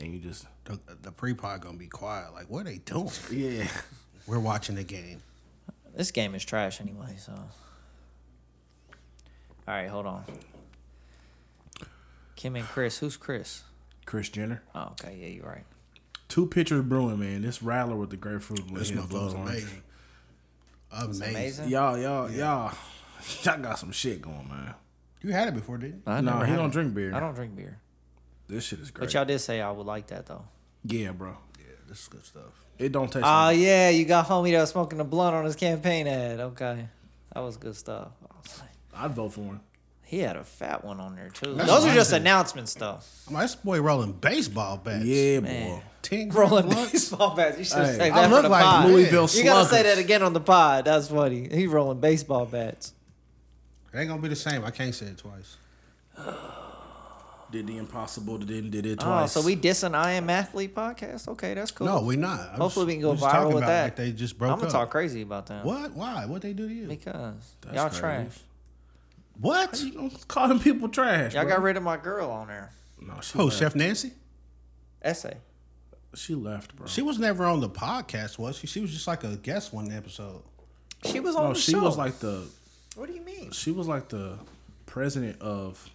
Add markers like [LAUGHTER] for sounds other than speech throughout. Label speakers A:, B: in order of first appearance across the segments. A: you just
B: The, the pre pod gonna be quiet. Like, what are they doing?
A: yeah.
B: We're watching the
C: [LAUGHS]
B: game.
C: This game is trash anyway, so. All right, hold on. Kim and Chris. Who's Chris?
A: Chris Jenner,
C: Oh, okay. Yeah, you're right.
A: two pitchers brewing, man. This rattler with the grapefruit with
B: This
A: his
B: motherfucker's
A: blows on.
B: amazing. Amazing.
C: amazing.
A: Y'all, y'all, y'all, y'all got some shit going, man.
B: You had it before, didn't you?
C: I
A: no,
C: never
A: he
C: had
A: don't
C: it.
A: drink beer.
C: I don't drink beer.
A: This shit is great.
C: But y'all did say I would like that, though.
A: yeah, bro.
B: Yeah, this is good stuff.
A: It don't taste.
C: Oh,
A: like,
C: yeah. You got homie that was smoking a blunt on his campaign ad. Okay. That was good stuff. I was like,
A: I'd vote for him.
C: He had a fat one on there, too.
B: That's
C: Those
B: what
C: are
B: I
C: just
B: said.
C: announcements, though. [LAUGHS]
B: I'm like, this boy rolling baseball bats.
A: Yeah,
C: Man.
A: boy.
B: ten
C: Rolling
B: grand blunts?
C: baseball bats. You should
A: Hey,
C: say
A: I
C: that for
B: look
C: the
B: like
C: pod.
B: Louis-
A: Louisville
C: You gotta say
A: Sluggers.
C: that again on the pod. That's funny. He rolling baseball bats.
B: It ain't gonna be the same. I can't say it twice.
A: Did the impossible, didn't did it
C: Oh,
A: twice.
C: so we diss an I am athlete podcast? Okay, that's cool.
B: No, we're not. I'm
C: Hopefully we can go
B: we're just
C: viral
B: talking
C: with
B: about it
C: that.
B: Like they just broke
C: I'm gonna
B: up.
C: talk crazy about them.
B: What? Why? What they do to you?
C: Because
A: That's
C: y'all
A: crazy.
C: trash.
B: What?
A: You know, calling people trash.
C: Y'all
A: bro.
C: got rid of my girl on there.
A: No, she
B: Oh,
A: left.
B: Chef Nancy?
C: Essay.
A: She left, bro.
B: She was never on the podcast, was she? She was just like a guest one episode.
C: She was on
A: no,
C: the
A: she
C: show.
A: was like the
C: what do you mean?
A: she was like the president of.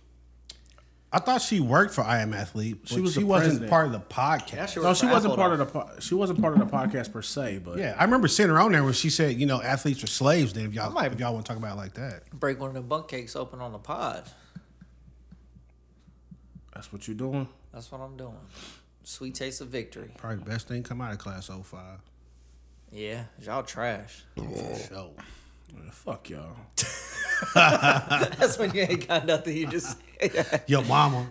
B: I thought she worked for I Am Athlete. But she
A: was
B: was.
A: the
B: She wasn't
A: president.
B: part of the podcast.
C: She
A: No,
C: worked
A: she
C: for
A: wasn't
C: Apple,
A: part
C: though.
A: of the po- she wasn't part of the podcast per se, but
B: Yeah, I remember seeing her on there when she said, you know, athletes are slaves. Then if y'all
C: might-
B: if y'all want to talk about it like that,
C: Break one of the bunk cakes open on the pod.
A: that's what you're doing.
C: That's what I'm doing. Sweet taste of victory.
B: probably best thing come out of class 05.
C: Yeah, y'all trash. [LAUGHS]
B: For sure.
A: Man, fuck y'all.
C: That's when you ain't got nothing.
A: [LAUGHS]
C: You just
B: Yo, mama.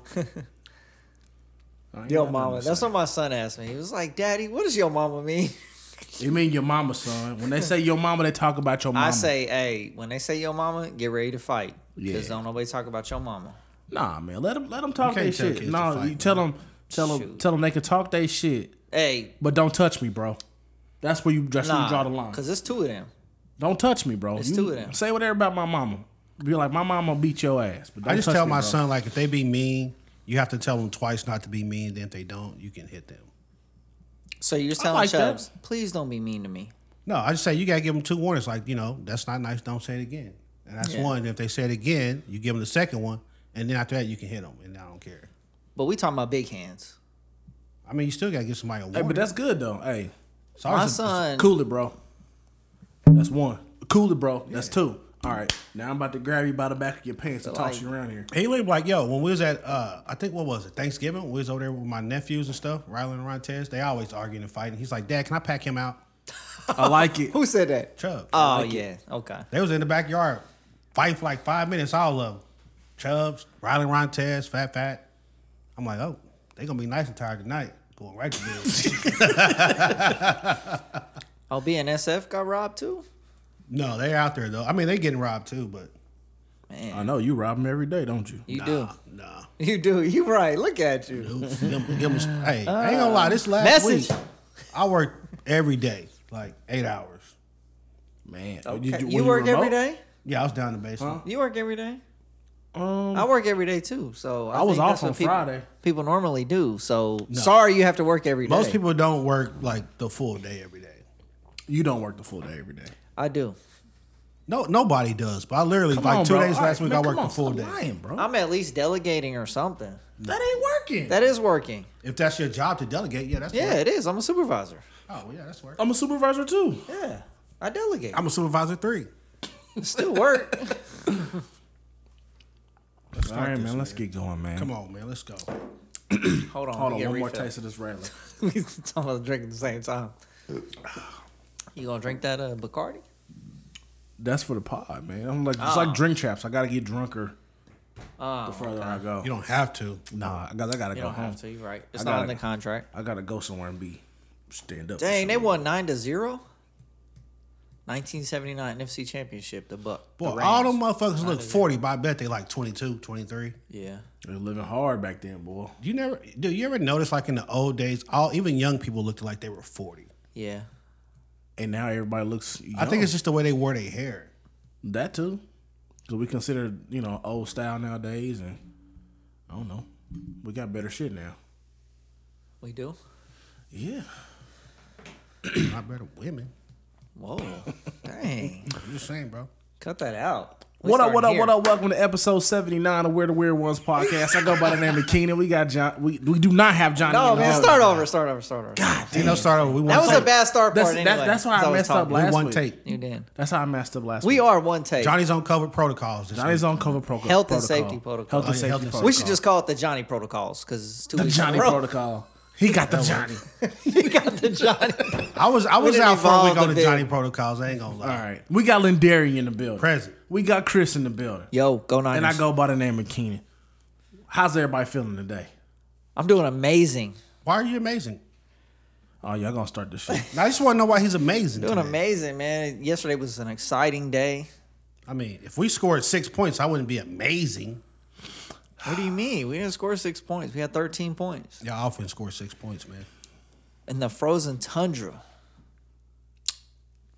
A: I ain't
C: yo
A: got nothing
C: mama.
A: to
C: That's
A: say.
C: what my son asked me. He was like, "Daddy, what does your mama mean?"
A: you mean your mama, son. When they say your mama, they talk about your mama.
C: I say, "Hey, when they say your mama, get ready to fight because
A: Yeah.
C: don't nobody talk about your mama."
A: nah, man. Let them let them talk
B: can't
A: their
B: tell
A: shit.
B: kids to
A: No,
B: fight,
A: you tell them tell them
C: Shoot.
A: tell them they can talk their shit,
C: Hey,
A: but don't touch me, bro. That's where you that's where
C: nah,
A: you draw the line.
C: Cause it's two of them.
A: Don't touch me, bro.
C: It's
A: You
C: two of them.
A: Say whatever about my mama. Be like, my mama beat your ass. But don't
B: I just
A: touch
B: tell
A: me,
B: my
A: bro.
B: son like if they be mean, you have to tell them twice not to be mean. Then if they don't, you can hit them.
C: So you're telling
A: like that.
C: Chubbs, please don't be mean to me.
B: No, I just say you gotta give them two warnings. Like you know, that's not nice. Don't say it again. And that's
C: Yeah.
B: one. And if they say it again, you give them the second one, and then after that, you can hit them. And I don't care.
C: But we talking about big hands.
B: I mean, you still gotta give somebody a
A: Hey,
B: warning.
A: but that's good though. Hey,
B: It's always
C: My
B: a-
C: son,
A: cool it, bro. That's one. Cool it, bro. That's two. All right. Now I'm about to grab you by the back of your pants and
C: But,
A: toss
C: like-
A: you around here.
B: He lived like yo when we was at uh I think what was it Thanksgiving we was over there with my nephews and stuff Rylan and Rontez they always arguing and fighting he's like dad can I pack him out
A: I like
C: [LAUGHS]
A: it.
C: who said that?
B: Chubb
C: Oh yeah, okay.
B: they was in the backyard fighting for like five minutes all of them Chubbs Rylan Rontez Fat Fat I'm like oh they gonna be nice and tired tonight going right to bed
C: Oh, BNSF got robbed too.
B: no they out there though I mean they getting robbed too but
A: I
C: Man,
A: know you rob them every day, don't you?
C: you do,
B: nah
C: you do. You right. Look at you.
B: Oof, give 'em- give 'em- hey I ain't gonna lie this last
C: Message.
B: week I worked every day like eight hours
A: Man.
C: Okay,
A: when
C: You, work every
A: remote-
C: day.
B: yeah I was down in the basement
C: You work every day.
A: Um,
C: I work every day too. So I,
A: I was
C: think that's
A: off on
C: what people-
A: Friday.
C: People normally do. So sorry, you have to work every day.
B: Most people don't work like the full day every day.
A: You don't work the full day every day.
C: I do.
B: No, nobody does. But I literally
A: Come
B: like
A: on,
B: two
A: bro.
B: days
A: All
B: last
A: right,
B: week.
A: man,
B: I
A: come
B: worked
A: on,
B: the full
A: stop
B: day.
A: lying, bro.
C: I'm at least delegating or something.
A: that ain't working.
C: That is working.
B: If that's your job to delegate, yeah, that's
C: Yeah,
B: Work.
C: it is. I'm a supervisor.
B: Oh well, yeah, that's work.
A: I'm a supervisor too.
C: Yeah, I delegate.
B: I'm a supervisor three.
C: [LAUGHS] Still work.
B: Let's
A: All
B: start
A: right,
B: this,
A: man. Let's get going, man.
B: Come on, man. Let's go.
C: [LAUGHS] Hold on.
A: Hold
C: let
A: on,
C: me
A: one more
C: get a refill. [LAUGHS]
A: taste of this rattler.
C: we talking about drinking at the same time. [SIGHS] You gonna drink that uh, Bacardi?
A: That's for the pod, man. I'm like, it's
C: Oh.
A: like drink traps. I gotta get drunker the
C: Oh,
A: further I go.
B: You don't have to.
A: Nah, I gotta, I gotta
C: you
A: go
C: don't
A: home.
C: have to. You're right. It's
A: I
C: not in
A: gotta-
C: the contract.
A: I gotta go somewhere and be stand up. or
C: Dang, they
A: something.
C: won nine to zero. 1979 NFC Championship. The Buck. the
B: Boy,
C: Rams.
B: all them motherfuckers look 40, but I bet they like 22, 23.
C: Yeah.
A: They were living hard back then, boy.
B: You never, do you ever notice like in the old days, all even young people looked like they were 40.
C: Yeah.
A: And now everybody looks.
B: I think it's just the way they wore their hair. [CLEARS THROAT]
A: that too, because we consider you know old style nowadays, and I don't know. We got better shit now.
C: We do.
A: Yeah.
B: Not better women.
A: [LAUGHS]
C: Whoa. Dang.
B: I'm just saying, bro.
C: Cut that out. We
A: What up, what up,
C: starting
A: what
C: here.
A: up? Welcome to episode 79 of We're the Weird Ones podcast. I go by the name of Keenan. We got John. We, we do not have Johnny.
C: No,
A: in the
C: man,
A: house.
C: start over, start over, start over.
B: Ain't no start over. We
C: That
B: one
C: was
B: take.
C: a bad start
A: That's,
C: part anyway.
A: that's, that's why
C: since
A: I
C: was
A: messed up
C: talking.
A: last
B: We one
A: week.
B: take.
C: You did.
A: That's how I messed up last
C: We
A: week.
C: are one take.
B: Johnny's on covered protocols. This
A: Johnny's on cover pro- protocol.
C: Health and safety protocol.
A: Health and
B: Oh, yeah,
A: safety
B: health and
A: protocol.
C: we should just call it the Johnny protocols because it's too
A: the Johnny protocol. He got the Johnny.
C: [LAUGHS] you got the Johnny.
A: [LAUGHS]
B: week. I was I was
C: didn't
B: out for a week
C: evolve
B: on the
C: the
B: Johnny protocols. I ain't gonna lie.
A: All right. We got Lindari in the building.
B: Present.
A: We got Chris in the building.
C: Yo, go Niners.
A: And I go by the name of Keenan. How's everybody feeling today?
C: I'm doing amazing.
B: Why are you amazing?
A: Oh, y'all gonna start this shit.
B: Now, I just want to know why he's amazing.
C: Doing
B: today.
C: amazing, man. Yesterday was an exciting day.
B: I mean, if we scored six points, I wouldn't be amazing.
C: What do you mean? We didn't score six points. We had 13 points
B: Y'all often score six points, man.
C: in the frozen tundra.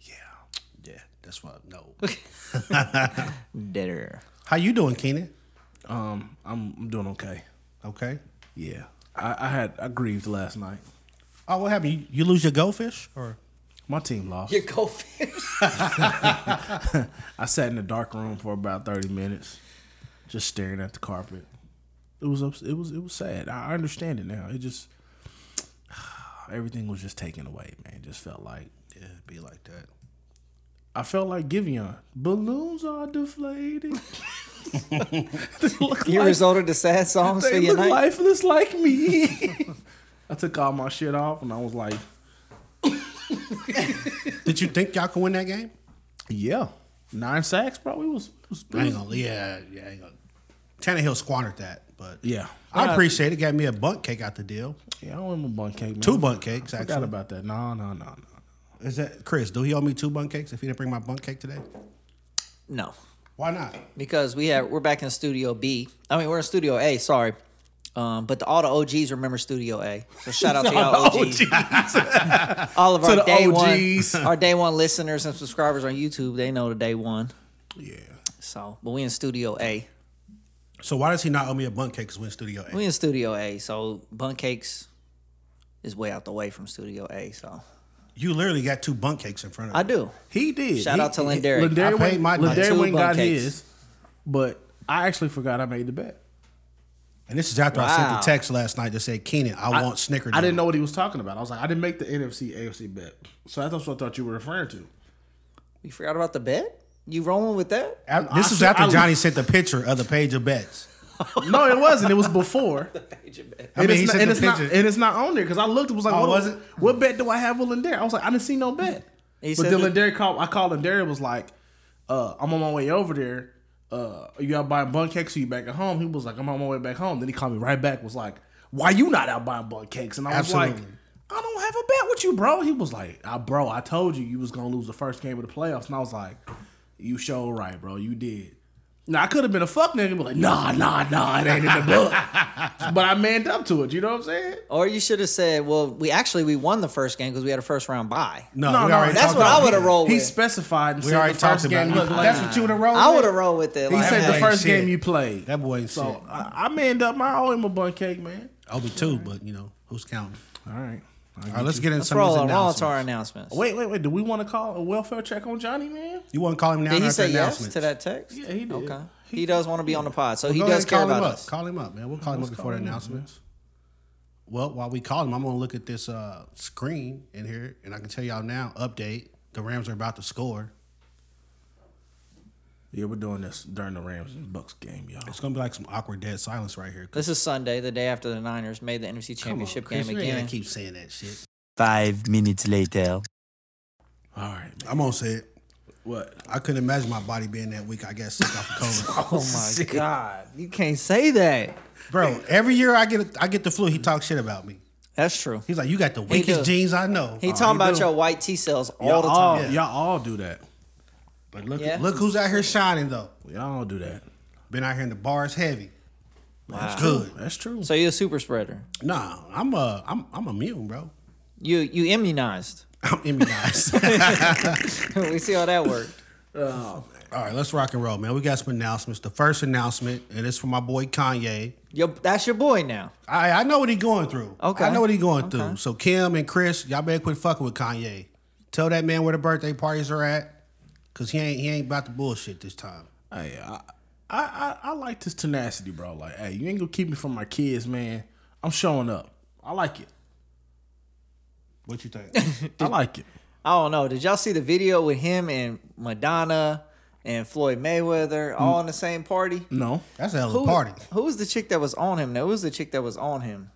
B: Yeah, yeah, that's what. No,
C: Deader.
B: [LAUGHS] how you doing, Keenan?
A: Um, I'm, I'm doing okay.
B: Okay.
A: Yeah. I, I had I grieved last night.
B: Oh, what happened? You, you lose your goldfish, or
A: My team lost.
C: Your goldfish.
A: I sat in the dark room for about thirty minutes, just staring at the carpet. It was ups- it was it was sad. I I understand it now. It just [SIGHS] everything was just taken away, man. It just felt like
B: yeah, it'd be like that.
A: I felt like Giveon. Balloons are deflated. they look,
C: You
A: life-
C: resorted to sad songs for
A: they
C: your
A: look
C: night.
A: lifeless like me. [LAUGHS] I took all my shit off and I was like,
B: Did you think y'all could win that game?
A: yeah, nine sacks probably was. was-
B: I ain't gonna. Yeah, yeah. I Ain't gonna. Tannehill squandered that, but
A: yeah,
B: I appreciate it. Got me a bunt cake out the deal.
A: yeah. I owe him a bun cake. Man.
B: Two bunt cakes,
A: I forgot
B: actually.
A: about that. No, no, no, no.
B: Is that Chris? Do he owe me two bunt cakes if he didn't bring my bunt cake today?
C: No,
B: Why not?
C: because we have we're back in Studio B. I mean, we're in Studio A. Sorry, um, but the, all the OGs remember Studio A. So
A: [LAUGHS]
C: shout out to y'all OGs. [LAUGHS] all of
A: To
C: our
A: the
C: day
A: OGs.
C: one, [LAUGHS] our day one listeners and subscribers on YouTube, they know the day one.
A: Yeah.
C: So, but we in Studio A.
B: So why does he not owe me a bunt cake? Cause we're in Studio A.
C: We in Studio A. So bun cakes is way out the way from Studio A. So
B: You literally got two bunt cakes in front of.
C: I
B: you.
C: do.
A: He did.
C: Shout
A: He-
C: out to
A: he-
C: Lindari.
A: Lindari
B: I
A: went-
B: paid my
A: Lindari
C: Two
A: went
C: bun
A: got
C: cakes.
A: his, but I actually forgot I made the bet.
B: And this is after I sent
C: Wow.
B: the text last night that said, Keenan, I, want Snickers.
A: I didn't know what he was talking about. I was like, I didn't make the NFC AFC bet, so that's what I thought you were referring
B: [LAUGHS]
A: to.
C: We forgot about the bet. You rolling with that?
B: This
A: I
B: was
A: said-
B: after
A: I-
B: Johnny sent the picture of the page of bets.
A: No, it wasn't. It was before.
B: I mean,
A: and,
B: he
A: it's not, and,
B: sent the
A: it's not,
B: picture.
A: and it's not on there because I looked. It was like,
B: Oh,
A: what
B: was
A: was
B: it?
A: it? What bet do I have with Lindari? I was like, I didn't see no bet.
C: He
A: but
C: said
A: then
C: that-
A: Lindari called. I called Lindari. and Was like, uh, I'm on my way over there. Uh, you out buying bun cakes? Are you back at home? He was like, I'm on my way back home. Then he called me right back. Was like, Why you not out buying bun cakes? And I was like.
B: Absolutely.
A: I don't have a bet with you, bro. He was like, ah, bro, I told you you was gonna lose the first game of the playoffs, and I was like, you show right, bro, you did. Now I could have been a fuck nigga, but like, nah, nah, nah, it ain't in the
B: [LAUGHS]
A: book. but I manned up to it. You know what I'm saying?
C: Or you should have said, well, we actually we won the first game because we had a first round bye.
B: No,
A: No,
B: we
A: no,
B: already
C: That's
B: talked
C: what
B: about
C: I would have
B: it.
C: rolled
A: He
C: with.
A: specified.
B: We
A: said
B: already
A: the
B: talked
A: first
B: about
A: game.
B: it.
A: Look, like,
B: That's what you would have rolled.
C: I would have
B: with?
C: rolled with it.
A: he
C: Like,
A: said
B: That
A: the
B: boy
A: first
B: shit.
A: game you played.
B: That boy ain't
A: so
B: shit.
A: I, I manned up. I owe him a bun cake, man.
B: Owe me two, but you know who's counting?
A: All right.
B: All right, let's get into
C: let's
B: some of
C: roll
B: these
C: on roll to our
B: announcements.
C: announcements.
A: Uh, Wait, wait, wait. Do we want to call a welfare check on Johnny, man?
B: You want to call him now?
C: Did he
B: after
C: say yes
B: announcements?
C: to that text?
A: Yeah, he did.
C: Okay. He,
A: He-
C: does want to be on the pod, so he
B: Go ahead
C: does
B: and
C: care
B: call
C: about
B: him up.
C: us.
B: Call him up, man. We'll call him up before
A: call
B: the
A: him up,
B: announcements. Well, while we call him, I'm gonna look at this uh, screen in here, and I can tell y'all now. Update: The Rams are about to score.
A: Yeah, we're doing this during the Rams and Bucks game, y'all.
B: It's gonna be like some awkward dead silence right here.
C: This is Sunday, the day after the Niners made the NFC Championship
B: Chris,
C: game
B: you ain't gotta
C: again.
B: keep saying that shit.
D: Five minutes later.
A: All right, man.
B: I'm gonna say it.
A: What?
B: I couldn't imagine my body being that weak. I guess sick off
C: [LAUGHS]
B: of COVID,
C: Oh
A: [LAUGHS]
C: my God, you can't say that.
B: bro. Every year I get I get the flu. He talks shit about me.
C: That's true.
B: He's like, you got the weakest
C: do.
B: jeans I know. Uh-huh.
C: He talking
A: he
C: about
A: do.
C: your white T cells all
A: y'all
C: the time.
A: All, Y'all all do that.
B: but look,
C: Yeah.
B: look who's out here shining though.
A: Y'all all do that.
B: Been out here in the bars heavy. That's good.
A: That's true.
C: So you're a super spreader.
B: Nah, I'm uh, I'm I'm immune, bro. [LAUGHS]
C: You you immunized. [LAUGHS]
B: I'm immunized.
C: we see how that worked.
A: Oh, man.
B: All right, let's rock and roll, man. We got some announcements. The first announcement, and it's from my boy Kanye.
C: Yo, that's your boy now.
B: I I know what he going through.
C: Okay.
B: I know what he going
C: Okay.
B: through. So Kim and Chris, y'all better quit fucking with Kanye. Tell that man where the birthday parties are at, cause he ain't he ain't about the bullshit this time.
A: Hey, I, I, I, I like this tenacity, bro. Like, hey, you ain't gonna keep me from my kids, man. I'm showing up. I like it.
B: What you think?
A: [LAUGHS] I like it.
C: I don't know. Did y'all see the video with him and Madonna and Floyd Mayweather all in the same party?
A: No.
B: That's a hell of
C: Who,
B: a party.
C: who was the chick that was on him? That was the chick that was on him.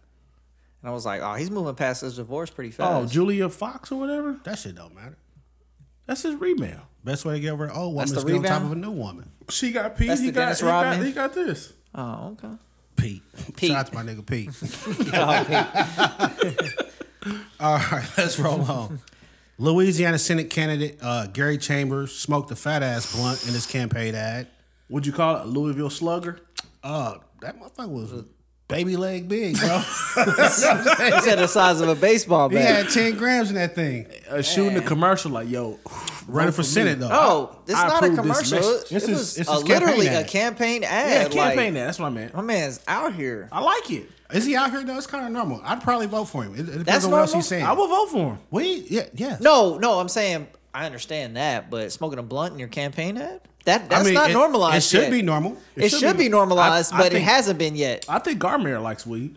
C: And I was like, oh, he's moving past his divorce pretty
A: Oh,
C: fast.
A: Julia Fox or whatever.
B: That shit don't matter.
A: That's his rebound.
B: Best way to get over an old woman
C: That's
B: is
C: the
B: get on top
C: rebound?
B: of a new woman.
A: She got Pete.
C: That's
A: He
C: the
A: got,
C: Dennis
A: he, got,
C: Rodman?
A: he got this.
C: Oh, okay.
B: Pete.
C: Pete.
B: Shout out to my nigga Pete.
C: [LAUGHS] Oh, okay.
B: All right, let's roll on. [LAUGHS] Louisiana Senate candidate uh, Gary Chambers smoked a fat ass blunt in his campaign ad.
A: Would you call it a Louisville Slugger?
B: Uh, that motherfucker was baby leg big, bro.
C: he said the size of a baseball
B: he
C: bat.
B: had 10 grams in that thing.
A: Uh, shooting a commercial like, yo,
B: Running for Senate, though.
C: Oh, it's
A: I
C: not a
A: approve this
C: commercial.
A: message.
C: It-
B: This
C: it
B: is-
C: was
B: this
C: a-
B: is campaign
C: literally a
B: ad.
C: campaign
A: yeah,
C: ad.
A: campaign
C: like,
A: that. That's what I meant.
C: My man's out here.
A: I like it.
B: Is he out here, though? It's kind of normal. I'd probably vote for him. It, it depends
C: That's
B: on what else
C: normal?
B: he's saying.
A: I will vote for him.
B: We, yeah, yeah.
C: No, no, I'm saying I understand that, but smoking a blunt in your campaign ad? That that's
B: I mean,
C: not
B: it-
C: normalized.
B: It should
C: yet.
B: be normal.
C: It, should, be, normalized,
A: I- I
C: but
A: think-
C: it hasn't been yet.
A: I think Garmere likes weed.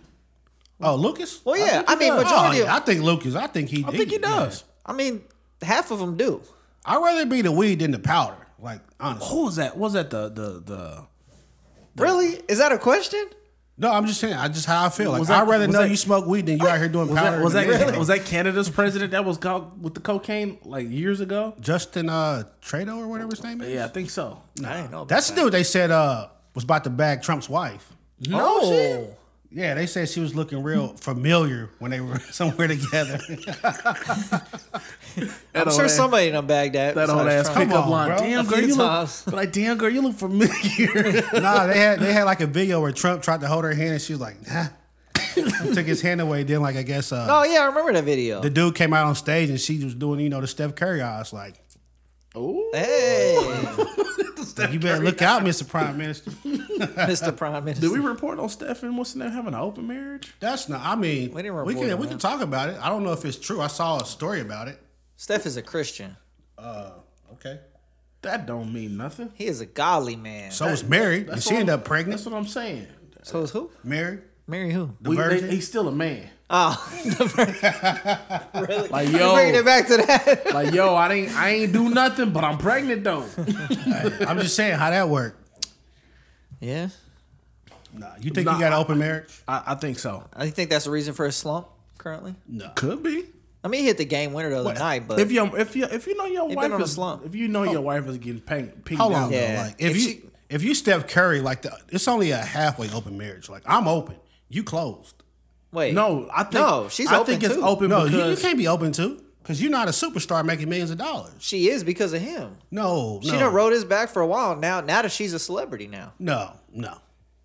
B: Oh, Lucas?
C: Well, yeah,
A: think
C: I,
A: it
C: mean,
A: does.
B: Oh,
C: majority.
B: yeah, I
C: of,
B: think Lucas. I think he
A: I think he does.
C: I mean, half of them do.
B: I'd rather it be the weed than the powder. Like, honestly.
A: Who was that? Was that the the the?
C: Really? Is that a question?
B: No, I'm just saying. I just how I feel. Like,
A: Was that-
B: I'd rather
A: was
B: know
A: that-
B: you smoke weed than you out here doing
A: Was
B: powder.
A: that was
B: than
A: that,
B: this, bro.
A: was that Canada's president that was caught with the cocaine like years ago?
B: Justin uh, Trudeau or whatever his name is?
A: Yeah, I think so.
C: I didn't know. about
B: That's
C: that.
B: the dude they said uh, was about to bag Trump's wife.
A: Oh,
C: no.
B: Yeah, they said she was looking real familiar when they were [LAUGHS] somewhere together.
C: I'm sure somebody done bagged that.
A: that old
C: besides
A: ass
C: Trump.
A: pickup
B: on,
A: line.
B: bro.
A: Damn
C: A
A: girl,
C: few
A: you
C: times.
A: look but like damn girl, you look familiar.
B: nah, they had they had like a video where Trump tried to hold her hand and she was like, nah. took his hand away. Then like I guess uh,
C: Oh yeah, I remember that video.
B: the dude came out on stage and she was doing you know the Steph Curry eyes like,
A: [LAUGHS] Ooh,
C: hey,
A: [LAUGHS]
B: you better look out, Mr. Prime Minister.
C: Mr. Prime Minister.
A: did we report on Stefan? What's his name having an open marriage?
B: That's not. I mean,
C: We
B: we,
C: didn't report
B: can
C: on
B: we
C: that.
B: can talk about it. I don't know if it's true. I saw a story about it.
C: Steph is a Christian.
B: Uh, okay.
A: That don't mean nothing.
C: He is a godly man. So,
B: So it's Mary, and she
A: what
B: ended
A: I'm-
B: up pregnant.
A: That's what I'm saying.
C: is who?
B: Mary,
C: Marry who?
B: the
A: We- they-
B: virgin.
A: he's still a man.
C: Oh, [LAUGHS] the ver- really?
A: Like,
C: You
A: yo.
C: bringing it back to that.
A: Like yo, I ain't I ain't do nothing, but I'm pregnant though.
B: I'm just saying how that worked.
C: yeah,
B: Nah, [LAUGHS] you think
A: Nah,
B: you got an open marriage?
A: I, I think so.
C: I Uh, think that's the reason for his slump currently.
A: Could be.
C: I mean, he hit the game winner the other night, but
A: If you if you if you know your
C: been
A: wife
C: on a
A: is
C: slump. Oh.
A: if you know your wife is getting paint, pinked
B: Hold on,
A: out,
B: though.
C: Yeah.
B: Like if,
C: If
B: you
C: she-
B: if you Steph Curry, like the, it's only a halfway open marriage. Like I'm open, you closed.
C: wait,
A: No, I think
C: no, she's
A: I
C: open
A: think it's
C: too.
A: open
B: No, you, you
A: because
B: can't be open to because you're not a superstar making millions of dollars.
C: she is because of him.
B: No,
C: She
B: no,
C: done rode his back for a while now. Now that she's a celebrity now,
B: no, no.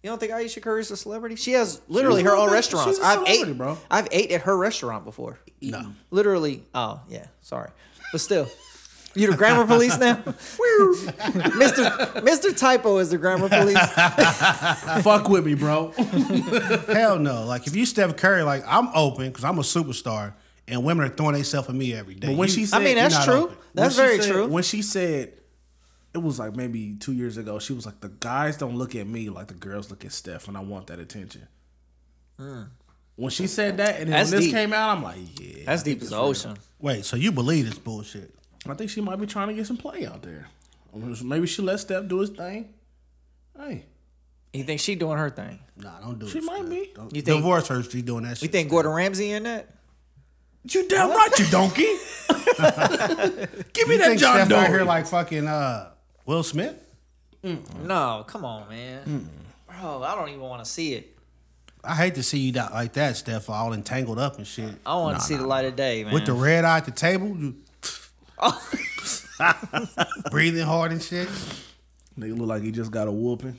C: you don't think Aisha Curry's a celebrity? She has literally her
A: a
C: own
A: little bit-
C: restaurants.
A: she's a
C: I've
A: celebrity,
C: ate,
A: bro.
C: I've ate at her restaurant before. No, literally. Oh yeah, sorry, but still. You the grammar police
A: [LAUGHS]
C: now? Mr. Mr. Typo is the
A: [LAUGHS]
C: grammar police.
A: fuck with me, bro.
B: [LAUGHS] Hell no. Like if you Steph Curry, like I'm open because I'm a superstar, and women are throwing themselves at me every day.
A: But when
B: You-
A: she
C: I
A: said,
C: mean, that's
B: not
C: true.
B: open.
A: when
C: That's
A: she
C: very
A: said-
C: true.
A: When she said it was like maybe two years ago, she was like, "The guys don't look at me like the girls look at Steph, and I want that attention." Hmm. When she said that, and then
C: That's
A: when this
C: deep.
A: came out, I'm like, "Yeah,
C: That's deep as the ocean.
B: wait, so you believe this bullshit?
A: I think she might be trying to get some play out there. Maybe she let Steph do his thing. Hey,
C: You think she doing her thing?
B: Nah, don't do it.
A: She might
B: Steph.
A: be.
B: Don't-
C: You think-
B: divorce her? She doing that shit.
C: You think Gordon Ramsay in that?
A: you damn right, you donkey. [LAUGHS] Give me
B: You
A: that
B: think
A: John
B: Steph
A: Doe
B: out here like fucking uh, Will Smith?
C: No, come on, man. Bro, I don't even want to see it.
B: I hate to see you not like that, Steph, all entangled up and shit.
C: I want to see the light of day, man.
B: With the red eye at the table, you Oh. [LAUGHS] breathing hard and shit.
A: Nigga look like he just got a whooping.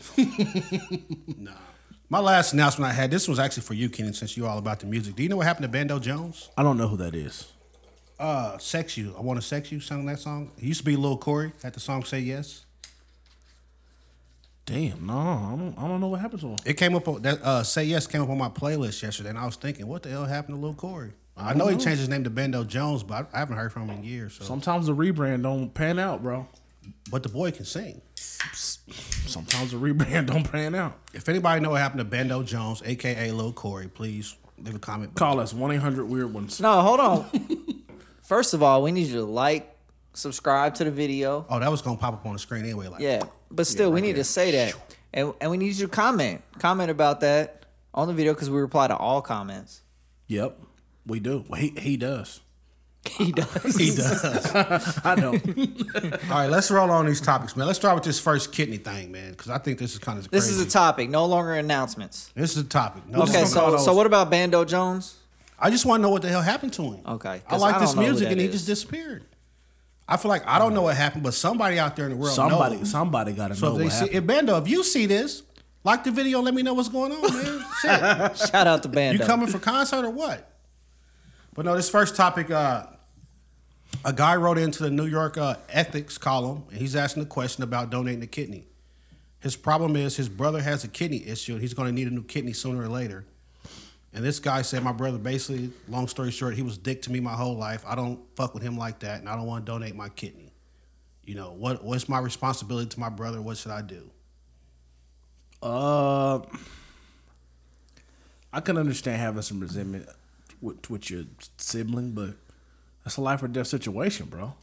A: [LAUGHS]
B: My last announcement I had, this was actually for you, Kenan, since you're all about the music. Do you know what happened to Bando Jones?
A: I don't know who that is.
B: uh, "Sex You." I want to sex you. Sung that song. It used to be Lil Corey. Had the song "Say Yes."
A: Damn, no, I don't, I don't know what happened to him.
B: It came up on that uh, "Say Yes" came up on my playlist yesterday, and I was thinking, what the hell happened to Lil Corey? I, know he changed his name to Bendo Jones, but I, I haven't heard from him in years. So,
A: Sometimes the rebrand don't pan out, bro.
B: but the boy can sing.
A: Sometimes the rebrand don't pan out.
B: If anybody know what happened to Bendo Jones, aka Lil Corey, please leave a comment. below.
A: Call us one eight hundred weird ones.
C: No, hold on. [LAUGHS] First of all, we need you to like, subscribe to the video.
B: Oh, that was gonna pop up on the screen anyway. Like,
C: Yeah, but still, we need to say that, and and we need you to comment, comment about that on the video because we reply to all comments.
A: Yep, we do. Well, he he does.
C: He does.
B: he does.
A: [LAUGHS] I know.
B: [LAUGHS] All right, let's roll on these topics, man. Let's start with this first kidney thing, man, because I think this is kind of
C: [LAUGHS] This is a topic. No longer announcements.
B: this is a topic. No,
C: Okay,
A: gonna call
C: so
A: those-
C: so what about Bando Jones?
B: I just want to know what the hell happened to him.
C: Okay, 'cause
B: I like
C: I
B: this
C: don't know who
B: music,
C: that
B: and he
C: is.
B: just disappeared. I feel like I don't know what happened, but somebody out there in the world
A: [LAUGHS] Somebody
B: knows.
A: somebody got to
B: So
A: know
B: if they
A: what
B: see,
A: happened.
B: if Bando, if you see this, like the video, let me know what's going on, man.
A: [LAUGHS]
B: Shit.
C: Shout out to Bando.
B: You coming for concert or what? But no, this first topic, uh, a guy wrote into the New York uh, ethics column, and he's asking a question about donating a kidney. His problem is his brother has a kidney issue, and he's going to need a new kidney sooner or later. And this guy said, my brother, basically, long story short, he was dick to me my whole life. I don't fuck with him like that, and I don't want to donate my kidney. You know what? What's my responsibility to my brother? What should I do?
A: Uh, I can understand having some resentment with with your sibling, but that's a life or death situation, bro.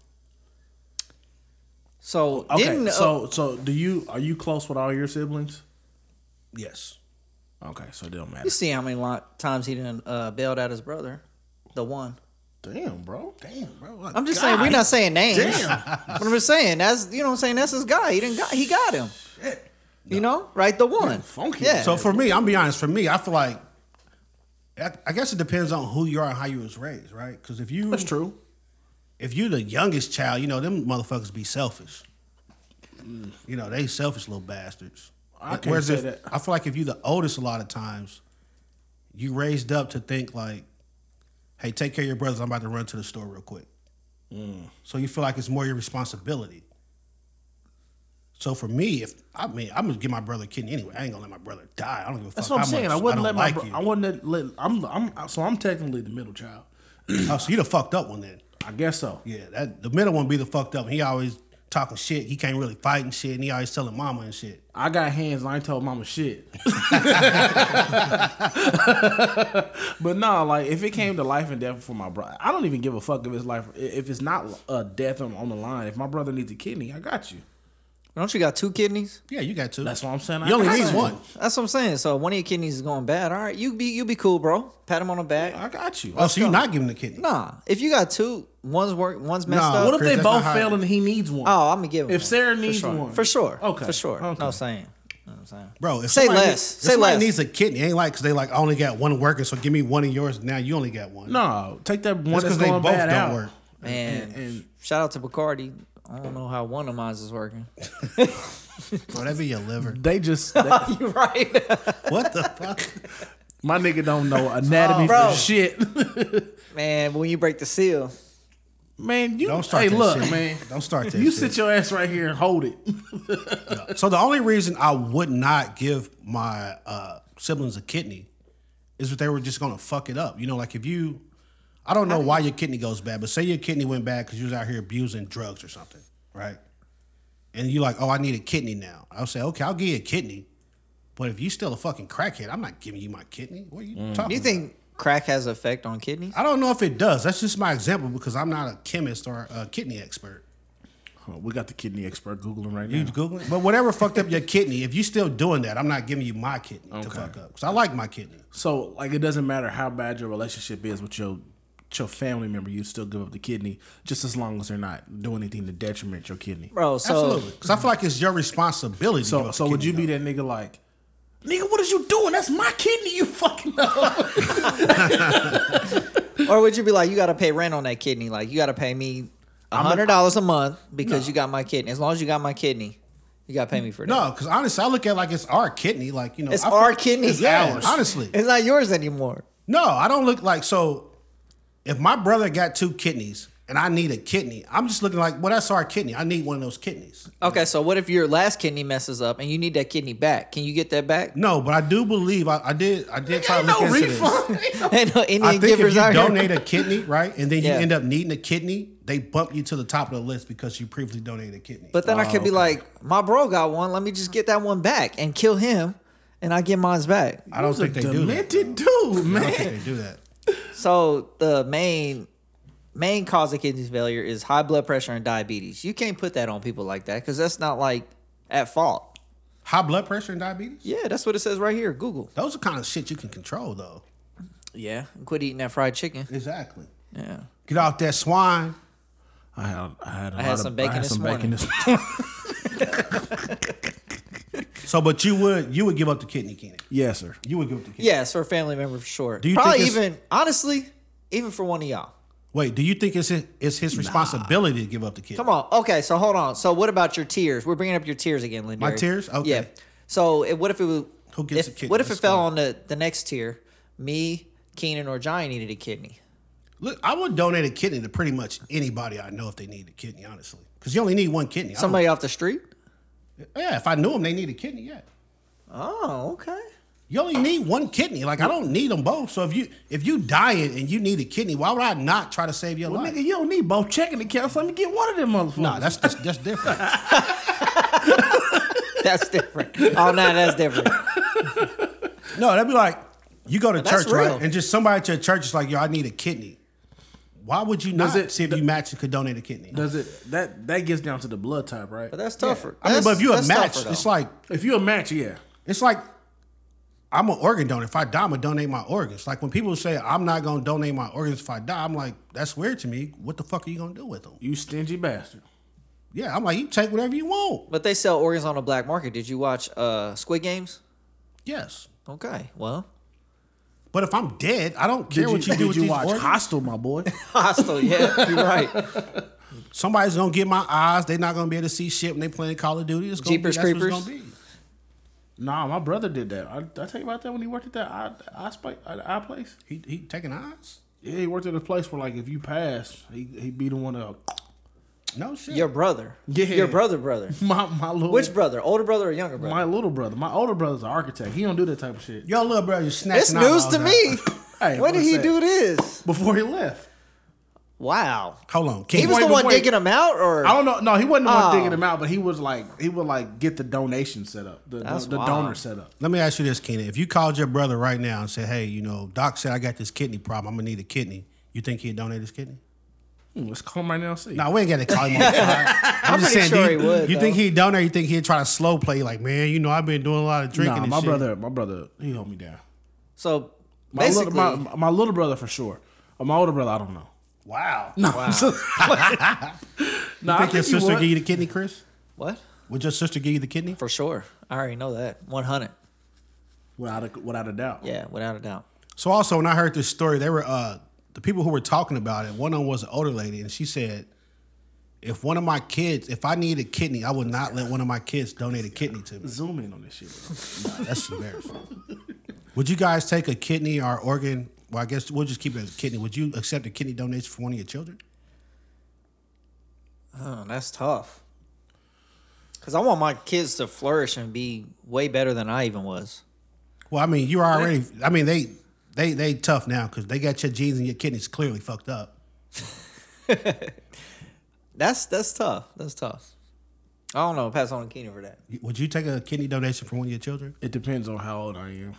C: So
A: Okay,
C: didn't uh,
A: so so do you are you close with all your siblings?
B: Yes.
A: Okay, so it don't matter.
C: you see how many lo- times he done uh, bailed out his brother, the one.
A: Damn, bro.
B: Damn, bro. like,
C: I'm just
B: God
C: saying we're not saying names. [LAUGHS]
B: damn.
C: But I'm just saying that's you know what I'm saying that's his guy. He didn't got he got him. You know, right? The one.
A: funky.
C: Yeah.
B: So for me, I'm be honest. For me, I feel like I, I guess it depends on who you are and how you was raised, right? Because if you
A: That's true.
B: if you the youngest child, you know them motherfuckers be selfish. You know they selfish little bastards.
A: I can't
B: Whereas
A: say
B: if-
A: that.
B: I feel like if you the oldest, a lot of times you raised up to think like, "Hey, take care of your brothers. I'm about to run to the store real quick."
A: Mm.
B: So you feel like it's more your responsibility. So for me, if I mean, I'm gonna give my brother a kidney anyway. I ain't gonna let my brother die. I don't give a
A: That's what
B: fuck.
A: I'm
B: how
A: saying.
B: much
A: I wouldn't let
B: don't like
A: my. Bro-
B: you.
A: I wouldn't let. I'm. I'm. So I'm technically the middle child.
B: Oh, so you the fucked up one then.
A: I guess so.
B: Yeah, that the middle one be the fucked up. He always talking shit. He can't really fight and shit, and he always telling mama and shit.
A: I got hands and I ain't told mama shit. [LAUGHS] but no, like if it came to life and death for my brother, I don't even give a fuck if it's life. If it's not a death on, on the line, if my brother needs a kidney, I got you.
C: Don't you got two kidneys?
B: Yeah, you got two.
A: That's what I'm saying. I
B: You only
A: got
B: need one.
C: That's what I'm saying. So one of your kidneys is going bad. All right, you be you be cool, bro. Pat him on the back.
A: I got you.
B: Oh, so you not giving the kidney?
C: Nah, if you got two, one's work, one's messed
B: Nah,
C: up.
A: what if
B: Chris,
A: they
B: that's not
A: both
B: how-
A: fail and he needs one?
C: oh, I'm gonna give him.
A: if
C: one.
A: Sarah
C: For
A: needs
C: sure.
A: one,
C: for sure.
A: Okay,
C: for sure.
A: Okay.
C: No saying. No saying.
B: Bro, if
C: Say
B: somebody
C: less.
B: needs- if
C: Say
B: somebody
C: less.
B: needs a kidney. It ain't like because they like I only got one working, so give me one of yours. Now you only got one.
A: No, take that one
B: that's
A: that's
B: because they
A: going
B: both
A: bad
B: don't
A: out.
B: work.
C: Man,
A: And- and-
C: shout out to Bacardi. I don't know how one of mine
A: [LAUGHS]
C: is working.
B: Bro, that be your liver.
A: They just they-
C: You're right.
B: what the fuck?
A: my nigga don't
C: [LAUGHS]
A: know anatomy
C: Oh, Bro.
A: for shit.
C: [LAUGHS]
A: [LAUGHS]
C: Man, when you break the seal,
A: man, you
B: Don't start
A: Hey,
B: that
A: look,
B: shit.
A: man.
B: Don't start that
A: You
B: shit.
A: sit your ass right here and hold [LAUGHS] it.
B: So the only reason I would not give my uh, siblings a kidney is that they were just gonna fuck it up. You know, like if you, I don't know why your kidney goes bad, but say your kidney went bad because you was out here abusing drugs or something, right? And you're like, oh, I need a kidney now. I'll say, okay, I'll give you a kidney, but if you still a fucking crackhead, I'm not giving you my kidney. What are you talking?
C: do Mm. you
B: about?
C: think crack has effect on kidneys?
B: I don't know if it does. That's just my example because I'm not a chemist or a kidney expert.
A: Oh, we got the kidney expert googling right
B: You
A: now.
B: googling, but whatever fucked up your kidney, if you still doing that, I'm not giving you my kidney to fuck up because I like my kidney.
A: So like, it doesn't matter how bad your relationship is with your your family member, you still give up the kidney just as long as they're not doing anything to detriment your kidney.
C: Bro, so
B: Absolutely, because I feel like it's your responsibility.
A: So so would you be that nigga like? Nigga, what is you doing? That's my kidney, you fucking [LAUGHS] up.
C: Or would you be like, you got to pay rent on that kidney? Like, you got to pay me hundred dollars a month because you got my kidney. As long as you got my kidney, you got to pay me for that.
B: No, because honestly, I look at it like it's our kidney. Like you know,
C: it's
B: I feel-
C: our kidney.
B: Yeah, honestly,
C: it's not yours anymore.
B: no, I don't look like so. If my brother got two kidneys and I need a kidney, I'm just looking like, well, that's our kidney. I need one of those kidneys.
C: Okay, so what if your last kidney messes up and you need that kidney back? Can you get that back? [LAUGHS]
B: No, but I do believe I, I did. I did try to
A: Ain't
B: look
A: no
B: into this.
A: refund. Ain't no-
C: Ain't no
B: I
C: Indian
B: think if
C: givers
B: you
C: out here.
B: donate a kidney, right, and then you
C: Yeah.
B: end up needing a kidney, they bump you to the top of the list because you previously donated a kidney.
C: But then I could be
B: Oh,
C: like, my bro got one. Let me just get that one back and kill him, and I get mine's back.
B: I don't think they do that.
A: Demented dude,
B: I don't
A: man.
B: think they do that.
C: So the main main cause of kidney failure is high blood pressure and diabetes. You can't put that on people like that because that's not like at fault.
B: High blood pressure and diabetes.
C: Yeah, that's what it says right here. Google.
B: Those are kind of shit you can control, though.
C: Yeah, quit eating that fried chicken.
B: Exactly.
C: Yeah,
B: Get off that swine.
A: I had I had, a
C: had
A: lot
C: some
A: of,
C: bacon
A: I had
C: this
A: some bacon
C: morning.
A: this
B: So, but you would you would give up the kidney, Kenny.
A: [LAUGHS] yes, sir.
B: You would give up the kidney.
C: yes, for a family member for sure.
B: you
C: Probably
B: think it's-
C: even honestly, even for one of y'all.
B: Wait, do you think it's his, it's his responsibility to give up the kidney?
C: Come on. Okay, so hold on. So what about your tears? We're bringing up your tears again, Linda.
B: My tears? Okay.
C: Yeah. So it, what if it was,
B: Who gets
C: if,
B: a kidney?
C: What if it
B: Let's
C: fell
B: go.
C: on the, the next tier? Me, Keenan, or Johnny needed a kidney.
B: Look, I would donate a kidney to pretty much anybody I know if they need a kidney, honestly. Because you only need one kidney. I don't-
C: Somebody off the street?
B: yeah, if I knew them, they need a kidney. Yeah,
C: Oh, okay.
B: you only need one kidney. Like I don't need them both. So if you if you dying and you need a kidney, why would I not try to save your
A: Well,
B: life?
A: nigga, you don't need both checking accounts. Let me get one of them motherfuckers.
B: Nah, that's that's, that's
C: [LAUGHS]
B: different.
C: That's different. oh, no, that's different.
B: No, that'd be like you go to
C: that's
B: church,
C: real.
B: right? And just somebody at your church is like, "Yo, I need a kidney." Why would you not
A: Does it-
B: see if you match and could donate a kidney?
A: Does it that that gets down to the blood type, right?
C: But [LAUGHS] that's tougher.
B: I mean, but if you a
C: that's- that's
B: match,
C: tougher,
B: it's
C: though.
B: like
A: If you a match, yeah.
B: it's like I'm an organ donor. If I die, I'm gonna donate my organs. Like when people say I'm not gonna donate my organs if I die, I'm like, that's weird to me. What the fuck are you gonna do with them?
A: You stingy bastard.
B: Yeah, I'm like, you take whatever you want.
C: But they sell organs on the black market. Did you watch uh, Squid Games?
B: Yes,
C: Okay. [LAUGHS] Well,
B: but if I'm dead, I don't care what you do
A: did
B: with
A: you
B: these
A: watch
B: organs.
A: Hostel, my
B: [LAUGHS]
A: boy?
C: hostile. Yeah, you're right.
B: Somebody's gonna get my eyes. They're not gonna be able to see shit when they playing Call of Duty. It's gonna
C: Jeepers
B: be, that's what it's
C: creepers.
B: gonna be.
A: nah, my brother did that. I, did I tell you about that when he worked at that eye, eye, spa- eye place?
B: He, he taking eyes?
A: Yeah, he worked at a place where like if you pass, he he beat him one up.
B: No shit.
C: [LAUGHS] Your brother.
A: Yeah.
C: Your brother, brother.
A: [LAUGHS] My my little
C: Which brother? Older brother or younger brother?
A: my little brother, my older brother's an architect. He don't do that type of
B: [LAUGHS]
A: shit.
B: Your little brother snacking.
C: It's news to me. [LAUGHS]
A: Hey,
C: when did
A: what's
C: he
A: that?
C: do this?
A: Before he left,
C: Wow.
B: [LAUGHS] Hold on.
C: He
B: King.
C: was the
A: Wait,
C: one
A: wait.
C: digging him out, or
A: I don't know. No, he wasn't the one
C: Oh.
A: digging him out, but he was like he would like get the donation set up, the
C: That's
A: the
C: wild.
A: donor set up.
B: Let me ask you this, Keenan. If you called your brother right now and said, hey, you know, Doc said I got this kidney problem. I'm going to need a kidney. You think he'd donate his kidney?
A: Hmm, let's call him right now and see.
B: No, we ain't got to call him. on
C: [LAUGHS]
B: the phone. I'm just
C: pretty
B: saying, do
C: sure
B: you,
C: he would,
B: You think
C: though.
B: he'd donate? You think he'd try to slow play? Like, man, you know, I've been doing a lot of drinking.
A: Nah,
B: and
A: my
B: shit."
A: brother, my brother, he held me down.
C: so
A: My
C: basically,
A: little, my, my little brother for sure. Or my older brother, I don't know.
B: Wow.
A: [LAUGHS] Wow. no, I
B: Think your
A: think he
B: sister
A: would.
B: give you the kidney, Chris?
C: what?
B: Would your sister give you the kidney?
C: For sure, I already know that. One hundred.
A: without a, without a doubt.
C: Yeah, without a doubt.
B: So also, when I heard this story, they were uh, the people who were talking about it. One of them was an older lady, and she said, "If one of my kids, if I need a kidney, I would not let one of my kids donate a kidney to me.
A: Zoom in on this shit. Bro.
B: That's embarrassing." would you guys take a kidney or organ? Well, I guess we'll just keep it as a kidney. Would you accept a kidney donation for one of your children?
C: Oh, that's tough. Cause I want my kids to flourish and be way better than I even was.
B: Well, I mean, you're already. I mean, they they they tough now because they got your genes and your kidneys clearly fucked up.
C: That's that's tough. That's tough. I don't know. Pass on to Keenan for that.
B: Would you take a kidney donation for one of your children?
A: It depends on how old I am.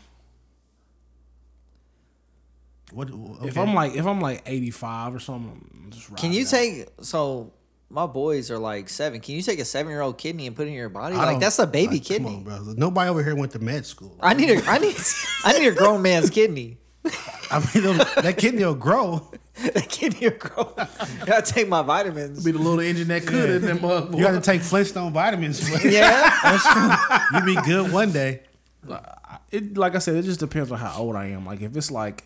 B: What okay.
A: If I'm like if I'm like 85 or something, I'm just riding
C: Can you
A: out.
C: take so? My boys are like seven. Can you take a seven-year-old kidney and put it in your body?
B: I
C: Like
B: don't-
C: that's a baby
B: Oh. like,
C: kidney.
B: Come on, brother. Nobody over here went to med school.
C: I need a I need I need a grown man's kidney.
B: [LAUGHS] I mean, they'll- that kidney will grow.
C: [LAUGHS] That kidney will [LAUGHS] grow. I take my vitamins.
A: be the little engine that could in them motherfucker.
B: You got to take Flintstone vitamins. [LAUGHS] you
C: [LAUGHS] [LAUGHS] Yeah.
B: be good one day.
A: it like I said, it just depends on how old I am. Like if it's like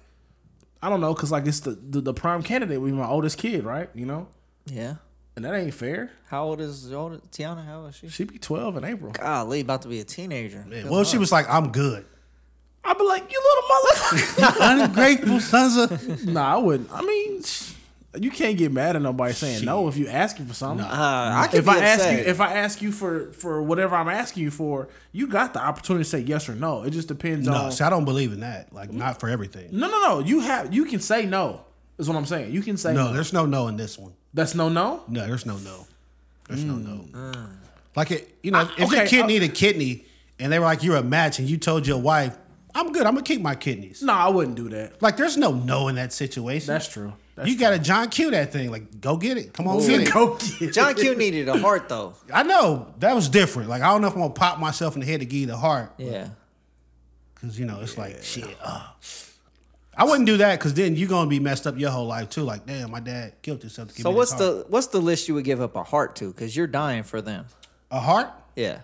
A: I don't know, cause like it's the the, the prime candidate would be my oldest kid, right? You know,
C: Yeah.
A: and that ain't fair.
C: How old is your older Tiana? How old is she?
A: She be twelve in April.
C: Golly, about to be a teenager. [LAUGHS]
B: Well, she was like, I'm good.
A: I'd be like, you little
B: Ungrateful sons of.
A: motherfucker. nah, I wouldn't. I mean, sh- you can't get mad at nobody saying no if you ask you for something.
C: Uh, I could
A: if
C: be
A: I ask you,
C: upset.
A: if I ask you for for whatever I'm asking you for, you got the opportunity to say yes or no. It just depends
B: No,
A: on.
B: see, I don't believe in that. Like, not for everything.
A: No, no, no. You have you can say no. Is what I'm saying. You can say
B: No,
A: no.
B: there's no no in this one.
A: That's no, no.
B: No, there's no no. There's no
C: Mm.
B: no.
C: Ah.
B: Like it, you know, if
A: okay,
B: your
C: oh.
B: kid
A: I-
B: needed a kidney, and they were like, "You're a match," and you told your wife, "I'm good. I'm gonna keep my kidneys."
A: No, I wouldn't do that.
B: Like, there's no no in that situation.
A: That's true. That's
B: you got to John Q that thing. Like, go get it. Come on,
A: true.
B: get it.
A: Go get it.
C: John Q needed a heart though.
B: I know that was different. Like, I don't know if I'm gonna pop myself in the head to give you the heart
C: Yeah.
B: because you know it's like shit. ah. I wouldn't do that because then you're gonna be messed up your whole life too. Like, damn, my dad killed himself to give
C: So
B: me
C: what's
B: this heart.
C: the what's the list you would give up a heart to? Because you're dying for them.
B: a heart?
C: Yeah.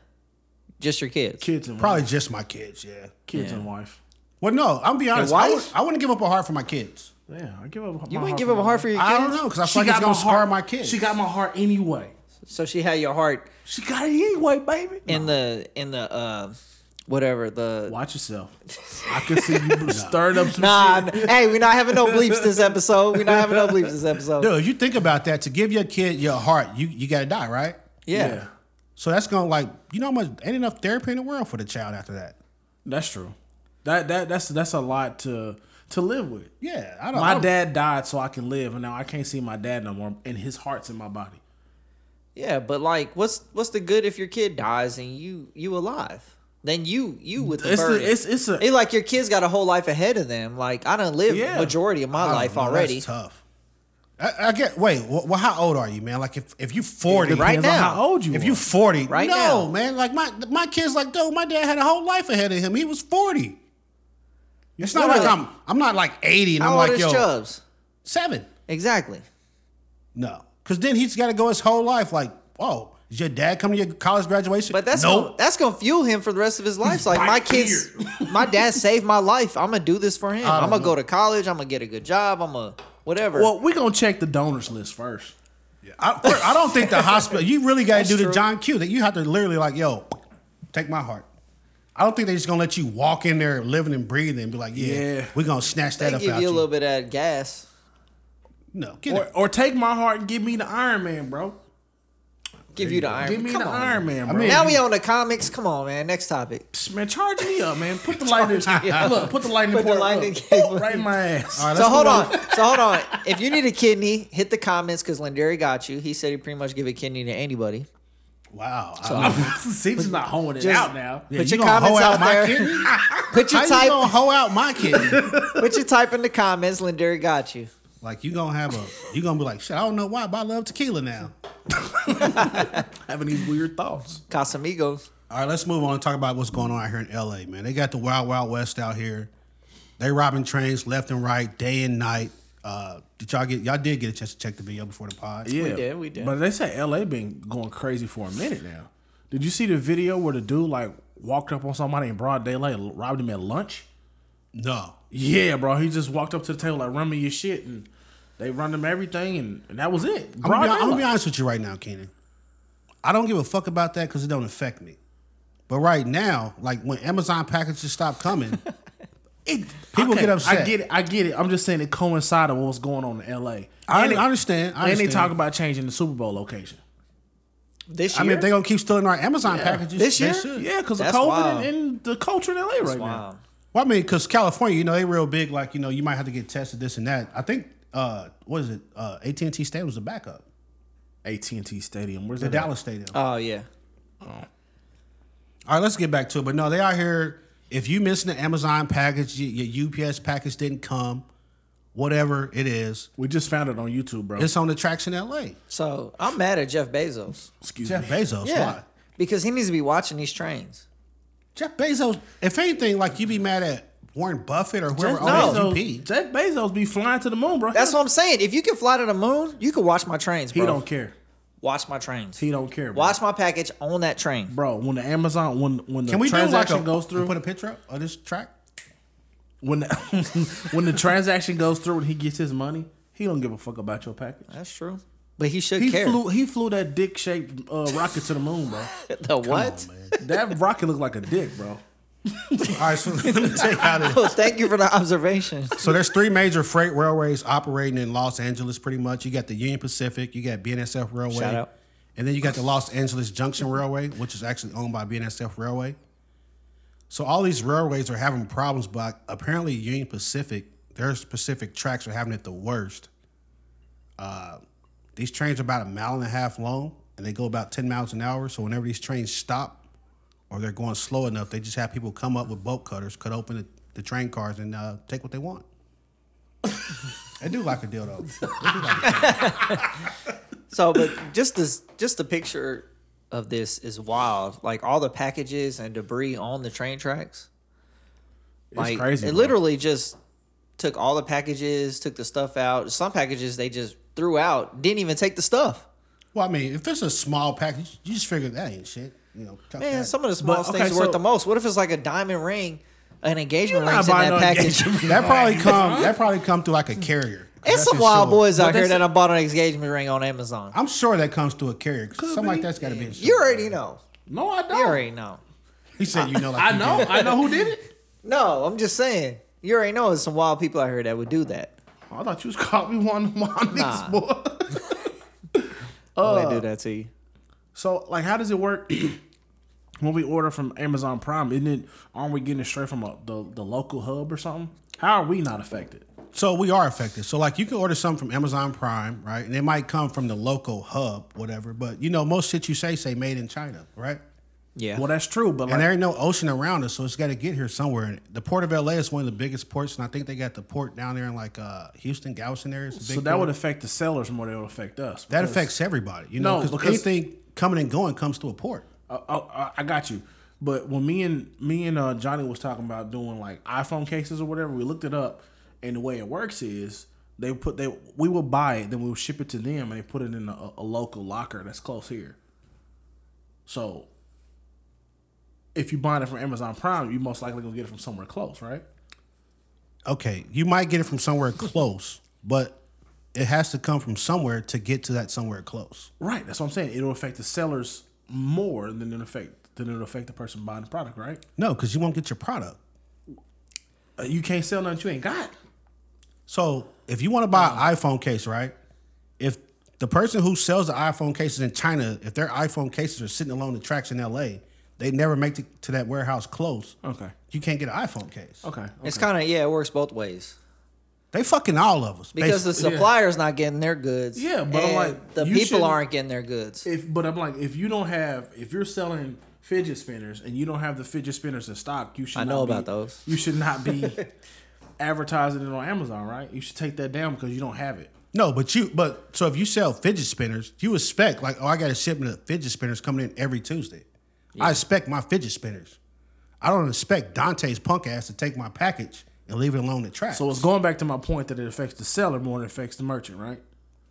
C: Just your kids.
A: Kids and
B: Probably
A: wife.
B: just my kids. Yeah.
A: kids and wife.
B: Well, no, I'm be honest. I, would,
C: wife?
B: I wouldn't give up a heart for my kids.
A: Yeah, I give up.
C: You wouldn't give up a heart for your kids.
B: I don't know because I
A: She
B: feel like it's
A: got my
B: gonna scar
A: heart.
B: my kids.
A: She got my heart anyway.
C: So she had your heart
A: She got it anyway, baby.
C: in the in the uh whatever the
A: Watch yourself. I can see
C: [LAUGHS]
A: you stirring up some
C: Nah,
A: shit.
C: n- [LAUGHS] hey, we're not having no bleeps this episode. We're not having no bleeps this
B: [LAUGHS]
C: episode.
B: Dude, if you think about that, to give your kid your heart, you you gotta die, right?
C: yeah.
B: So that's gonna like you know how much ain't enough therapy in the world for the child after that.
A: that's true. That that that's that's a lot to to live with.
B: Yeah, I don't. I
A: My
B: don't-
A: dad died so I can live, and now I can't see my dad no more, and his heart's in my body.
C: Yeah, but like what's what's the good if your kid dies and you you alive? Then you you with the
A: It's the-
C: burden.
A: it's- it's a-
C: It like your kids got a whole life ahead of them. Like I done lived
A: Yeah.
C: majority of my
B: I don't
C: life
B: know,
C: already.
B: That's tough. I, I get. Wait, wh- well, how old are you, man? Like, if if you forty,
C: Right
A: Depends on
C: now.
A: how old you
B: if
A: are.
B: you forty,
C: Right
B: no,
C: now.
B: man. Like my my kids, like, dude, my dad had a whole life ahead of him. He was forty. It's not like
C: Literally.
B: I'm I'm not like eighty and
C: How
B: I'm
C: old
B: like
C: is
B: yo
C: Chubbs?
B: seven.
C: Exactly.
B: No, because then he's got to go his whole life. Like, whoa, is your dad coming to your college graduation?
C: But that's
B: no.
C: gonna, that's gonna fuel him for the rest of his life. It's like
A: Right
C: my kids, [LAUGHS] my dad saved my life. I'm gonna do this for him. I'm gonna go to college. I'm gonna get a good job. I'm gonna whatever.
A: Well, we gonna check the donors list first.
B: I, first, I don't think the hospital. You really got to do the John Q. That you have to literally like, yo, take my heart. I don't think they're just gonna let you walk in there living and breathing and be like, yeah,
A: Yeah.
B: we're gonna snatch that
C: they
B: up
C: give
B: out
C: you
B: you.
C: a little bit of that gas.
B: No, get
A: Or,
B: it.
A: or take my heart and give me the Iron Man, bro.
C: Give you the iron.
A: Give me
C: Come
A: the
C: on.
A: Iron Man, bro.
C: Now we on the comics. Come on, man. Next topic.
A: man, charge me up, man. Put
C: [LAUGHS]
A: the lightning.
C: up.
A: Look, put the lightning
C: Put the
A: port
C: lightning
A: up.
C: cable.
A: right in my ass.
B: All right,
C: So
B: let's
C: hold
B: move
C: on. So hold on. If you need a kidney, hit the comments because Lindari got you. He said he pretty much give a kidney to anybody.
B: Wow. I,
A: [LAUGHS] See, just not honing it
C: Just-
A: out now.
B: yeah,
C: put
B: you
C: your
B: gonna hoe
C: comments
B: out
C: out
B: my
C: there.
B: kidney?
C: [LAUGHS] Put
B: How
C: your
B: you
C: type.
B: gonna hoe out my
C: [LAUGHS]
B: kidney?
C: Put your type in the comments. Lindari got you.
B: like you gonna have a? You gonna be like, shit? I don't know why, but I love tequila now.
A: Having these weird thoughts.
C: Casamigos.
B: All right, let's move on and talk about what's going on out here in LA, man. They got the Wild Wild West out here. They robbing trains left and right, day and night. Uh, did y'all get y'all did get a chance to check the video before the pod?
A: Yeah,
C: did, we did.
A: But they say LA been going crazy for a minute now. Did you see the video where the dude like walked up on somebody in broad daylight, and robbed him at lunch?
B: No.
A: Yeah, bro. He just walked up to the table like, "Run me your shit," and they run him everything, and, and that was it.
B: I'm gonna,
A: Broad
B: be, I'm gonna be
A: daylight.
B: honest with you right now, Keenan. I don't give a fuck about that because it don't affect me. But right now, like when Amazon packages stop coming,
A: It-
B: People get upset.
A: I get it. I get it. I'm just saying it coincided with what's going on in LA.
B: I,
A: And
B: I
A: it-
B: understand. I
A: And they
B: understand.
A: talk about changing the Super Bowl location.
C: This year.
B: I mean, if they're gonna keep stealing our Amazon packages
C: This
B: they
C: year?
B: should.
A: Yeah, because of
C: That's
A: COVID
C: wild.
A: and, and the culture in LA right now.
C: wow.
B: Well, I mean, because California, you know, they real big. Like, you know, you might have to get tested, this and that. I think, uh, what is it? Uh, AT and T Stadium was the backup.
A: AT and T Stadium. Where's
B: The
A: that? at?
B: Dallas Stadium.
C: Oh yeah.
B: All right, let's get back to it. But no, they out here. If you missed the Amazon package, y- your UPS package didn't come, whatever it is,
A: We just found it on YouTube, bro.
B: it's on the tracks in LA.
C: So I'm mad at Jeff Bezos.
A: Excuse
B: Jeff
A: me.
B: Bezos.
C: Yeah.
B: Why?
C: Because he needs to be watching these trains.
B: Jeff Bezos. If anything, like you be mad at Warren Buffett or whoever E
A: Jeff
B: owns
A: Bezos,
B: UP.
A: Jeff Bezos be flying to the moon, bro.
C: That's what I'm saying. If you can fly to the moon, you can watch my trains,
A: he
C: bro.
A: don't care.
C: Watch my trains.
A: He don't care. Bro.
C: watch my package on that train.
A: bro. When the Amazon, when when the
B: Can we do like
A: transaction
B: a,
A: goes through,
B: Put a picture up of this track. [LAUGHS]
A: when the, [LAUGHS] when the transaction goes through and he gets his money, he don't give a fuck about your package.
C: That's true. But he should
A: He
C: care.
A: flew he flew that
B: [LAUGHS]
A: dick shaped uh, rocket to the moon, bro.
C: the what?
A: That rocket looked like a dick, bro.
B: All right, so [LAUGHS] let me tell you how this.
C: [LAUGHS] Well, thank you for the
A: [LAUGHS]
C: observation.
B: So there's three major freight railways operating in Los Angeles, pretty much. You got the Union Pacific, you got BNSF Railway,
C: Shout out.
B: and then you got the Los Angeles Junction Railway, which is actually owned by BNSF Railway. So all these railways are having problems, but apparently Union Pacific, their specific tracks are having it the worst. Uh, these trains are about a mile and a half long, and they go about ten miles an hour. So whenever these trains stop, or they're going slow enough, they just have people come up with bolt cutters, cut open the, the train cars, and uh, take what they want. [LAUGHS] I do like a dildo.
C: So, but just this, just the picture of this is wild. Like all the packages and debris on the train tracks. Like
A: crazy,
C: it
A: bro.
C: literally just took all the packages, took the stuff out. Some packages they just threw out, didn't even take the stuff.
B: Well, I mean, if it's a small package, you just figure that ain't shit. You know, tuck
C: Man,
B: that.
C: some of the smallest
A: okay,
C: things are worth
A: so-
C: the most. What if it's like a diamond ring, an engagement
A: not
C: ring's in
A: buying no
C: that package?
A: [LAUGHS]
B: that probably come that probably come through like a carrier.
C: [LAUGHS] It's
B: That's
C: some
B: just
C: wild
B: sure.
C: boys out
A: they
C: here that
A: say-
C: I bought an engagement ring on Amazon.
B: I'm sure that comes through a carrier. 'cause Something like
A: be.
B: that's got to be. insured.
C: You already know.
A: No, I don't.
C: You already know.
B: He said you know. Like
A: I
B: you
A: know.
B: [LAUGHS] did.
A: I know who did it.
C: No, I'm just saying. You already know there's some wild people out here that would do that.
A: Oh, I thought you was caught me one of my niggas, boy. [LAUGHS]
C: Oh,
B: Uh,
C: they do that to you.
A: So, like, how does it work [CLEARS THROAT] when we order from Amazon Prime? Isn't it, aren't we getting it straight from a, the, the local hub or something? How are we not affected?
B: So we are affected. So like you can order something from Amazon Prime, right? And it might come from the local hub, whatever. But you know, most shit you say say made in China, right?
C: Yeah.
A: Well, that's true, but
B: And
A: like,
B: there ain't no ocean around us, so it's got to get here somewhere. And the port of LA is one of the biggest ports, and I think they got the port down there in like uh, Houston, Galveston area. It's a big
A: so that would
B: port.
A: affect the sellers more than it would affect us.
B: that
A: because-
B: affects everybody, you
A: No,
B: know, because
A: because-
B: anything coming and going comes to a port.
A: Uh, oh, uh, I got you. But when me and me and uh, Johnny was talking about doing like iPhone cases or whatever, we looked it up, and the way it works is they put they we will buy it, then we will ship it to them, and they put it in a, a local locker that's close here. So, if you buy it from Amazon Prime, you most likely gonna get it from somewhere close, right?
B: Okay, you might get it from somewhere close, but it has to come from somewhere to get to that somewhere close.
A: Right. That's what I'm saying. It'll affect the sellers more than it affect than it'll affect the person buying the product, right?
B: No, because you won't get your product.
A: Uh, you can't sell nothing you ain't got.
B: So if you want to buy
A: Uh-huh.
B: an iPhone case, right? If the person who sells the iPhone cases in China, if their iPhone cases are sitting along the tracks in LA, they never make it to that warehouse close.
A: Okay.
B: You can't get an iPhone case.
A: Okay.
C: It's kind of, yeah, it works both ways.
B: They fucking all of us.
C: Because the
B: basically.
C: supplier's not getting their goods.
A: Yeah, but I'm
C: and
A: like,
C: the
A: you
C: people
A: shouldn't-
C: aren't getting their goods.
A: if but I'm like if you don't have if you're selling fidget spinners and you don't have the fidget spinners in stock, you should
C: I
A: not
C: know
A: be-
C: about those.
A: You should not
C: [LAUGHS]
A: be advertising it on Amazon, right? You should take that down because you don't have it.
B: no, but you but so if you sell fidget spinners, you expect like, oh, I got a shipment of fidget spinners coming in every Tuesday. I expect my fidget spinners. I don't expect Dante's punk ass to take my package and leave it alone the track.
A: So it's going back to my point that it affects the seller more than it affects the merchant, right?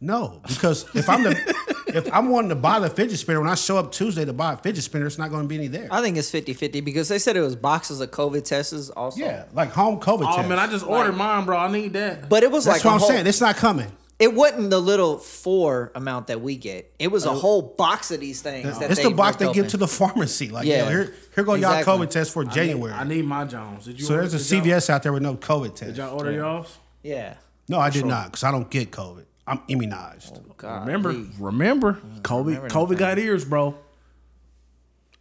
B: No, because if I'm the
C: [LAUGHS]
B: if I'm wanting to buy the fidget spinner when I show up Tuesday to buy a fidget spinner, it's not going to be any there.
C: I think it's 50 50 because they said it was boxes of COVID tests also.
B: yeah, like home COVID
A: Oh
B: test.
A: man, I just ordered mine, bro. I need that.
C: But it was
B: That's
C: like
B: what
C: a
B: I'm
C: whole-
B: saying. It's not coming.
C: It wasn't the little four amount that we get. It was a whole box of these things. that
B: It's Oh. the box they
C: ripped
B: give
C: open.
B: to the pharmacy. Like,
C: Yeah.
B: yeah, here, here go
C: Exactly.
B: y'all COVID test for January.
A: I need my Jones. Did you?
B: so
A: order,
B: there's a
A: did y'all-
B: CVS out there with no COVID
A: Did
B: test.
A: y'all order y'all's?
C: Yeah.
B: No, I did not because I don't get COVID. I'm immunized.
C: God,
A: Remember,
C: gee.
A: remember,
C: Mm,
A: COVID, COVID got ears,
C: [LAUGHS]
A: bro. [LAUGHS]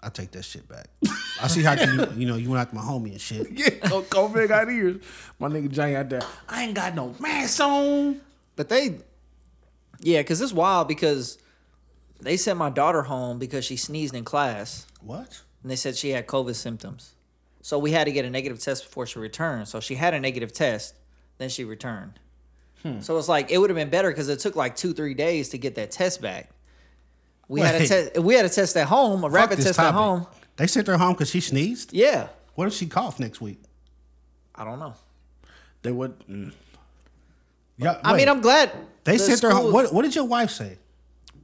B: I take that shit back. I see how you you know you went after my homie and shit.
A: Yeah, COVID got ears. My nigga Johnny out there. I ain't got no mask on.
C: But they, yeah, because it's wild because they sent my daughter home because she sneezed in class
B: What?
C: and they said she had COVID symptoms. So we had to get a negative test before she returned. So she had a negative test, then she returned.
B: Hmm.
C: So it's like it would have been better because it took like two, three days to get that test back. We had a
B: Wait.
C: test. We had a test at home, a
B: Fuck
C: rapid
B: this
C: test at
B: topic.
C: home.
B: They sent her home because she sneezed.
C: Yeah,
B: What if she coughed next week?
C: I don't know.
A: They would. mm.
B: Yeah,
C: I mean,
B: wait.
C: I'm glad
B: They
C: the
B: sent her home.
C: schools-
B: What, what did your wife say?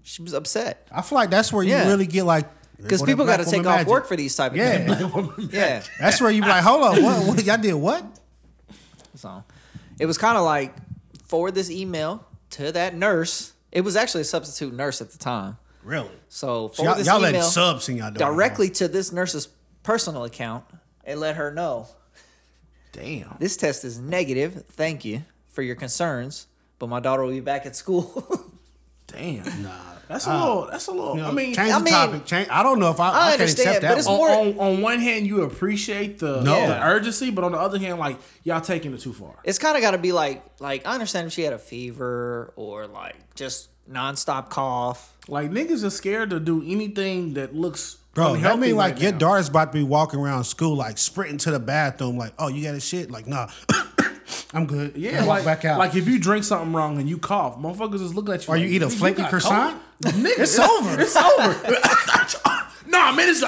C: She was upset
B: I feel like that's where you
C: Yeah.
B: really get
C: [LAUGHS]
B: like oh,
C: because people got to take off work for these type of things.
B: [LAUGHS] Yeah,
C: Yeah.
B: that's where you be like, hold on, what, what y'all did? What?
C: So it was kind of like forward this email to that nurse. It was actually a substitute nurse at the time.
B: Really? So
C: So forward
B: y'all,
C: this
B: y'all letting
C: email
B: subs in y'all door.
C: directly to this nurse's personal account and let her know
A: Damn.
C: this test is negative. Thank you for your concerns, but my daughter will be back at school. [LAUGHS]
A: Damn. Nah. That's a little. That's a little. I mean,
B: change
C: I
B: the
C: mean,
B: topic. Change. I don't know if I, I, can
C: understand,
B: accept
C: but
B: that.
C: it's
B: one.
A: on,
C: more-
A: on, on one hand, you appreciate the,
B: No.
A: the urgency, but on the other hand, like y'all taking it too far.
C: it's kind of got to be like like I understand if she had a fever or like just nonstop cough.
A: Like niggas are scared to do anything that looks
B: Bro,
A: unhealthy
B: that mean like
A: right
B: your
A: now.
B: daughter's about to be walking around school, like sprinting to the bathroom, like, oh, you got a shit? Like, nah, [COUGHS] I'm good.
A: Yeah,
B: And walk
A: like,
B: back out.
A: like if you drink something wrong and you cough, motherfuckers just look at you.
B: Or
A: like,
B: you eat a
A: "Nigga,
B: flaky
A: got
B: croissant?
A: COVID." Nigga, it's over. It's over. [LAUGHS] nah, man, it's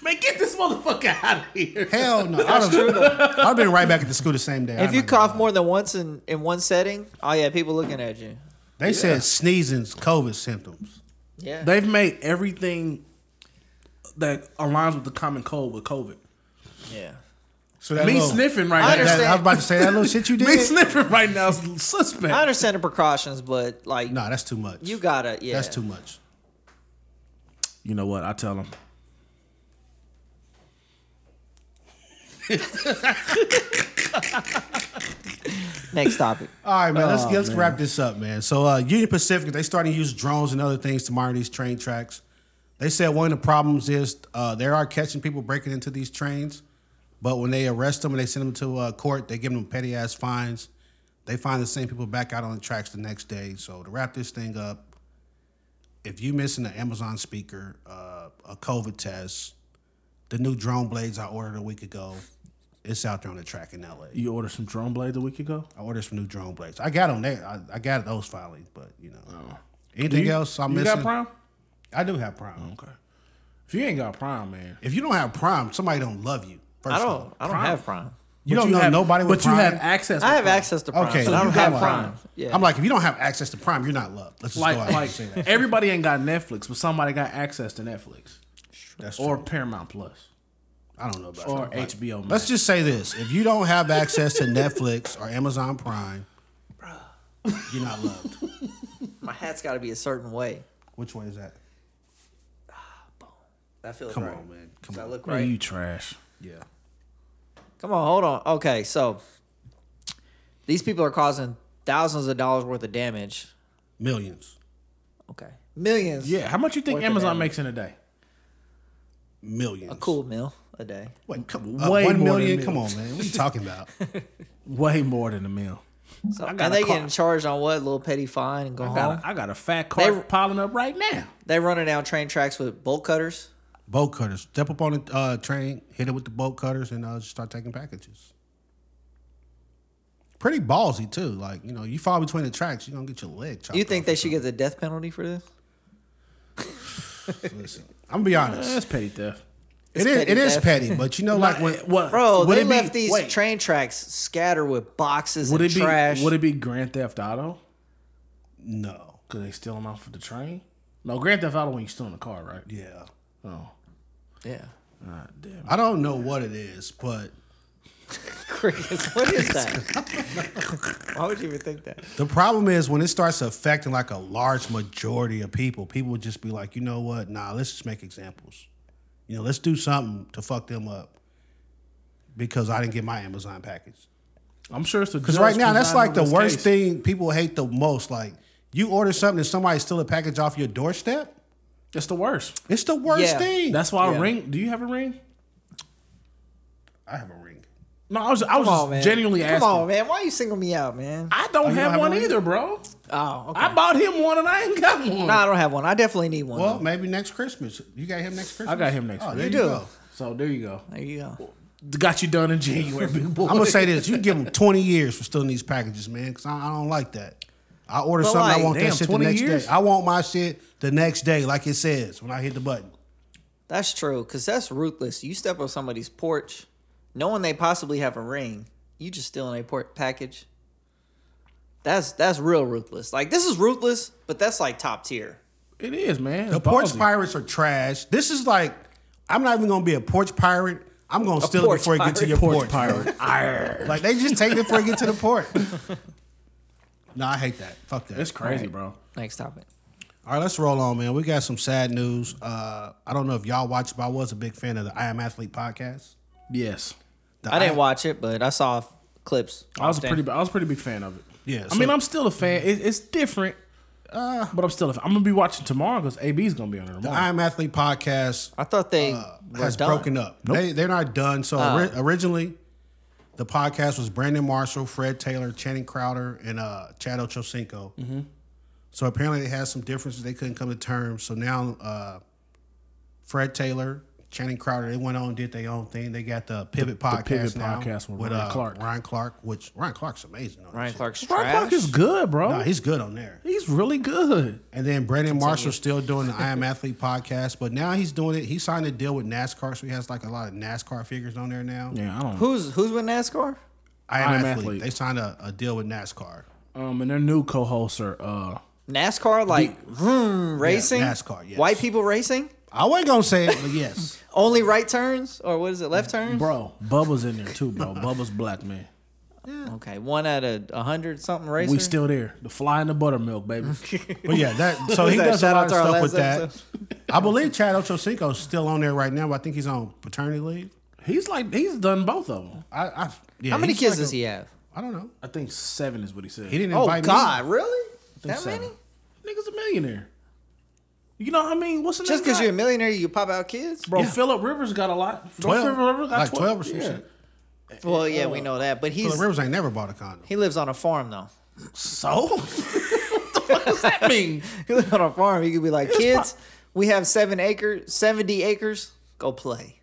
A: [LAUGHS] man, get this motherfucker out of here.
B: [LAUGHS] Hell no. I'd have, [LAUGHS] I'd have been right back at the school the same day.
C: If
B: I'm
C: you
B: not gonna
C: cough
B: lie.
C: more than once in in one setting, oh yeah, people looking at you.
B: they said sneezing's COVID symptoms.
C: Yeah,
A: They've made everything that aligns with the common cold with COVID.
C: yeah.
B: So that
A: Me
B: little-
A: sniffing
C: I
A: right
B: That,
A: now.
C: understand.
B: I was about to say that little shit
C: [LAUGHS]
B: you
A: [LAUGHS] Me
B: did.
A: sniffing right now is suspect.
C: I understand the precautions, but like
B: no, that's too much.
C: you gotta yeah.
B: That's too much.
A: You know what? I tell him.
B: [LAUGHS]
C: Next topic.
B: All right, man. Let's let's wrap this up, man. So uh, Union Pacific, they starting to use drones and other things to monitor these train tracks. They said one of the problems is uh, they are catching people breaking into these trains, but when they arrest them and they send them to uh, court, they give them petty ass fines. They find the same people back out on the tracks the next day. So to wrap this thing up, if you missing an Amazon speaker, uh, a COVID test, the new drone blades I ordered a week ago, it's out there on the track in LA.
A: You ordered some drone blades a week ago.
B: I ordered some new drone blades. I got them there. I, I got those finally, but you know.
C: Oh.
B: Anything
A: You-
B: else I'm
A: you
B: missing?
A: got Prime?
B: I do have
C: Oh,
B: Prime.
A: Okay. If you ain't got Prime, man.
B: If you don't have Prime, somebody don't love you. First
C: I
B: of
C: don't.
B: all.
C: I don't
A: Prime.
C: have Prime.
B: You
A: But
B: don't know
A: have-
B: nobody with
A: But
B: Prime.
A: you have access.
C: I
A: with
C: have
A: Prime.
C: access to Prime.
B: Okay,
C: but I
B: you
C: don't
B: got
C: have Prime. Yeah.
B: I'm like, if you don't have access to Prime, you're not loved. Let's just go
A: [LAUGHS] Like,
B: out there and say
A: like
B: that.
A: everybody ain't got Netflix, but somebody got access to Netflix
B: That's
A: or
B: true.
A: Paramount Plus
B: I don't know about
A: or
B: that. Like,
A: HBO Max.
B: Let's just say this: if you don't have access to Netflix or Amazon Prime, you're not loved.
C: my hat's got to be a certain way.
B: Which way is that?
C: That feels
B: Come
C: right.
B: on, man.
C: Does
B: Come
C: that
B: on.
C: look
A: Man,
C: right?
A: You trash.
B: Yeah.
C: Come on, hold on. Okay, so these people are causing thousands of dollars worth of damage.
B: Millions.
C: Okay, millions.
A: Yeah. How much you think
C: Worth it,
A: Amazon
C: man.
A: makes in a day?
B: Millions.
C: a cool meal a day.
B: What, come,
A: Way
B: uh, one
A: more than
B: million?
A: me.
B: Come on, man. What are you talking
C: [LAUGHS]
B: about?
A: Way more than a meal.
C: So,
A: got
C: and
A: a
C: they
A: car.
C: getting charged on what? little petty fine and go
A: I
C: home.
A: got, a, I got a fat cart
C: Oh. They-
A: piling up right now.
C: They running down train tracks with bolt cutters.
B: bolt cutters. Step up on the uh, train, hit it with the bolt cutters, and uh, just start taking packages. Pretty ballsy too. Like you know, you fall between the tracks, you're gonna get your leg chopped.
C: You think
B: off
C: they
B: or
C: should get the death penalty for this?
B: something. Listen, I'm gonna be honest.
A: That's petty theft.
B: it is
C: petty
B: it is
C: theft.
B: petty, but you know,
C: [LAUGHS]
B: like when
A: What,
C: Bro,
A: would
C: they
A: it
C: left
A: be,
C: these
A: wait,
C: train tracks scattered with boxes
A: Would
C: and
A: it be
C: trash.
A: Would it be Grand Theft Auto?
B: no,
A: Cause they stealing off of the train. No, Grand Theft Auto when you steal in the car, right?
B: yeah,
A: Oh,
C: yeah.
A: God damn.
B: I don't know what it is, but
C: Crickets. What is that?
A: [LAUGHS]
C: Why would you even think that?
B: the problem is when it starts affecting like a large majority of people, people would just be like, you know what? Nah, let's just make examples. You know, let's do something to fuck them up because I didn't get my Amazon package.
A: I'm sure it's the
B: Because right now, that's like the worst thing people hate the most. Like, you order something and somebody steal a package off your doorstep.
A: It's the worst.
B: It's the worst
C: Yeah.
B: thing.
A: That's why
C: Yeah.
A: I ring. Do you have a ring?
B: I have a ring.
A: No, I was I was
C: Come
A: just
C: on, man.
A: genuinely
C: Come
A: asking.
C: on, man. Why you single me out, man?
A: I don't
B: you
A: have,
B: don't have
A: one
B: one?
A: either, bro.
C: Oh, okay.
A: I bought him one and I ain't got one.
C: no, I don't have one. I definitely need one.
B: Well, maybe next Christmas. You got him next Christmas.
A: I got him next
B: Oh,
A: Christmas.
B: there you,
C: You do.
B: go.
A: So there you go.
C: though. there you go.
A: Got you done in January, big boy.
B: I'm gonna say this: you can give them 20 years for stealing these packages, man. Because I, I don't like that. I order
C: But
B: something,
C: like,
B: I want
A: damn,
B: that shit the
A: 20
B: next
A: years?
B: day. I want my shit the next day, like it says when I hit the button.
C: That's true, because that's ruthless. You step on somebody's porch, knowing they possibly have a ring, you just stealing a port package. That's that's real ruthless. Like this is ruthless, but that's like top tier.
A: It is, man.
B: The
A: It's
B: porch
A: ballsy.
B: pirates are trash. This is like, I'm not even gonna be a porch pirate. I'm gonna steal it
C: porch
B: before it gets to
C: pirate.
B: your
A: Porch
B: porch.
A: pirate. Arr.
B: Like they just take it before it get to the port. no, I hate that. Fuck that.
A: It's crazy, bro.
C: Next topic.
B: All right, let's roll on, man. We got some sad news. Uh, I don't know if y'all watch, but I was a big fan of the I Am Athlete podcast.
A: Yes.
B: The
C: I didn't watch it, but I saw f- clips.
A: I was a
C: often.
A: pretty, I was a pretty big fan of it.
B: Yeah,
A: I mean,
B: so-
A: I'm still a fan. It, it's different, uh, but I'm still. A fan. I'm gonna be watching tomorrow because AB's gonna be on it
B: The
A: tomorrow.
B: I Am Athlete podcast
C: I thought they
A: Uh,
C: were
B: has
C: done.
B: broken up. They they're not done. So ori- originally, the podcast was Brandon Marshall, Fred Taylor, Channing Crowder, and uh, Chad Ochocinco.
A: Mm-hmm.
B: So apparently they had some differences. They couldn't come to terms. So now uh, Fred Taylor, Channing Crowder, they went on and did their own thing. They got the Pivot podcast
A: Pivot
B: now uh,
A: podcast with Ryan Clark.
B: Ryan Clark, which Ryan Clark's amazing. On that
C: Ryan
B: shit.
C: Clark's
A: Brian
C: trash.
A: Clark is good, bro.
B: Nah, he's good on there.
A: he's really good.
B: And then Brandon Marshall's still doing the I Am Athlete podcast, but now he's doing it. He signed a deal with NASCAR, so he has like a lot of NASCAR figures on there now.
A: Yeah, I don't.
C: Who's who's with NASCAR?
B: I Am,
A: I Am
B: athlete.
A: Athlete.
B: They signed a, a deal with NASCAR.
A: Um, and their new co-hosts are. Uh,
C: NASCAR like vroom, racing.
B: NASCAR, yes.
C: White people racing.
B: I wasn't gonna say it, but
C: [LAUGHS]
B: yes.
C: Only right turns or what is it? Left turns.
A: bro, Bubba's in there too, bro. Bubba's black man.
C: Okay, one out of a hundred something racer.
A: We still there. The fly in the buttermilk, baby.
B: But yeah, that so he
C: that?
B: does a
C: Shout
B: lot
C: out
B: of
C: to our
B: stuff
C: last
B: with that.
C: episode.
B: I believe Chad Ochocinco's still on there right now, but I think he's on paternity leave.
A: he's like he's done both of them.
B: I, I yeah,
C: How many
B: he's
C: kids
B: like
C: does
B: a-
C: he have?
B: I don't know.
A: I think seven is what he said.
B: He didn't
C: Oh
B: invite me.
C: God, really? That
A: seven.
C: many?
A: Nigga's a millionaire. You know what I mean? What's the
C: Just
A: name
C: because
A: guy?
C: you're a millionaire, you pop out kids?
A: bro? Philip Oh, Rivers got a lot. Don't
B: Twelve.
A: Philip Rivers got
B: Like 12 or some
A: yeah.
B: shit.
C: Well, yeah, we know that, but he's
B: Phillip Rivers ain't never bought a condom.
C: he lives on a farm though. [LAUGHS]
A: So [LAUGHS] what the fuck does that mean?
C: He lives on a farm. He could be like, kids, we have seven acres, seventy acres. Go play.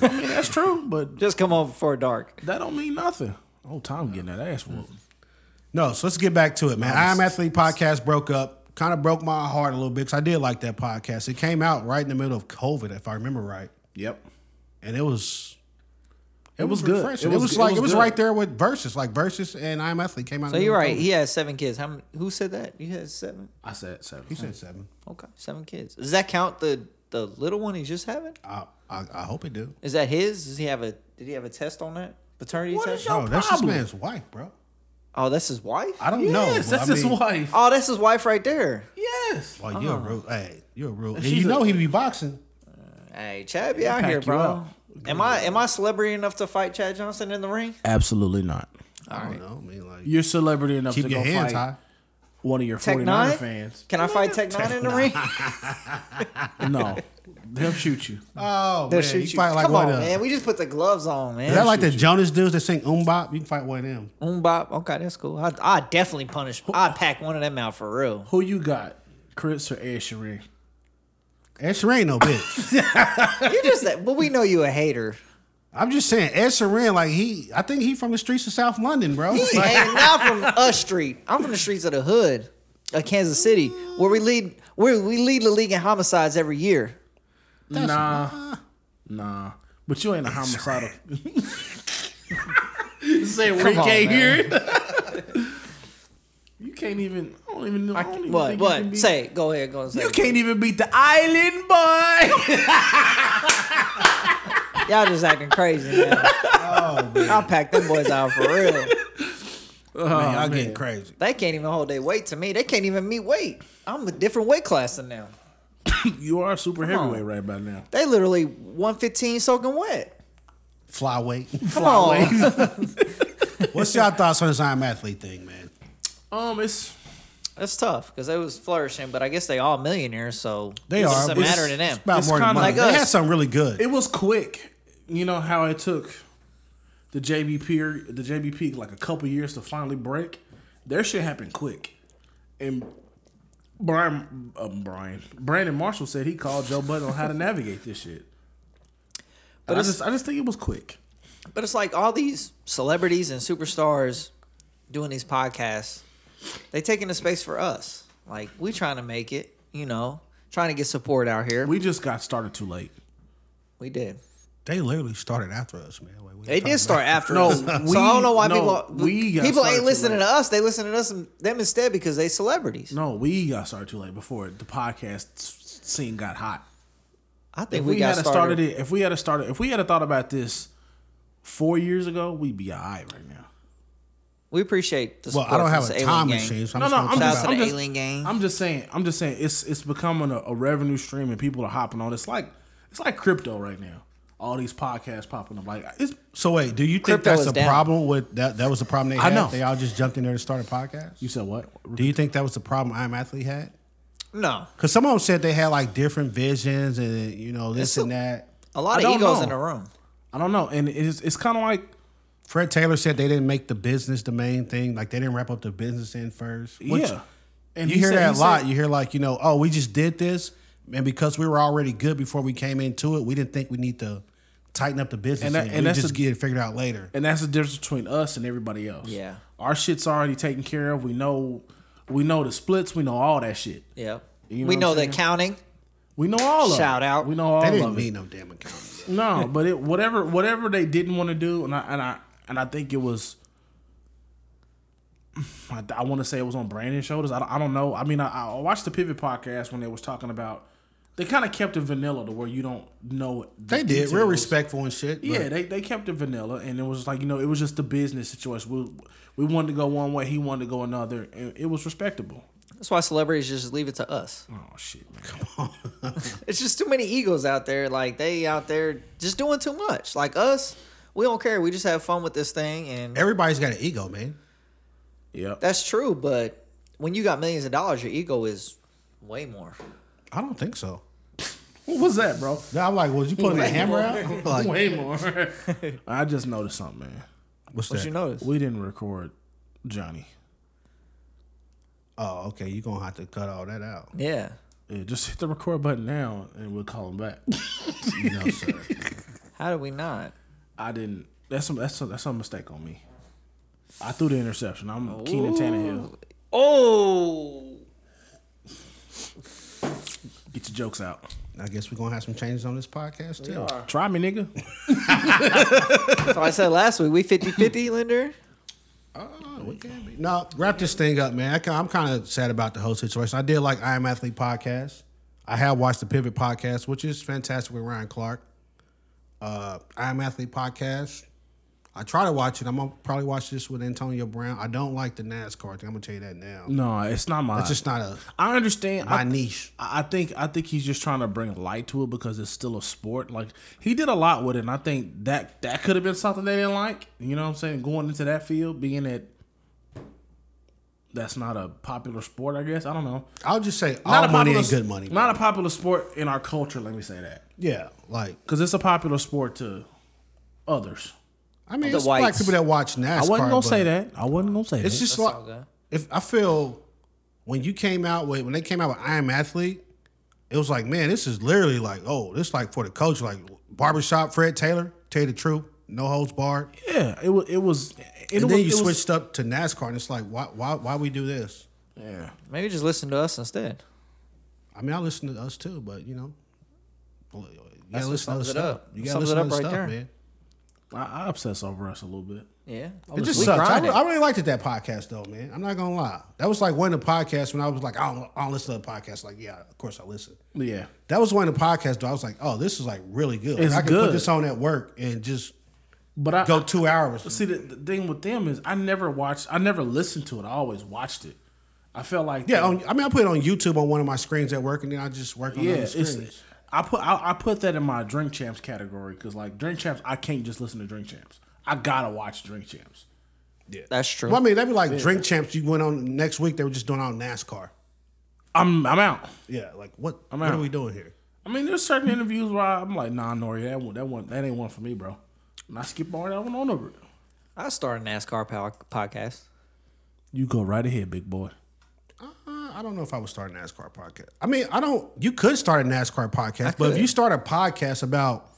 A: I mean that's true, but
C: Just come home before dark.
A: that don't mean nothing. Oh, Tom getting that ass whooped.
B: No, so let's get back to it, man. I Am Athlete podcast broke up. Kind of broke my heart a little bit because I did like that podcast. It came out right in the middle of COVID, if I remember right,
A: Yep.
B: and it was
A: It was good.
B: refreshing. It was,
A: good.
B: like it was,
A: good.
B: right there with versus, like versus and I Am Athlete came out.
C: So you're right. He has seven kids. How many? Who said that? You had seven.
A: I said seven.
B: He said seven.
C: Okay, seven kids. Does that count the the little one he's just having?
B: I, I, I hope it do.
C: Is that his? Does he have a? Did he have a test on that paternity
A: What
C: test?
A: is your- No
B: oh, that's this
A: problem.
B: man's wife, bro.
C: oh, that's his wife.
B: I don't know.
A: Yes,
B: but
A: that's
B: I
A: his
B: mean,
A: wife.
C: Oh, that's his wife right there.
A: Yes.
B: Oh, you're a real. Hey, you're a real. And
A: she's
B: you
A: a-
B: know he be boxing.
C: Hey, Chad be out
A: pack
C: here,
A: you
C: bro.
A: up.
C: Am I am I celebrity enough to fight Chad Johnson in the ring?
A: Absolutely not.
B: I don't know. I mean, like
A: You're celebrity enough
B: keep
A: to
B: your
A: go
B: hands
A: fight
B: high.
A: one of your
C: Tech
A: 49er
C: Nine
A: fans.
C: Can I fight Tech Nine in the ring?
A: No, they'll shoot you.
B: Oh
C: They'll
B: man,
C: shoot
B: you
C: [LAUGHS] you.
B: fight like
C: Come
B: one
C: on,
B: of them.
C: man. We just put the gloves on, man.
B: Is that like the Jonas dudes that sing Umbop? You can fight one of them.
C: Mm, bop. Okay, that's cool. I I definitely punish. I'd pack one of them out for real.
A: Who you got, Chris or Ed Sheeran?
B: Ed Sheeran,
C: [LAUGHS]
B: no bitch.
C: You just, [LAUGHS] but we know you a hater.
B: I'm just saying, Ed Sheeran, like he, I think he from the streets of South London, bro.
C: He
B: Like,
C: ain't not from us street. I'm from the streets of the hood of Kansas City, where we lead where we lead the league in homicides every year.
A: nah, nah. But you ain't a homicidal. [LAUGHS] Say we
C: on,
A: can't
C: man.
A: hear it. [LAUGHS] you can't even. I don't even know. I don't even
C: What?
A: think You can
C: What?
A: beat,
C: Say, it. go ahead, go and say.
A: You
C: it.
A: can't even beat the island boy.
C: Y'all just acting crazy, man.
A: [LAUGHS] Oh,
C: I'll pack them boys out for real.
B: man, y'all getting crazy.
C: They can't even hold their weight to me. They can't even meet weight. I'm a different weight class than them.
A: [LAUGHS] you are a super heavyweight right by now.
C: They literally 115 soaking wet.
B: Flyweight.
C: Come on.
A: [LAUGHS]
B: What's y'all thoughts on this I'm athlete thing, man?
A: Um, it's
C: [LAUGHS] That's tough because they was flourishing, but I guess they all millionaires, so
B: They
C: it
B: are.
C: doesn't
B: It's-
C: matter to them.
B: It's about
A: It's
B: more than
A: kinda
B: money.
A: like
B: they
C: us.
B: had something really good.
A: it was quick. You know how it took the JB peer, the JBP like a couple years to finally break. Their shit happened quick, and Brian, um, Brian, Brandon Marshall said he called Joe Budden on how to navigate this shit. But I
C: it's-
A: just, I just think it was quick.
C: But it's like all these celebrities and superstars doing these podcasts, they taking the space for us. Like we trying to make it, you know, trying to get support out here. We,
A: We just got started too late.
C: did.
B: they literally started after us, man. Like, what you
C: They
B: talking
C: did start after
A: No,
C: us.
A: we-
C: so I don't know why
A: no,
C: people
A: we got
C: people
A: started
C: ain't
A: too late.
C: listening to us. They listen to us and them instead because they celebrities.
A: No, we got started too late before the podcast s- scene got hot.
C: I think
A: If
C: we,
A: we,
C: got
A: had
C: started.
A: started it, if we had started, if we had thought about this four years ago, we'd be all right right now.
C: We appreciate the
B: Well,
C: support.
B: I don't
C: from
B: have
C: this
B: a
C: alien
B: time
C: gang.
B: machine, so I'm
A: No,
B: just
A: no,
B: gonna
A: I'm
B: talk
C: Shout out
A: just,
C: to
B: about
A: I'm
C: the
A: just,
C: alien gang.
A: I'm just saying, I'm just saying, it's it's becoming a, a revenue stream and people are hopping on. It's like it's like crypto right now. all these podcasts popping up. Like it's
B: So wait, do you think
C: Crypto
B: that's
C: is
B: a
C: down.
B: problem with that? That was the problem they
A: I
B: had.
A: know.
B: They all just jumped in there to start a podcast.
A: you said what?
B: Do you think that was the problem I'm athlete had?
C: No,
B: Because some of them said they had like different visions and you know this
C: It's
B: and
C: a-
B: that.
C: a lot
A: I
C: of
A: don't
C: egos
A: know.
C: in the room.
A: I don't know. And it's it's kind of like
B: Fred Taylor said they didn't make the business the main thing. Like they didn't wrap up the business end first. which-
A: yeah. And
B: you
A: he
B: hear
A: said-
B: that
A: he
B: a
A: said-
B: lot. you hear like you know, oh, we just did this, and because we were already good before we came into it, we didn't think we need to tighten up the business.
A: And
B: And,
A: that- and
B: we
A: that's
B: just
A: the-
B: get it figured out later.
A: and that's the difference between us and everybody else.
C: Yeah.
A: our shit's already taken care of. We know, we know the splits. We know all that shit.
C: Yeah,
A: You know
C: we
A: what
C: know
A: I'm
C: the
A: saying?
C: accounting.
A: We know all.
C: Shout
A: of it.
C: out.
A: We know all
B: They
A: of
B: didn't
A: it.
B: need no damn account.
A: No, but it whatever whatever they didn't want to do, and I and I and I think it was. I, want to say it was on Brandon's shoulders. I don't, I don't know. I mean, I, I watched the Pivot podcast when they was talking about. They kind of kept it vanilla to where you don't know. the
B: They did real
A: details.
B: respectful and shit. but-
A: Yeah, they, they kept it vanilla, and it was like you know it was just the business situation. We, we wanted to go one way, he wanted to go another, and it was respectable.
C: That's why celebrities just leave it to us.
A: Oh shit, man!
C: It's just too many egos out there. Like they out there just doing too much. Like us, we don't care. We just have fun with this thing, and
B: everybody's got an ego, man.
A: Yeah,
C: that's true. But when you got millions of dollars, your ego is way more.
B: I don't think so.
A: what was that, bro?
B: Now I'm like, was you putting a hammer
A: [LAUGHS]
B: out? I'm like,
A: Way more. [LAUGHS] I just noticed something, man.
B: what's
C: What
B: that?
C: you notice?
A: We didn't record Johnny.
B: Oh, okay. You're gonna have to cut all that out.
C: Yeah.
A: Yeah, just hit the record button now, and we'll call him back.
B: [LAUGHS] No, sir.
C: How do we not?
A: I didn't. That's some. That's some, that's some mistake on me. I threw the interception. I'm Keenan Tannehill.
C: Oh.
A: Get your jokes out.
B: I guess we're gonna have some changes on this podcast too.
A: Try me, nigga.
C: So I said last week we 50-50, Linder.
B: Oh, we can be. No, wrap this thing up, man. I ca- I'm kind of sad about the whole situation. I did like I Am Athlete podcast. I have watched the Pivot podcast, which is fantastic with Ryan Clark. Uh, I Am Athlete podcast. I try to watch it. I'm gonna probably watch this with Antonio Brown. I don't like the NASCAR thing. I'm gonna tell you that now.
A: No, it's not my.
B: It's just not a
A: I understand.
B: my
A: I,
B: niche.
A: I I think I think he's just trying to bring light to it because it's still a sport. Like he did a lot with it, and I think that that could have been something they didn't like. You know what I'm saying? Going into that field, being that that's not a popular sport, I guess. I don't know.
B: I'll just say all money
A: popular
B: ain't good
A: s-
B: money.
A: Not a popular sport in our culture. Let me say that
B: yeah, like
A: because it's a popular sport to others.
B: I mean,
C: The
B: it's black
C: whites.
B: people that watch NASCAR.
A: I wasn't gonna
B: but-
A: say that. I wasn't gonna say
B: It's
A: that.
B: just like
C: all good.
B: if I feel when you came out with when they came out with I Am Athlete, it was like, man, this is literally like, oh, this like for the coach, like barbershop Fred Taylor. Tell you the truth, no holds barred.
A: yeah, it was. It was. It
B: and
A: was,
B: then you
A: it was-
B: switched up to NASCAR, and it's like, why, why, why we do this?
A: Yeah.
C: Maybe just listen to us instead.
B: I mean, I listen to us too, but you know, you
C: That's
B: gotta listen
C: what
B: to
C: sums
B: other
C: it
B: stuff.
C: up.
B: You
C: Sums
B: gotta
C: it
B: listen to
C: up
B: other
C: right
B: stuff,
C: there.
B: man.
A: I, I obsess over us a little bit.
C: Yeah.
B: It just
C: We
B: sucks. I,
C: grinded.
B: re- I really liked it, that podcast though, man. I'm not gonna lie. That was like one of the podcasts when I was like, I don't, I don't listen to the podcast. Like, yeah, of course I listen.
A: Yeah.
B: That was one of the podcasts. Though I was like, oh, this is like really good. Like,
A: It's
B: I can put
A: good.
B: this on at work and just
A: But I
B: go two hours.
A: See, the, the thing with them is I never watched, I never listened to it. I always watched it. I felt like
B: Yeah, on, I mean, I put it on YouTube on one of my screens at work, and then I just work on
A: yeah.
B: other
A: It's,
B: screens.
A: I put I, I put that in my drink champs category because like drink champs, I can't just listen to drink champs. I gotta watch drink champs.
C: That's true.
B: Well, I mean, that'd be like drink champs. You went on next week. They were just doing all NASCAR.
A: I'm I'm out.
B: Yeah, like what?
A: I'm
B: what
A: out.
B: are we doing here?
A: I mean, there's certain interviews where I'm like, nah, Nori, that one, that one, that ain't one for me, bro. And I skip all that one on over. it.
C: I started a NASCAR pow- podcast.
A: You go right ahead, big boy.
B: Uh, I don't know if I would start a NASCAR podcast. I mean, I don't. You could start a NASCAR podcast, but if
C: could.
B: you start a podcast about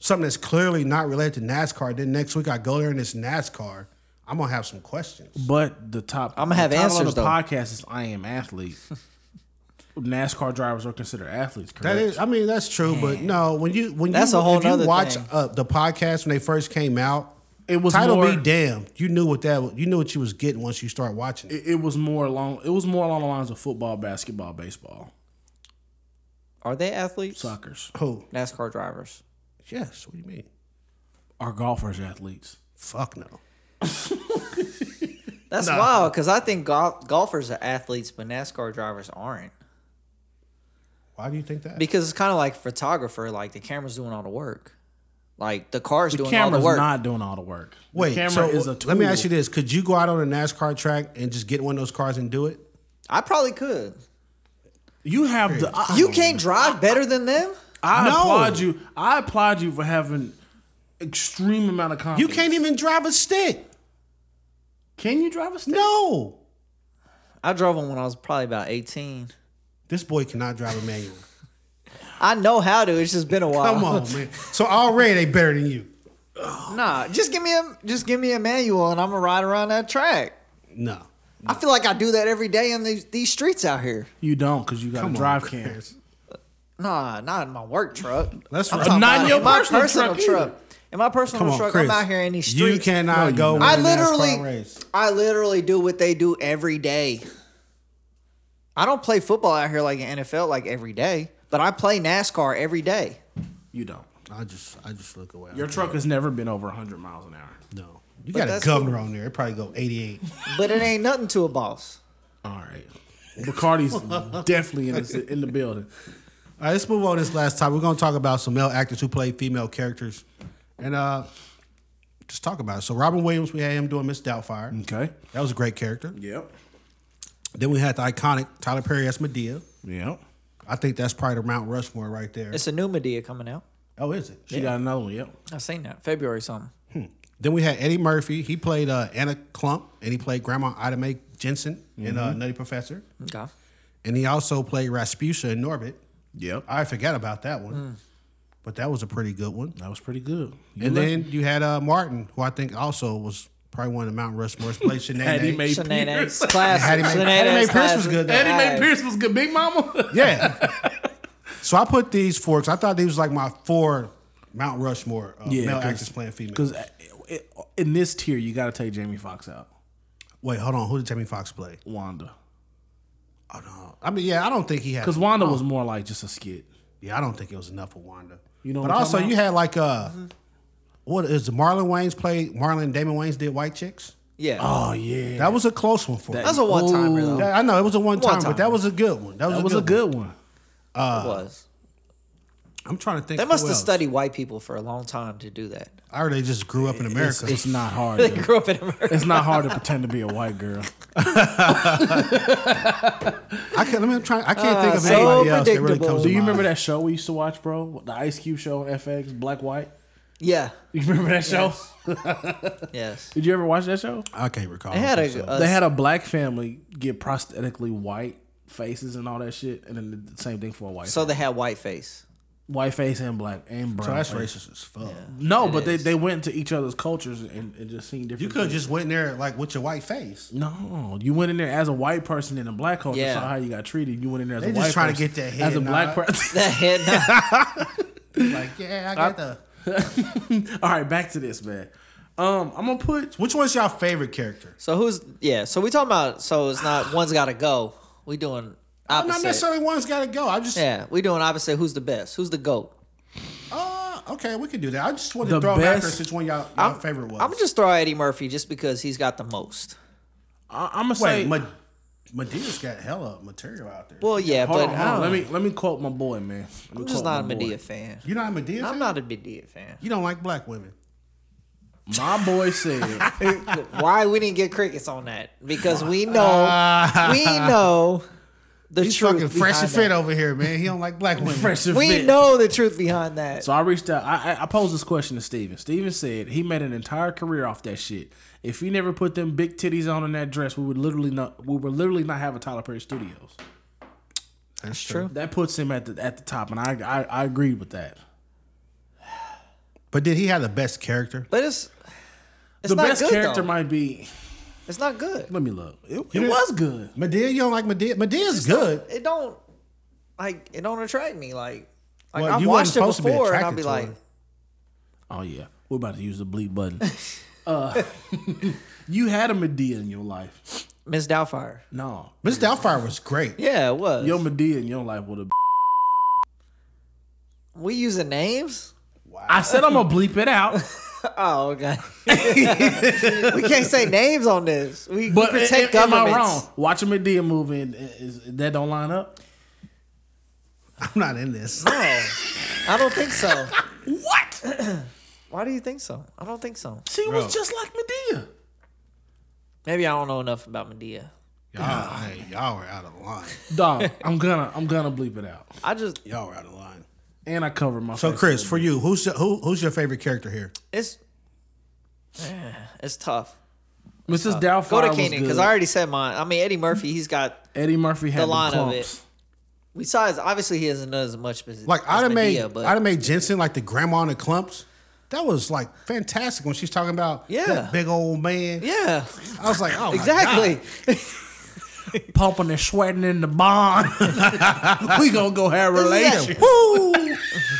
B: something that's clearly not related to NASCAR, then next week I go there and it's NASCAR. I'm gonna have some questions.
A: But the top,
C: I'ma have
A: the title
C: answers,
A: Of the
C: though.
A: podcast is I am
C: [LAUGHS]
A: athlete. NASCAR drivers are considered athletes. Correct?
B: That is, I mean, that's true, but no, when you when
C: That's
B: you
C: a whole
B: if you
C: nother
B: watch
C: thing.
B: uh, the podcast when they first came out,
A: It was
B: title
A: more-
B: be damned. You knew what that was- you knew what you was getting once you start watching it.
A: it, it was more along it was more along the lines of football, basketball, baseball,
C: Are they athletes?
A: soccer's.
B: Who?
C: NASCAR drivers.
B: Yes. What do you mean?
A: Are golfers athletes?
B: Fuck no.
C: That's wild because I think gol- golfers are athletes, but NASCAR drivers aren't.
B: Why do you think that?
C: Because it's kind of like photographer, like the camera's doing all the work. Like the car's
A: The
C: doing all the
A: camera's
C: work.
A: not doing all the work. The
B: Wait,
A: camera
B: so
A: is a
B: let me
A: tool.
B: ask you this: Could you go out on a NASCAR track and just get one of those cars and do it?
C: I probably could.
A: You have the. I,
C: You can't drive better than them.
A: I
B: No.
A: applaud you. I applaud you for having extreme amount of
B: You
A: confidence.
B: can't even drive a stick.
A: Can you drive a stick?
B: No,
C: I drove them when I was probably about eighteen.
B: this boy cannot drive a manual.
C: I know how to. It's just been a
A: [LAUGHS]
C: while.
B: Come
A: Oh.
B: on, man. So already they better than you.
C: Nah, just give me a just give me a manual and I'm gonna ride around that track.
B: No,
C: I feel like I do that every day in these, these streets out here.
A: You don't because you got
B: Come
A: a
B: on,
A: drive cam.
B: [LAUGHS] Chris.
C: Nah, not in my work truck.
B: Let's
C: I'm
B: ride-
C: talking
A: Not in
C: about
A: your
C: in my
A: personal
C: personal
A: truck
C: truck. In my personal
B: Come on,
C: truck,
B: Chris.
C: I'm out here in these
B: You
C: streets.
B: cannot go. win
C: I
B: a NASCAR
C: literally-
B: race.
C: I literally do what they do every day. I don't play football out here like in NFL like every day, but I play NASCAR every day.
A: You don't.
B: I just, I just look away.
A: Your truck has never been over 100 miles an hour.
B: no. You
C: But
B: got a
C: that's
B: governor on there. It probably go eighty-eight.
C: But it ain't nothing to a boss.
A: All right. Bacardi's [LAUGHS] definitely in the, in the building.
B: All right, let's move on. This last time we're going to talk about some male actors who played female characters, and uh, just talk about it. So Robin Williams, we had him doing Miss Doubtfire.
A: Okay.
B: That was a great character.
A: Yep.
B: Then we had the iconic Tyler Perry as Medea.
A: Yep.
B: I think that's probably the Mount Rushmore right there.
C: It's a new Medea coming out.
B: oh, is it?
A: She got another one. Yep.
C: I seen that February something.
B: Then we had Eddie Murphy. He played uh, Anna Klump, and he played Grandma Ida Mae Jensen in uh, Nutty Professor.
C: Okay.
B: And he also played Rasputia in Norbit.
A: Yep.
B: I forgot about that one,
A: Hmm.
B: but that was a pretty good one.
A: That was pretty good. You
B: And
A: look-
B: then you had uh, Martin, who I think also was probably one of the Mount Rushmore's
A: [LAUGHS]
B: played
A: Hattie
B: Sinead.
A: Mae Pierce.
C: Shenanigans.
A: Hattie
C: Classic.
A: [LAUGHS]
B: Hattie Mae-
C: Shenanigans
B: Hattie Mae Pierce was
C: classic.
B: good, though.
A: Mae Pierce was good. Big Mama.
B: [LAUGHS] yeah. so I put these four because I thought these was like my four Mount Rushmore uh, male actors playing female.
A: Because uh, in this tier, you got to take Jamie Foxx out.
B: Wait, hold on. Who did Jamie Foxx play?
A: Wanda.
B: Oh no. I mean, yeah, I don't think he had.
A: Because Wanda was more like just a skit.
B: Yeah, I don't think it was enough for Wanda.
A: You know what
B: but
A: I'm
B: also
A: talking Mm-hmm.
B: you had like uh, what is Marlon Wayne's played? Marlon Damon Wayne's did White Chicks.
C: Yeah.
A: Oh, yeah.
B: That was a close one for me.
C: That's a one timer though.
B: Yeah, I know it was a one time, but
C: One-timer.
B: that was a good one. That was,
A: That
B: a,
A: was
B: good
A: a good one.
C: it was.
B: One. I'm trying to think.
C: They
B: who
C: must have
B: else.
C: studied white people for a long time to do that. [LAUGHS]
B: I heard they just grew up in America.
A: It's not [LAUGHS] hard.
C: They
A: though.
C: grew up in America.
A: It's not hard to pretend to be a white girl.
B: I can't. I mean, I'm trying. I can't think of
C: Uh, so
B: anybody else that really
C: predictable.
A: [LAUGHS]
B: comes.
A: Do
B: to
A: you
B: mind.
A: remember that show we used to watch, bro? The Ice Cube show on FX, Black White. [LAUGHS]
C: Yeah.
A: You remember that show?
B: [LAUGHS]
C: Yes.
A: Did you ever watch that show?
B: I can't recall.
C: They had a, a
A: They had a black family get prosthetically white faces and all that shit, and then the same thing for a white
C: so they had white face. [LAUGHS]
A: white face and black and brown.
B: So that's
A: face.
C: uh,
B: racist as fuck.
A: No,
C: It
A: but they,
C: is.
A: they went into each other's cultures and, and just seen different.
B: You could have
A: things.
B: just went in there like with your white face.
A: no. You went in there as a white person in a black culture.
C: Yeah.
A: Saw how you got treated. You went in there as
B: They
A: a
B: just
A: white
B: trying to
A: person,
B: get that
A: as
B: head
A: a black
B: nod.
A: person.
C: That head nod.
B: Like, yeah, I got the.
A: [LAUGHS] all right, back to this man. Um, I'm gonna put
B: Which one's your favorite character?
C: So who's yeah, so we talking about so
A: [SIGHS]
C: it's not one's gotta go. We doing
A: Oh,
C: opposite.
B: Not necessarily one's got to go. I just.
C: Yeah, we doing opposite. Who's the best? Who's the GOAT?
B: Uh, okay, we could do that. I just wanted
A: The
B: to throw them out there
A: best-
B: since one y'all, y'all favorite was.
C: I'm gonna just throw out Eddie Murphy just because he's got the most.
A: I, I'm gonna say.
B: wait. Ma- Medea's got hella material out there.
C: Well yeah,
A: hold
C: but
A: on, hold on. Let me let me quote my boy, man. Let me
C: I'm just
A: quote
C: not a
A: my boy.
C: Medea fan.
B: You're not a Medea.
C: I'm
B: fan?
C: not a Medea
A: [LAUGHS]
C: fan.
B: You don't like black women.
A: My boy said.
C: [LAUGHS] Why we didn't get crickets on that? Because we know
A: [LAUGHS]
C: we know the
B: He's
C: truth.
B: fucking fresh and
C: behind
B: fit
C: that.
B: over here, man. He don't like black women.
A: fresh and
C: We
A: fit.
C: know the truth behind that.
A: So I reached out. I, I- I posed this question to Steven. Steven said he made an entire career off that shit. If he never put them big titties on in that dress, we would literally not. We would literally not have a Tyler Perry Studios.
B: That's
C: true.
A: That puts him at the at the top, and I I, I agreed with that.
B: But did he have the best character?
C: But it's it's
A: the
C: not
A: best
C: good,
A: character
C: though.
A: might be.
C: It's not good.
A: Let me look. It, it was good.
B: Medea, you don't like Medea. Medea's good.
C: It don't like it don't attract me. Like, like
B: Well,
C: I've
B: you
C: watched it
B: wasn't supposed to be
C: before, and I'll
B: attracted
C: be
B: to
C: like,
B: her.
A: Oh yeah, we're about to use the bleep
C: [LAUGHS]
A: button. uh, [LAUGHS] you had a Medea in your life.
C: Miss Doubtfire.
A: No,
B: Miss Doubtfire was great. [LAUGHS]
C: Yeah, it was.
A: your Medea in your life would have.
C: we using names.
A: I said I'm gonna bleep it
C: [LAUGHS]
A: out.
C: Oh, okay. [LAUGHS] we can't say names on this. We,
A: But
C: we protect
A: am, am I
C: governments.
A: wrong? Watch a Medea movie and is, that don't line up.
B: I'm not in this.
C: No, I don't think so.
A: What?
C: Why do you think so? I don't think so.
A: She
B: Bro.
A: was just like Medea.
C: Maybe I don't know enough about Medea.
B: Y'all, hey, y'all are out of line.
A: Dog, I'm gonna I'm gonna bleep it out.
C: I just
B: Y'all are out of line.
A: And I covered my
B: So
A: face
B: Chris,
A: a
B: for you, who's your, who, who's your favorite character here?
C: it's eh, it's tough.
A: bit. Mrs.
C: Go
A: Doubtfire
C: to
A: was
C: uh, Keenan because
A: good.
C: I already said mine. I mean Eddie Murphy, he's got
A: Eddie Murphy had
C: the
A: the
C: line of
A: clumps.
C: it. besides obviously he hasn't done as much as
B: Like I'd
C: as
B: have made
C: Madea, but
B: I'd have made Jensen like the grandma in the clumps. That was like fantastic when she's talking about
C: Yeah.
B: that big old man.
C: yeah,
B: I was like, oh my
C: exactly.
B: God.
A: Pumping and sweating in the barn. [LAUGHS] we gonna go have
C: is that- [LAUGHS]
A: relations.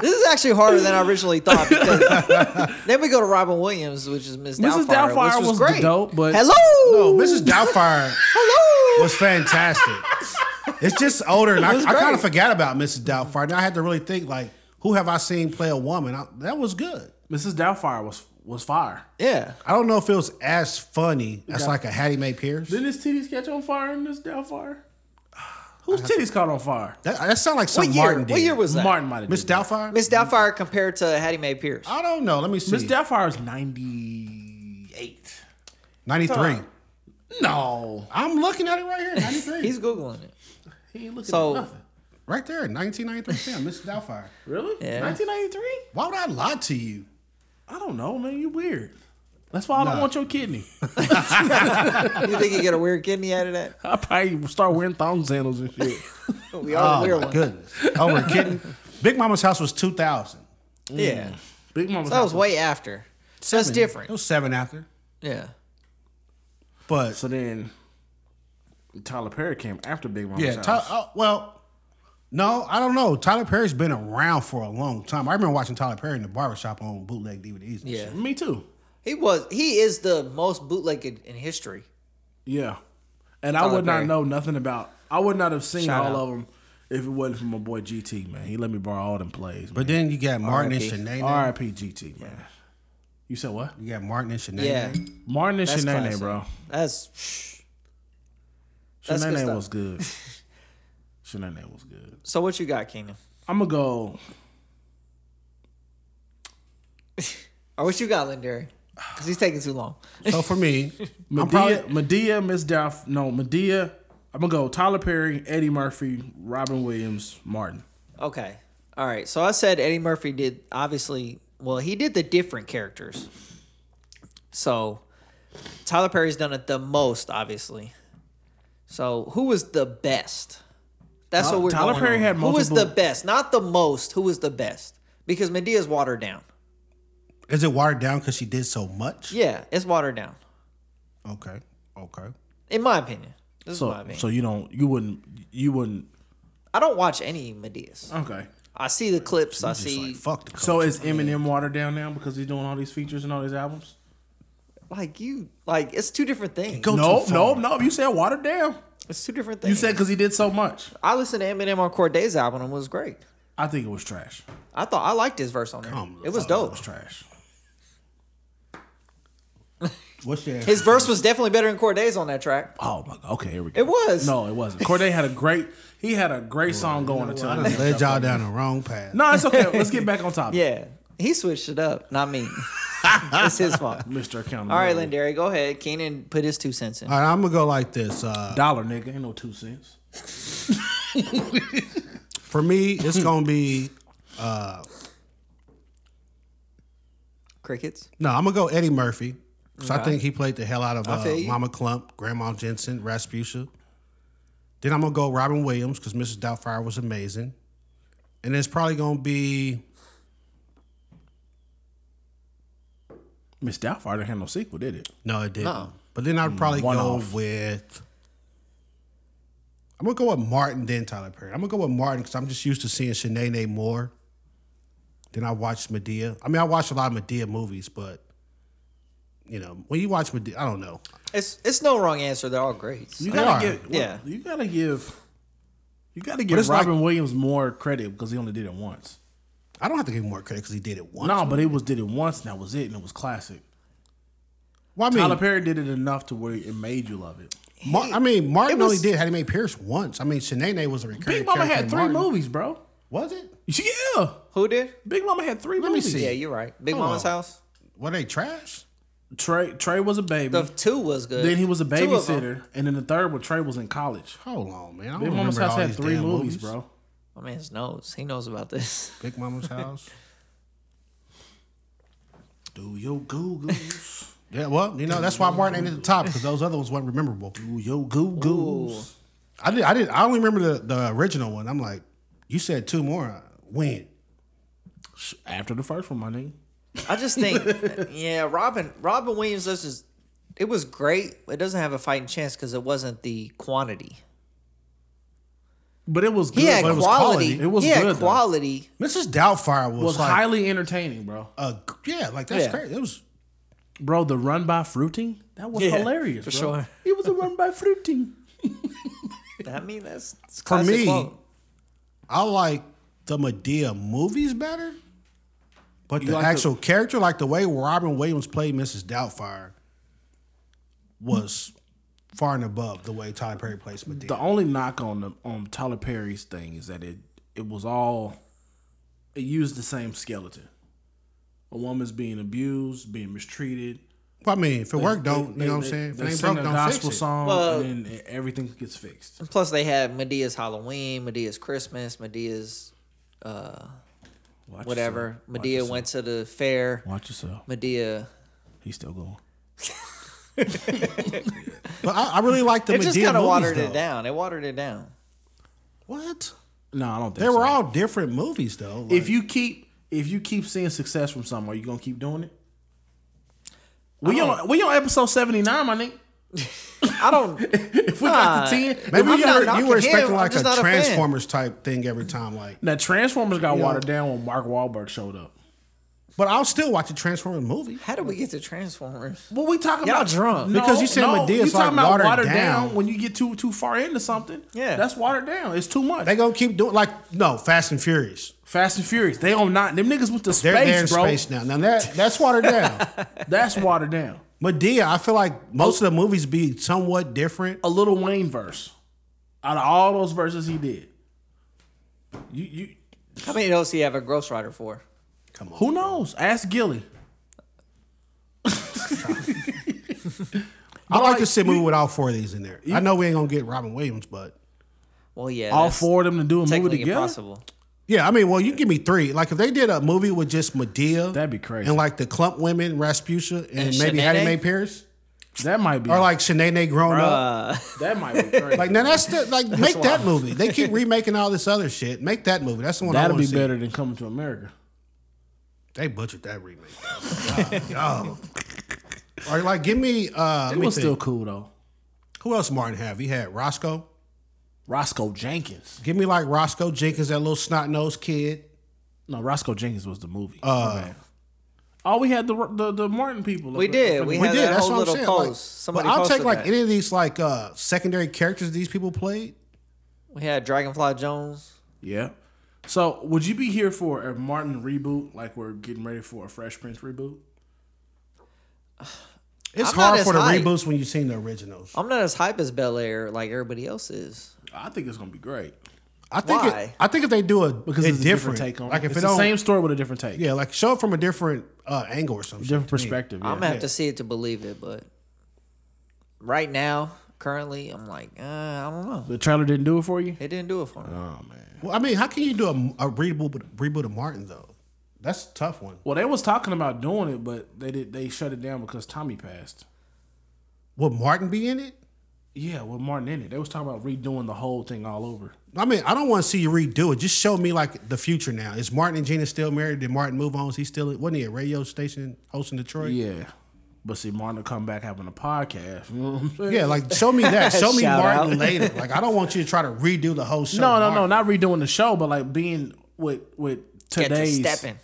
C: This is actually harder than I originally thought. Because then we go to Robin Williams, which is Miss
A: Mrs.
C: Doubtfire,
A: Doubtfire
C: which was,
A: was the
C: great.
A: dope, but-
C: hello,
B: No, Mrs. Oh, Doubtfire
C: hello.
B: was fantastic. It's just older, and I,
C: was
B: I kind
C: great.
B: of forgot about Mrs. Doubtfire. Now I had to really think like, who have I seen play a woman? I, that was good.
A: Mrs. Doubtfire was was fire.
C: Yeah,
B: I don't know if it was as funny as like a Hattie Mae Pierce. That,
A: Didn't his titties catch on fire in this Doubtfire? Whose titties caught on fire?
B: that sounds like
C: what
B: something
C: year?
B: Martin Oh, did.
C: what year was that?
A: Martin might have.
B: Miss
A: Miss
B: Doubtfire?
C: Miss Doubtfire compared to Hattie Mae Pierce.
B: I don't know. Let me see.
A: Miss Doubtfire is ninety eight.
B: Ninety three.
A: No,
B: I'm looking at it right here. Ninety three.
C: He's googling it.
A: he ain't looking
C: So-
A: at nothing.
B: right there. Nineteen ninety three. Yeah, Miss Doubtfire.
A: Really?
C: Yeah.
A: Nineteen ninety three?
B: Why would I lie to you?
A: I don't know, man. You weird. That's why I
B: Nah.
A: don't want your kidney. [LAUGHS]
C: You think you get a weird kidney out
A: [LAUGHS]
C: of that?
A: I probably start wearing thong sandals and shit.
C: We all
B: Oh
C: weird
B: my
C: one.
B: goodness. Oh, we're kidding. Big Mama's house was two thousand.
C: Yeah,
A: Big Mama.
C: that was way after. So that's
B: It
C: different.
B: was seven after.
C: Yeah.
B: But
A: So then, Tyler Perry came after Big Mama.
B: yeah, Ty- oh, well, no, I don't know. Tyler Perry's been around for a long time. I remember watching Tyler Perry in the barbershop on bootleg DVDs. and
C: Yeah.
B: shit.
A: me too.
C: He was. He is the most bootlegged in history.
A: Yeah, and I
C: Tyler
A: would
C: Perry.
A: not know nothing about. I would not have seen
C: Oh, Shout
A: all
C: out.
A: of them if it wasn't for my boy GT man. He let me borrow all them plays.
B: But
A: But
B: then you got Martin and
C: R.I.P.
B: Shanae.
A: R.I.P. GT man. You said what?
B: You got Martin and Shanae.
C: Yeah.
A: Martin and
C: That's
A: Shanae,
C: classic.
A: bro.
C: That's. That's good
A: Shanae
C: stuff.
A: was
C: [LAUGHS]
A: good. Shanae was good.
C: So what you got, Keenan?
A: I'm gonna go.
C: Or what you got, Lindari? Because he's taking too long.
B: So for
C: [LAUGHS]
B: me, I'm
A: Medea,
B: probably
A: Medea, Miss Duff. No, Medea. I'm gonna go Tyler Perry, Eddie Murphy, Robin Williams, Martin.
C: Okay. All right. So I said Eddie Murphy did obviously well. He did the different characters. So Tyler Perry's done it the most, obviously. So who was the best? That's
A: Tyler-
C: what we're
A: Tyler
C: going
A: Perry
C: on.
A: had
C: Who was the
A: multiple-
C: best? Not the most. Who was the best? Because Medea's watered down.
B: is it watered down because she did so much?
C: Yeah, it's watered down.
B: Okay. Okay.
C: In my opinion. This is my
A: So,
C: opinion.
A: so you don't, you wouldn't, you wouldn't.
C: I don't watch any Medea's.
A: Okay.
C: I see the clips. I
B: Just
C: see
B: like fuck the culture.
A: So is Eminem watered down now because he's doing all these features and all these albums?
C: like you like it's two different things.
B: Go
A: No,
B: too
A: no,
B: far.
A: no. You said watered down.
C: It's two different things.
A: You said because he did so much.
C: I listened to Eminem on Corday's album and it was great.
A: I think it was trash.
C: I thought I liked his verse on there.
B: Come
C: it
B: on.
C: was
A: It
C: dope.
A: was trash.
B: What's your
C: His verse was definitely better than Corday's on that track.
A: Oh my god. Okay, here we go.
C: It was.
A: No, it wasn't. Corday had a great. He had a great song going until.
B: I done led y'all down the wrong path.
A: No, it's okay. Let's
B: [LAUGHS]
A: get back on topic.
C: Yeah. He switched it up, not
A: [LAUGHS]
C: me. it's his fault.
A: Mr. Accountability.
C: All right, Lindari, go ahead. Keenan put his two cents in.
B: All right, I'm gonna go like this. Uh,
A: Dollar nigga, ain't no two cents.
B: for me,
C: [LAUGHS]
B: it's gonna be
C: Crickets.
B: no. I'm gonna go Eddie Murphy. So I think he played the hell out of
C: feel
B: uh,
C: you.
B: Mama Clump, Grandma Jensen, Rasputia. Then I'm gonna go Robin Williams because Mrs. Doubtfire was amazing, and it's probably gonna be
A: Miss Doubtfire didn't have no sequel, did it?
B: no, it didn't. But then I'd probably
A: one
B: go
A: off.
B: with. I'm gonna go with Martin then Tyler Perry. I'm gonna go with Martin because I'm just used to seeing Shanae more. Then I watched Medea. I mean, I watched a lot of Medea movies, but you know, when you watch Medea, I don't know.
C: It's it's no wrong answer. They're all great.
A: You
B: They are.
A: gotta give,
C: Yeah.
A: yeah. You gotta give, you gotta
B: it's
A: give
B: like-
A: Robin Williams more credit because he only did it once.
B: I don't have to give him more credit because he did it once.
A: No, but it was did it once and that was it, and it was classic.
B: well, I mean,
A: Tyler Perry did it enough to where it made you love it.
B: Mar- I mean, Martin
C: it was-
B: only did Hattie Mae Pierce once. I mean, Shanae was a recurring
A: Big Mama
B: character
A: had
B: in
A: three
B: Martin.
A: movies, bro.
B: Was it?
A: Yeah,
C: Who did?
A: Big Mama had three
B: Let me
A: movies.
B: see.
A: Yeah.
C: Yeah, you're right. Big
B: Hold
C: Mama's
B: on.
C: house.
B: Were they trash?
A: Trey Trey was a baby.
C: The two was good.
A: Mm. then he was a
C: Two of 'em.
A: babysitter, and then the third one, Trey was in college.
B: Hold on, man. I don't
A: Big
B: remember
A: Mama's
B: all
A: House had
B: these
A: three
B: damn
A: movies, bro.
C: My Oh, man knows. He knows about this.
B: Big Mama's house.
A: Do your googles,
B: Yeah, well, you know that's why Martin ain't at the top because those other ones weren't memorable.
A: do your googles.
B: I did. I did. I only remember the, the original one. I'm like, you said two more. When?
A: After the first one, my nigga.
C: I just think, yeah, Robin Robin Williams. This is it was great. It doesn't have a fighting chance because it wasn't the quantity.
A: But it was good.
C: He had
A: but it
C: quality.
A: was,
B: quality.
A: It was
C: he had
A: good, though.
C: quality.
B: Mrs. Doubtfire was,
A: was
B: like,
A: highly entertaining, bro.
B: uh, yeah, like that's
C: Yeah.
B: crazy. It was
A: Bro, the run by fruiting that was
C: Yeah,
A: hilarious.
C: for
A: bro.
C: sure.
A: it was a run by fruiting.
C: I mean, that's it's
B: for
C: classic
B: me.
C: quote.
B: I like the Medea movies better, but
A: You
B: the
A: like the-
B: actual character, like the way Robin Williams played Mrs. Doubtfire, was far and above the way Tyler Perry plays Medea.
A: The only knock on the on Tyler Perry's thing is that it it was all it used the same skeleton. A woman's being abused, being mistreated.
B: I mean, if it worked,
A: They-
B: don't
A: they-
B: you know what
A: they-
B: I'm saying? If
A: They
B: it ain't
A: sing
B: broke,
A: a
B: don't fix
A: gospel
B: it.
A: song,
C: Well-
A: and then e, everything gets fixed.
C: Plus, they had Medea's Halloween, Medea's Christmas, Medea's
A: Watch
C: whatever.
A: uh,
C: Medea went to the fair.
A: Yourself. Watch yourself.
C: Medea.
A: He's still going.
B: But I, I really like the
C: It
B: Medea
C: just kind of
B: movies,
C: watered
B: though.
C: it down. It watered it down.
B: What?
A: No, I don't think
B: They
A: so.
B: were all different movies though. Like,
A: If you keep if you keep seeing success from something, are you gonna keep doing it? We on we on episode seventy nine, my nigga.
C: I don't.
A: If we got to
C: Nah.
A: ten,
B: maybe
C: I'm
B: you
C: not
B: were, you
C: knocking
B: were
C: him,
B: expecting
C: I'm
B: like a
C: just not a fan.
B: Transformers type thing every time, like.
A: Now Transformers got watered down when Mark Wahlberg showed up.
B: But I'll still watch a Transformers movie.
C: How did we get to Transformers?
A: What we talking
C: Y'all
A: about?
C: drunk.
B: Because you said Medea's,
A: you talking
B: like,
A: about
B: watered
A: watered down.
B: down.
A: when you get too too far into something.
C: Yeah.
A: that's watered down. It's too much.
B: They gonna keep doing like no Fast and Furious.
A: Fast and Furious. They on not them niggas with the
B: They're, they're in
A: space, bro.
B: space now. Now that that's watered [LAUGHS] down.
A: [LAUGHS] That's watered down.
B: Medea, I feel like most of the movies be somewhat different.
A: A little Wayne verse out of all those verses he did. You you
C: How many of those do you have a Ghost Rider for?
B: Come on,
A: who knows? Ask Gilly.
B: I like
A: like,
B: to see a movie with all four of these in there. I know we ain't gonna get Robin Williams, but
C: Well, yeah,
A: All
C: that's
A: four of them to do a movie
C: technically
A: together.
C: impossible.
B: yeah, I mean, well, you can give me three. Like if they did a movie with just Medea,
A: That'd be crazy.
B: and like the Clump Women, Rasputia, and,
C: And
B: maybe Hattie
C: Shanae?
B: Mae Pierce,
A: That might be
B: or like Shanae grown up.
C: Uh,
A: that might be crazy.
B: [LAUGHS] Like now, [LAUGHS] that's the, like make that movie. They [LAUGHS] keep remaking all this other shit. Make that movie. That's the one I
A: That'll
B: want
A: be
B: to see.
A: better than coming to America.
B: They butchered that remake. [LAUGHS] Oh, Or like, give me. Uh,
A: It
B: let me
A: was
B: think.
A: still cool though.
B: Who else Martin have? He had Roscoe.
A: Roscoe Jenkins.
B: Give me like Roscoe Jenkins, that little snot nosed kid.
A: No, Roscoe Jenkins was the movie.
B: Uh,
A: My bad. oh, we had the the, the Martin people.
C: we did. We,
B: We
C: had
B: did.
C: that
B: That's
C: whole
B: what I'm
C: little
B: saying.
C: post.
B: Like,
C: Somebody
B: but I'll
C: posted
B: take like
C: that.
B: any of these like uh, secondary characters these people played.
C: We had Dragonfly Jones.
A: Yeah. So, would you be here for a Martin reboot? Like we're getting ready for a Fresh Prince reboot?
B: It's
C: I'm not
B: hard
C: as
B: for the
C: hyped.
B: reboots when you've seen the originals.
C: I'm not as hype as Bel Air like everybody else is.
A: I think it's gonna be great
B: I think. It,
C: Why?
B: I think if they do a because
A: because
B: it's
A: it's a
B: different,
A: different take on.
B: like if
A: it's
B: it
A: the
B: don't,
A: same story with a different take,
B: yeah, like show it from a different uh, angle or something.
A: different perspective. Yeah.
C: I'm gonna have to see it to believe it, but right now, currently, I'm like, uh, I don't know.
A: the trailer didn't do it for you.
C: It didn't do it for
B: Uh,
C: me.
A: Oh man.
B: Well, I mean, how can you do a, a reboot reboot of Martin though? That's a tough one.
A: Well, they was talking about doing it, but they did. They shut it down because Tommy passed.
B: Would Martin be in it?
A: Yeah, with Martin in it, they was talking about redoing the whole thing all over.
B: I mean, I don't want to see you redo it. Just show me like the future now. Is Martin and Gina still married? Did Martin move on? Is he still wasn't he a radio station host in Detroit?
A: Yeah. But see, Martin will come back having a podcast. You know what I'm saying?
B: Yeah, like show me that. Show me
C: Shout
B: Martin
C: out.
B: later. Like I don't want you to try to redo the whole show.
A: No, no, no,
B: Martin.
A: not redoing the show, but like being with with
C: Get to
A: today's
C: stepping.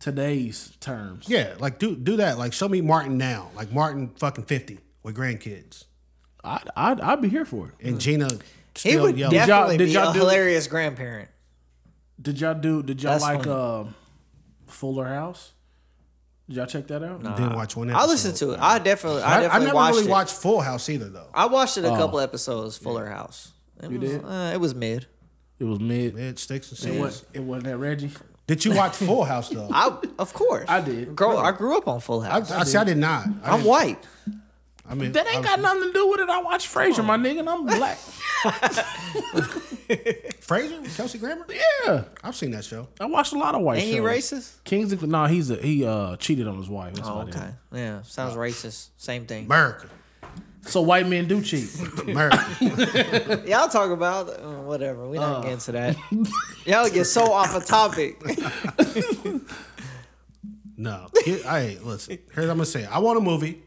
A: today's terms.
B: Yeah, like do do that. Like show me Martin now. Like Martin fucking fifty with grandkids
A: I'd, I'd I'd be here for it.
B: and Gina still
C: He would
B: young.
A: y'all-
C: definitely
A: did
C: be
A: y'all
C: a
A: do-
C: hilarious grandparent.
A: Did y'all do? Did y'all
C: That's
A: like
C: funny.
A: um, Fuller House? Did y'all check that out?
B: Didn't watch one.
C: I
B: Episode.
C: listened to it. I definitely, I,
B: I, I
C: definitely
B: never
C: watched
B: really
C: it.
B: watched Oh. Full House either though.
C: I watched it a couple episodes. Fuller House. It was,
A: did?
C: Uh, it was mid.
A: It was mid.
B: Ed sticks and
A: It,
B: seeds.
A: was, it wasn't that Reggie.
B: Did you watch Full House though? I,
C: I of course
A: I did.
C: Grow, I grew up on Full
B: I,
C: House.
B: see. I did not. I
C: I'm
B: didn't-
C: white.
B: I mean, uh,
A: That ain't got
B: obviously-
A: nothing to do with it. I watch Frasier, my nigga, and I'm black.
B: Frasier, with Kelsey Grammer.
A: [LAUGHS] yeah,
B: I've seen that show.
A: I watched a lot of white.
C: Ain't he
A: shows.
C: racist?
A: Kings and no, he's a, he uh cheated on his wife. That's
C: Oh,
A: about
C: okay. Yeah, sounds racist. Same thing.
B: America,
A: it. So white men do cheat.
B: America. [LAUGHS]
C: Y'all talk about uh, whatever. We not get into that.
B: [LAUGHS]
C: Y'all get so off a topic.
B: no, Get- hey, listen. Here's what I'm gonna say. I want a movie.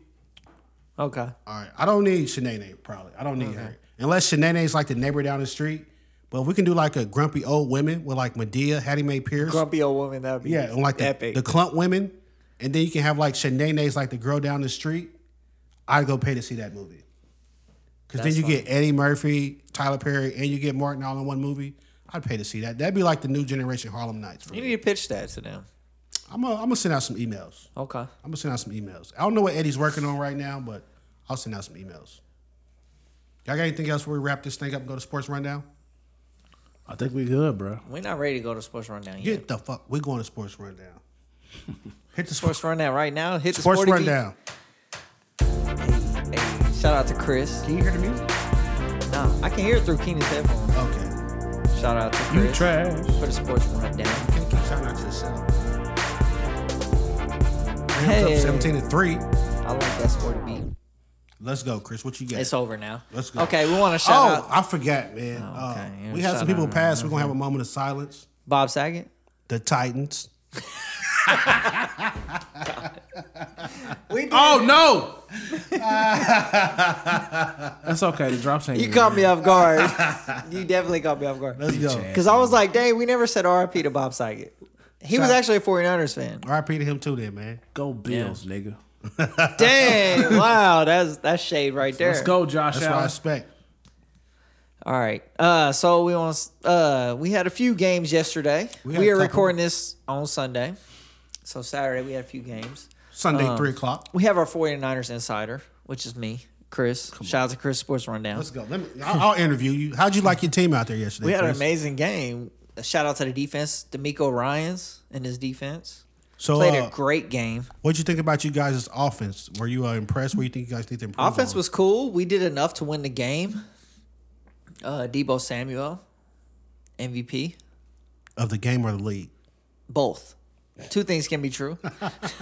C: [LAUGHS] okay.
B: All right, I don't need Shanae probably. I don't need her unless Shanae's like the neighbor down the street. But if we can do like a grumpy old women with like Medea, Hattie Mae Pierce.
C: Grumpy old woman. That'd be
B: Yeah, and like the,
C: epic.
B: the clump women, and then you can have like Shanae's like the girl down the street. I'd go pay to see that movie. Cause then
C: That's
B: you get Eddie Murphy, Tyler Perry, and you get Martin all in one movie. I'd pay to see that. That'd be like the new generation Harlem Nights for
C: you
B: me.
C: need to pitch that to them.
B: I'm gonna I'm gonna send out some emails.
C: Okay.
B: I'm gonna send out some emails. I don't know what Eddie's working on right now, but I'll send out some emails. Y'all got anything else before we wrap this thing up and go to sports rundown?
A: [LAUGHS] I think we good, bro.
C: We're not ready to go to sports rundown yet.
B: Get the fuck. We're going to sports
C: [LAUGHS]
B: rundown. Hit the sports,
C: Sports rundown right now. Hit the
B: sports
C: sporty beat.
B: rundown.
C: Hey, shout out to Chris.
B: Can you hear the music?
C: No, I can hear it through Keenan's headphones.
B: Okay.
C: Shout out to
A: You
C: Chris
A: trash.
C: for the sports rundown.
B: Can't keep shouting out to yourself. Rams
C: Hey.
B: up 17 to 3.
C: I like that sporty beat.
B: Let's go, Chris. What you got?
C: It's over now.
B: Let's go.
C: Okay, we want to shout
B: oh,
C: out
B: I forgot, man.
C: Oh, okay.
B: Uh,
C: Yeah,
B: we had
C: shout
B: some people
C: out.
B: pass. We're going to have a moment of silence.
C: Bob Saget.
B: The Titans.
A: Oh no! [LAUGHS] That's okay. The drops ain't.
C: You
A: in.
C: caught me
B: [LAUGHS]
C: off guard. you definitely caught me off guard.
B: Let's go.
A: ass.
C: Because I was like, dang, we never said RIP to Bob Saget. He was
B: Shout-
C: actually a 49ers
B: [LAUGHS]
C: fan.
B: RIP to him, too, then, man.
A: Go Bills, nigga.
C: Dang, wow, that's that's shade right there.
A: Let's go, Josh
B: That's what I
A: Allen.
B: expect.
C: All right. Uh, so we want uh we had a few games yesterday.
B: We
C: We,
B: had a
C: are
B: couple.
C: recording this on Sunday. So Saturday we had a few games.
B: Sunday,
C: Uh,
B: 3 o'clock.
C: We have our 49ers insider, which is me, Chris. Shout out to Chris Sports Rundown.
B: Let's go. Let me, [LAUGHS] I'll, I'll interview you. How'd you like your team out there yesterday?
C: we had an
B: Chris?
C: amazing game. A shout out to the defense, D'Amico Ryan's and his defense.
B: So,
C: Played
B: uh,
C: a great game.
B: what'd you think about you guys' offense? Were you uh, impressed? What do you think you guys need to improve?
C: Offense
B: on?
C: was cool. We did enough to win the game. Uh, Debo Samuel, MVP,
B: of the game or the league?
C: both. Two things can
B: [LAUGHS]
C: be true.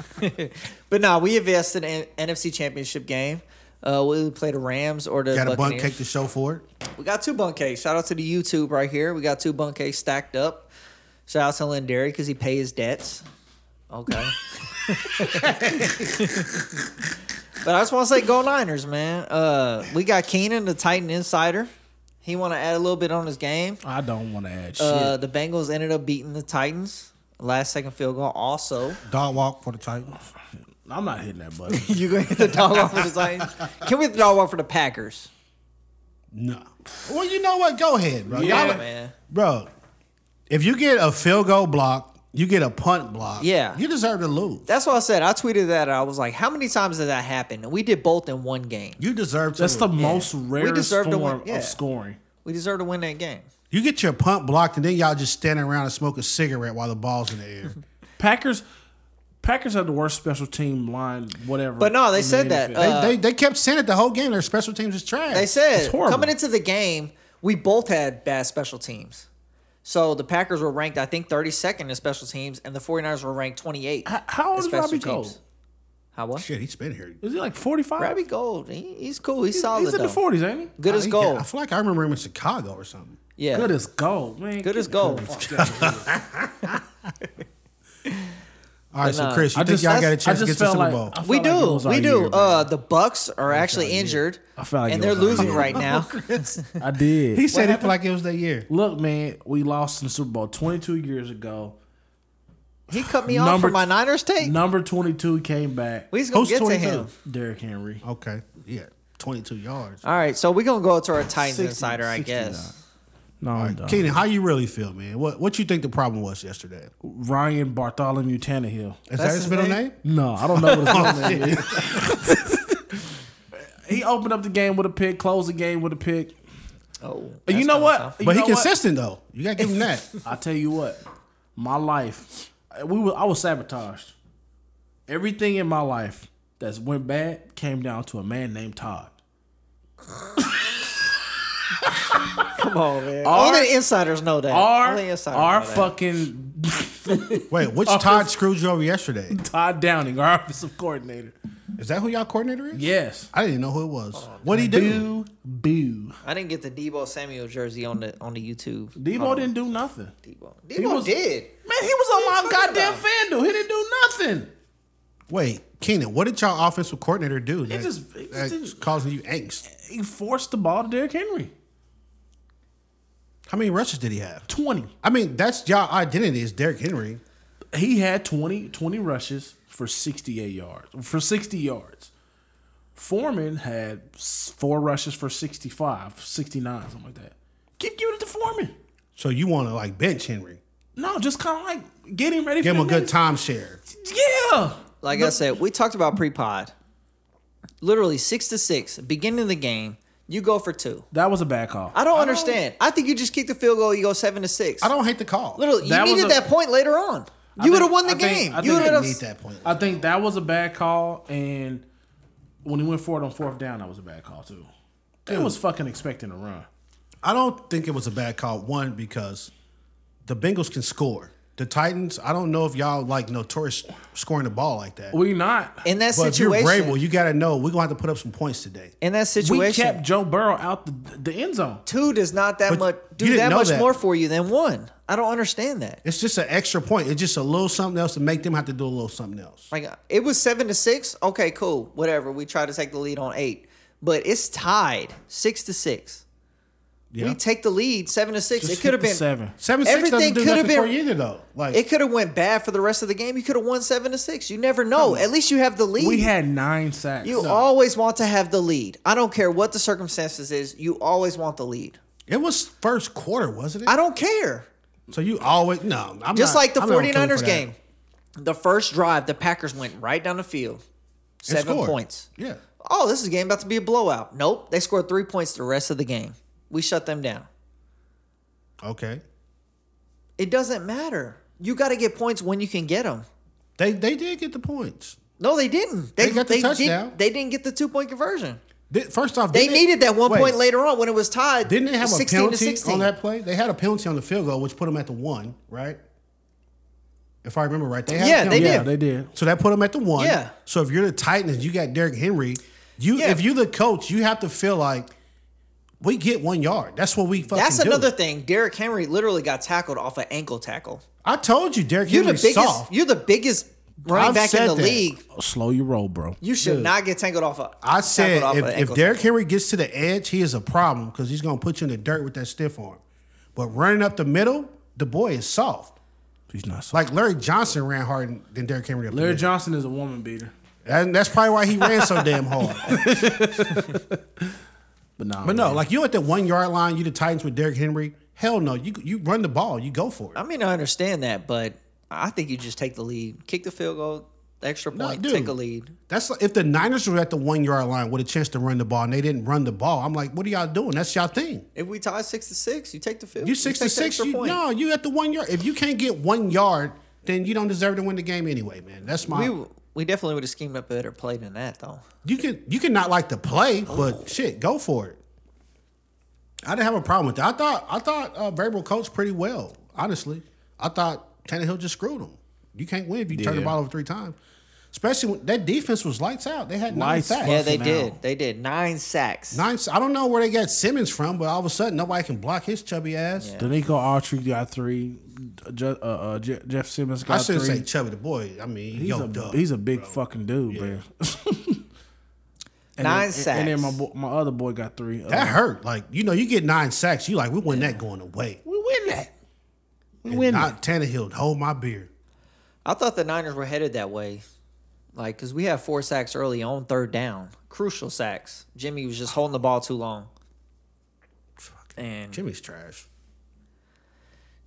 C: [LAUGHS] but no, we invested in an NFC Championship game. Uh, we played the Rams or the
B: Got a bun
C: Buccaneers.
B: cake to show for it?
C: We got two bunk cakes. Shout out to the YouTube right here. We got two bunk cakes stacked up. Shout out to Lindari because he paid his debts. [LAUGHS] Okay. but I just want to say, go Niners, man. Uh, we got Keenan, the Titan insider. He want to add a little bit on his game.
A: I don't want to add shit.
C: Uh, the Bengals ended up beating the Titans. Last second field goal. Also,
B: Dog walk for the Titans.
A: I'm not hitting that button.
C: [LAUGHS] you gonna hit the dog off for the Titans? Can we hit the dog off for the Packers?
B: No. Well, you know what? Go ahead, bro.
C: Yeah,
B: Y'all-
C: man.
B: Bro, if you get a field goal block, you get a punt block.
C: Yeah.
B: You deserve to lose.
C: That's what I said. I tweeted that. I was like, how many times did that happen? And we did both in one game.
B: You deserve to
A: That's the
B: lose.
A: most rarest
C: deserve
A: form
C: to win, yeah.
A: of scoring.
C: We deserve to win that game.
B: you get your punt blocked, and then y'all just standing around and smoke a cigarette while the ball's in the
C: [LAUGHS]
B: air.
A: Packers, Packers have the worst special team line, whatever.
C: But no, they
A: in the
C: said that,
A: NFL.
C: uh,
B: they, they kept saying it the whole game. Their special teams is trash.
C: They said
A: It's horrible.
C: coming into the game, we both had bad special teams. So the Packers were ranked, I think, 32nd in special teams, and the 49ers were ranked 28.
A: H- how old
C: in
A: is
C: special
A: Robbie
C: teams.
A: Gold?
C: How what?
B: Shit, he's been here.
A: Is he like 45?
C: Robbie Gold, he, he's cool. He's,
A: he's,
C: solid.
A: he's in the
C: though.
A: 40s, ain't he?
C: Good as
B: He-
C: gold.
B: I feel like I remember him in Chicago or something.
C: Yeah.
A: Good as gold, man.
C: Good as
A: Get
C: gold.
A: the
B: [LAUGHS]
A: fuck out of here.
B: All right, so
C: nah,
B: Chris, you
A: I
B: think
A: just-
B: y'all got a
A: that's- I
B: chance to
A: just
B: get to the
A: felt
B: Super
A: like-
B: Bowl?
A: I felt
C: we
A: like it
C: do.
A: was our
C: We do.
A: year, man.
C: uh, the Bucks are actually injured,
A: I felt like it
C: and they're
A: was our
C: losing
A: year. [LAUGHS]
C: right now.
A: I did.
B: He said it like it was that year.
A: Look, man, we lost in the Super Bowl 22 years ago.
C: he cut me off
A: Number
C: for my
A: t-
C: Niners take.
A: Number 22 came back.
C: we just gonna
B: Who's
C: get
B: 22?
C: to him.
A: Derrick Henry.
B: Okay, yeah, twenty-two yards.
C: All right, so we're gonna go to our Titans
A: 60,
C: insider, I
A: 60
C: guess.
A: No, I'm done.
B: Keenan, how you really feel, man? What what you think the problem was yesterday? Is
A: Ryan Bartholomew Tannehill.
B: that
C: That's
B: his
C: his
B: middle name?
C: name?
A: No, I don't know
B: [LAUGHS]
A: what his real name is. he opened up the game with a pick, closed the game with a pick.
C: Oh,
A: you know what? You
B: But
A: know
B: he
A: what?
B: consistent though. You gotta give him that.
A: I tell you what, my life, we were, I was sabotaged. Everything in my life that's went bad came down to a man named Todd. [LAUGHS]
C: Come on, man.
A: Oh, Our-
C: Only the insiders know that.
A: Our,
C: Only the insiders
A: our
C: know that.
A: fucking
C: [LAUGHS]
B: Wait, which Todd screwed you over yesterday?
A: Todd Downing, our [LAUGHS] offensive coordinator.
B: Is that who y'all coordinator is?
A: Yes.
B: I didn't even know who it was. What'd he do?
A: Boo, boo.
C: I didn't get the Debo Samuel jersey on the on the YouTube.
A: Debo
C: Oh,
A: didn't do nothing.
C: Debo.
A: He
C: Debo
A: was-
C: did.
A: Man, he was on my
C: What are you
A: goddamn
C: talking
A: FanDuel. He didn't do nothing.
B: Wait, Keenan, what did y'all offensive coordinator do? That,
A: just- it just
B: that's
A: didn't-
B: causing you angst.
A: He forced the ball to Derrick Henry.
B: How many rushes did he have?
A: 20.
B: I mean, that's y'all identity is Derrick Henry.
A: He had 20, 20 rushes for 68 yards. For 60 yards. Foreman had s- four rushes for 65, 69, something like that. Keep giving it to Foreman.
B: So you want to like bench Henry,
A: No, just kind of like get him ready
B: give
A: for
B: him a
A: the
B: good
A: next-
B: timeshare.
A: Yeah.
C: Like I said, we talked about pre-pod. Literally six to six, beginning of the game. You go for two.
A: That was a bad call.
C: I don't understand. I think you just kick the field goal. You go seven to six.
B: I don't hate the call.
C: Literally, you
A: That was
C: needed
A: a-
C: that point later on. You would have
A: think-
C: won the
A: I think-
C: game.
A: I
C: you
A: think
C: would
B: I
C: have.
B: need that point.
A: I think that was a bad call, and when he went for it on fourth down, that was a bad call too. It was fucking expecting a run.
B: I don't think it was a bad call. One because the Bengals can score. The Titans, I don't know if y'all like notorious scoring the ball like that.
A: We not.
C: In that
B: but if you're
C: situation,
B: Vrabel, you got to know we're gonna have to put up some points today.
C: in that
A: We
C: situation,
A: kept Joe Burrow out the, the end zone.
C: two does not that
B: But
C: much
B: you
C: do
B: didn't
C: that
B: know
C: much
B: that.
C: more for you than one. I don't understand that.
B: It's just an extra point. It's just a little something else to make them have to do a little something else.
C: Like it was seven to six. Okay, cool. Whatever. We try to take the lead on eight, but it's tied six to six.
B: Yeah.
C: We take the lead seven to six.
A: Just
C: it
A: hit
C: could have
A: the
C: been
A: seven.
B: Seven six doesn't
C: Everything
B: do
C: could have
B: nothing for
C: been-
B: you either though. Like
C: It could have went bad for the rest of the game. You could have won seven to six. You never know. At least you have the lead.
A: We had nine sacks.
C: You
A: No.
C: always want to have the lead. I don't care what the circumstances is. You always want the lead.
B: it was first quarter, wasn't it?
C: I don't care.
B: so you always no. I'm
C: Just
B: not-
C: like the
B: I'm not okay
C: 49ers
B: for that.
C: game. The first drive, the Packers went right down the field.
B: And
C: Seven
B: scored.
C: points.
B: Yeah.
C: Oh, this is a game about to be a blowout. Nope. They scored three points the rest of the game. We shut them down.
B: Okay.
C: It doesn't matter. You got to get points when you can get them.
B: They they did get the points.
C: No, they didn't. They,
B: They got the touchdown.
C: Didn't, they didn't get the two point conversion.
B: Did, first off,
C: They
B: didn't
C: needed that one
B: wait,
C: point later on when it was tied.
B: Didn't they have a
C: 16 to
B: penalty
C: 16.
B: on that play? They had a penalty on the field goal, which put them at the one, right? If I remember right, they had a
C: Yeah, they
B: penalty.
A: yeah,
C: did.
A: they did.
B: So that put them at the one.
C: Yeah.
B: So if you're the Titans, you got Derrick Henry. You
C: Yeah.
B: if you're the coach, you have to feel like we get one yard. That's what we fucking.
C: That's
B: do.
C: another thing. Derrick Henry literally got tackled off an ankle tackle.
B: I told you, Derrick
C: You're the
B: Henry's
C: biggest.
B: soft.
C: You're the biggest running
B: I've
C: back in
B: said
C: the
B: that.
C: league.
A: Slow your roll, bro.
C: You should not get tangled off a.
B: I
C: tackled
B: said
C: off an
B: if,
C: ankle
B: if Derrick Henry gets to the edge, he is a problem because he's gonna put you in the dirt with that stiff arm. But running up the middle, the boy is soft.
A: He's not. Soft.
B: Like Larry Johnson ran harder than Derrick Henry up the
A: Larry
B: middle.
A: Johnson is a woman beater,
B: And that's probably why he ran so damn
C: [LAUGHS]
B: hard.
A: but nah.
B: But no, like you at the one yard line, you the Titans with Derrick Henry. Hell no, you you run the ball, you go for it.
C: tackle. I mean, I understand that, but I think you just take the lead, kick the field goal, extra
B: No,
C: point,
B: dude.
C: take a lead.
B: That's like, if the Niners were at the one yard line with a chance to run the ball and they didn't run the ball. I'm like, what are y'all doing? That's y'all thing.
C: If we tie six to six, you take the field.
B: You six
C: take
B: to
C: the
B: six.
C: extra
B: You,
C: point.
B: no, you at the one yard. If you can't get one yard, then you don't deserve to win the game anyway, man. That's my.
C: we we definitely would have schemed up a better play than that, though.
B: you can you can not like the play, but shit, go for it. I didn't have a problem with that. I thought I thought uh, Vrabel coached pretty well. Honestly, I thought Tannehill just screwed him. You can't win if you turn the
A: Yeah.
B: ball over three times. Especially when that defense was lights out. They had nine
A: Lights
B: sacks.
C: Yeah, they
A: Fucking
C: did.
A: hell.
C: They did nine sacks.
B: Nine. I don't know where they got Simmons from, but all of a sudden nobody can block his chubby ass.
A: Danico Autry got three. Je- uh, uh, Je- Jeff Simmons
B: I
A: got
B: shouldn't
A: three.
B: say chubby the boy. I mean, he's
A: he's
B: yoked
A: a
B: up.
A: he's a big fucking dude, man. [LAUGHS] And
C: Nine
A: then,
C: sacks.
A: And then my bo- my other boy got three. Uh,
B: that hurt. Like you know, you get nine sacks. You like we win that going away.
A: we win that. We
B: And
A: win that.
B: not Tannehill. Hold my beer.
C: I thought the Niners were headed that way. Like, because we had four sacks early on third down, crucial sacks. Jimmy was just holding the ball too long. And
B: Jimmy's trash.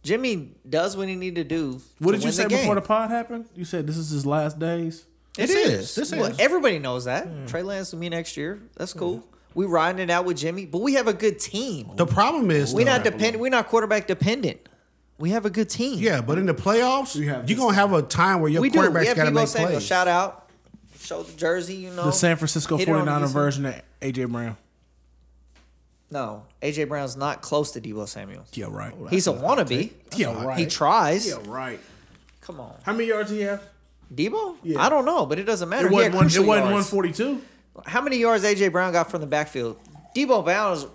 C: Jimmy does what he need to do.
A: What
C: to
A: did you
C: win
A: say
C: the game.
A: before the pod happened? You said this is his last days.
C: It
B: This
C: is.
B: is. This
C: Well,
B: is.
A: Hmm.
C: everybody knows that. Trey Lance will be next year. That's cool. We riding it out with Jimmy, but we have a good team.
B: The problem is,
C: We're
B: though-
C: not dependent. We're not quarterback dependent. We have a good team.
B: yeah, but in the playoffs,
A: We have
B: you're
A: this-
B: gonna have a time where your
C: we do. We
B: quarterback's
C: have
B: got to
C: Debo
B: make
C: Samuel.
B: plays.
C: Shout out. Show the jersey. You know
A: The San Francisco
C: Um, Hit it on
A: 49er
C: decent-
A: version of AJ Brown.
C: No, AJ Brown's not close to Debo Samuel.
A: Yeah, right.
C: He's a wannabe.
A: yeah, right.
C: He tries.
A: Yeah, right.
C: Come on,
A: How many yards he have?
C: Debo.
A: Yeah.
C: I don't know, but it doesn't matter.
A: It
C: He
A: wasn't
C: had
A: one. It
C: crucial
A: wasn't one
C: yards.
A: forty two.
C: How many yards AJ Brown got from the backfield? Debo Bounds.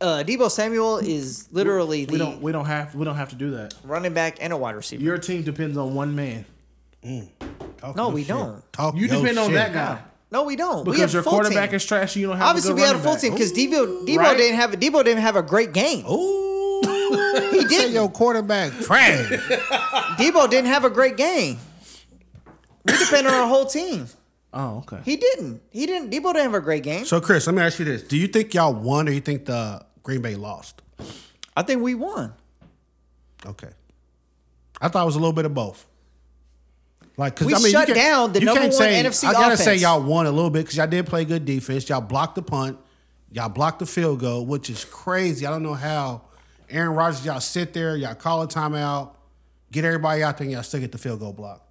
C: Uh, Debo Samuel is literally
A: We
C: the
A: don't. We don't have. We don't have to do that.
C: running back and a wide receiver.
A: Your team depends on one man.
B: Talk
C: No,
B: your
C: we
B: shit.
C: don't.
B: Talk
A: You
B: your
A: depend on
B: shit.
A: that guy
C: No, we don't. we
A: because
C: have
A: your
C: full
A: quarterback
C: team.
A: is trash. and You don't have.
C: obviously
A: a
C: we
A: good
C: had a
A: running
C: full
A: back.
C: team because Debo Debo
A: Right.
C: didn't have a Debo didn't have a great game.
B: Ooh, [LAUGHS]
C: He
B: say
C: didn't.
B: your quarterback [LAUGHS] trash.
C: Debo didn't have a great game. We depend on our whole team.
A: Oh, okay.
C: He didn't. He didn't. Debo didn't have a great game.
B: so, Chris, let me ask you this: Do you think y'all won, or you think the Green Bay lost?
C: I think we won.
B: Okay. I thought it was a little bit of both. Like, cause
C: We
B: I mean, you
C: shut
B: can't-
C: down the
B: you
C: number
B: can't
C: one
B: say,
C: NFC
B: I gotta say
C: offense.
B: y'all won a little bit because y'all did play good defense. Y'all blocked the punt. Y'all blocked the field goal, which is crazy. I don't know how Aaron Rodgers. Y'all sit there. Y'all call a timeout. Get everybody out there. and Y'all still get the field goal block.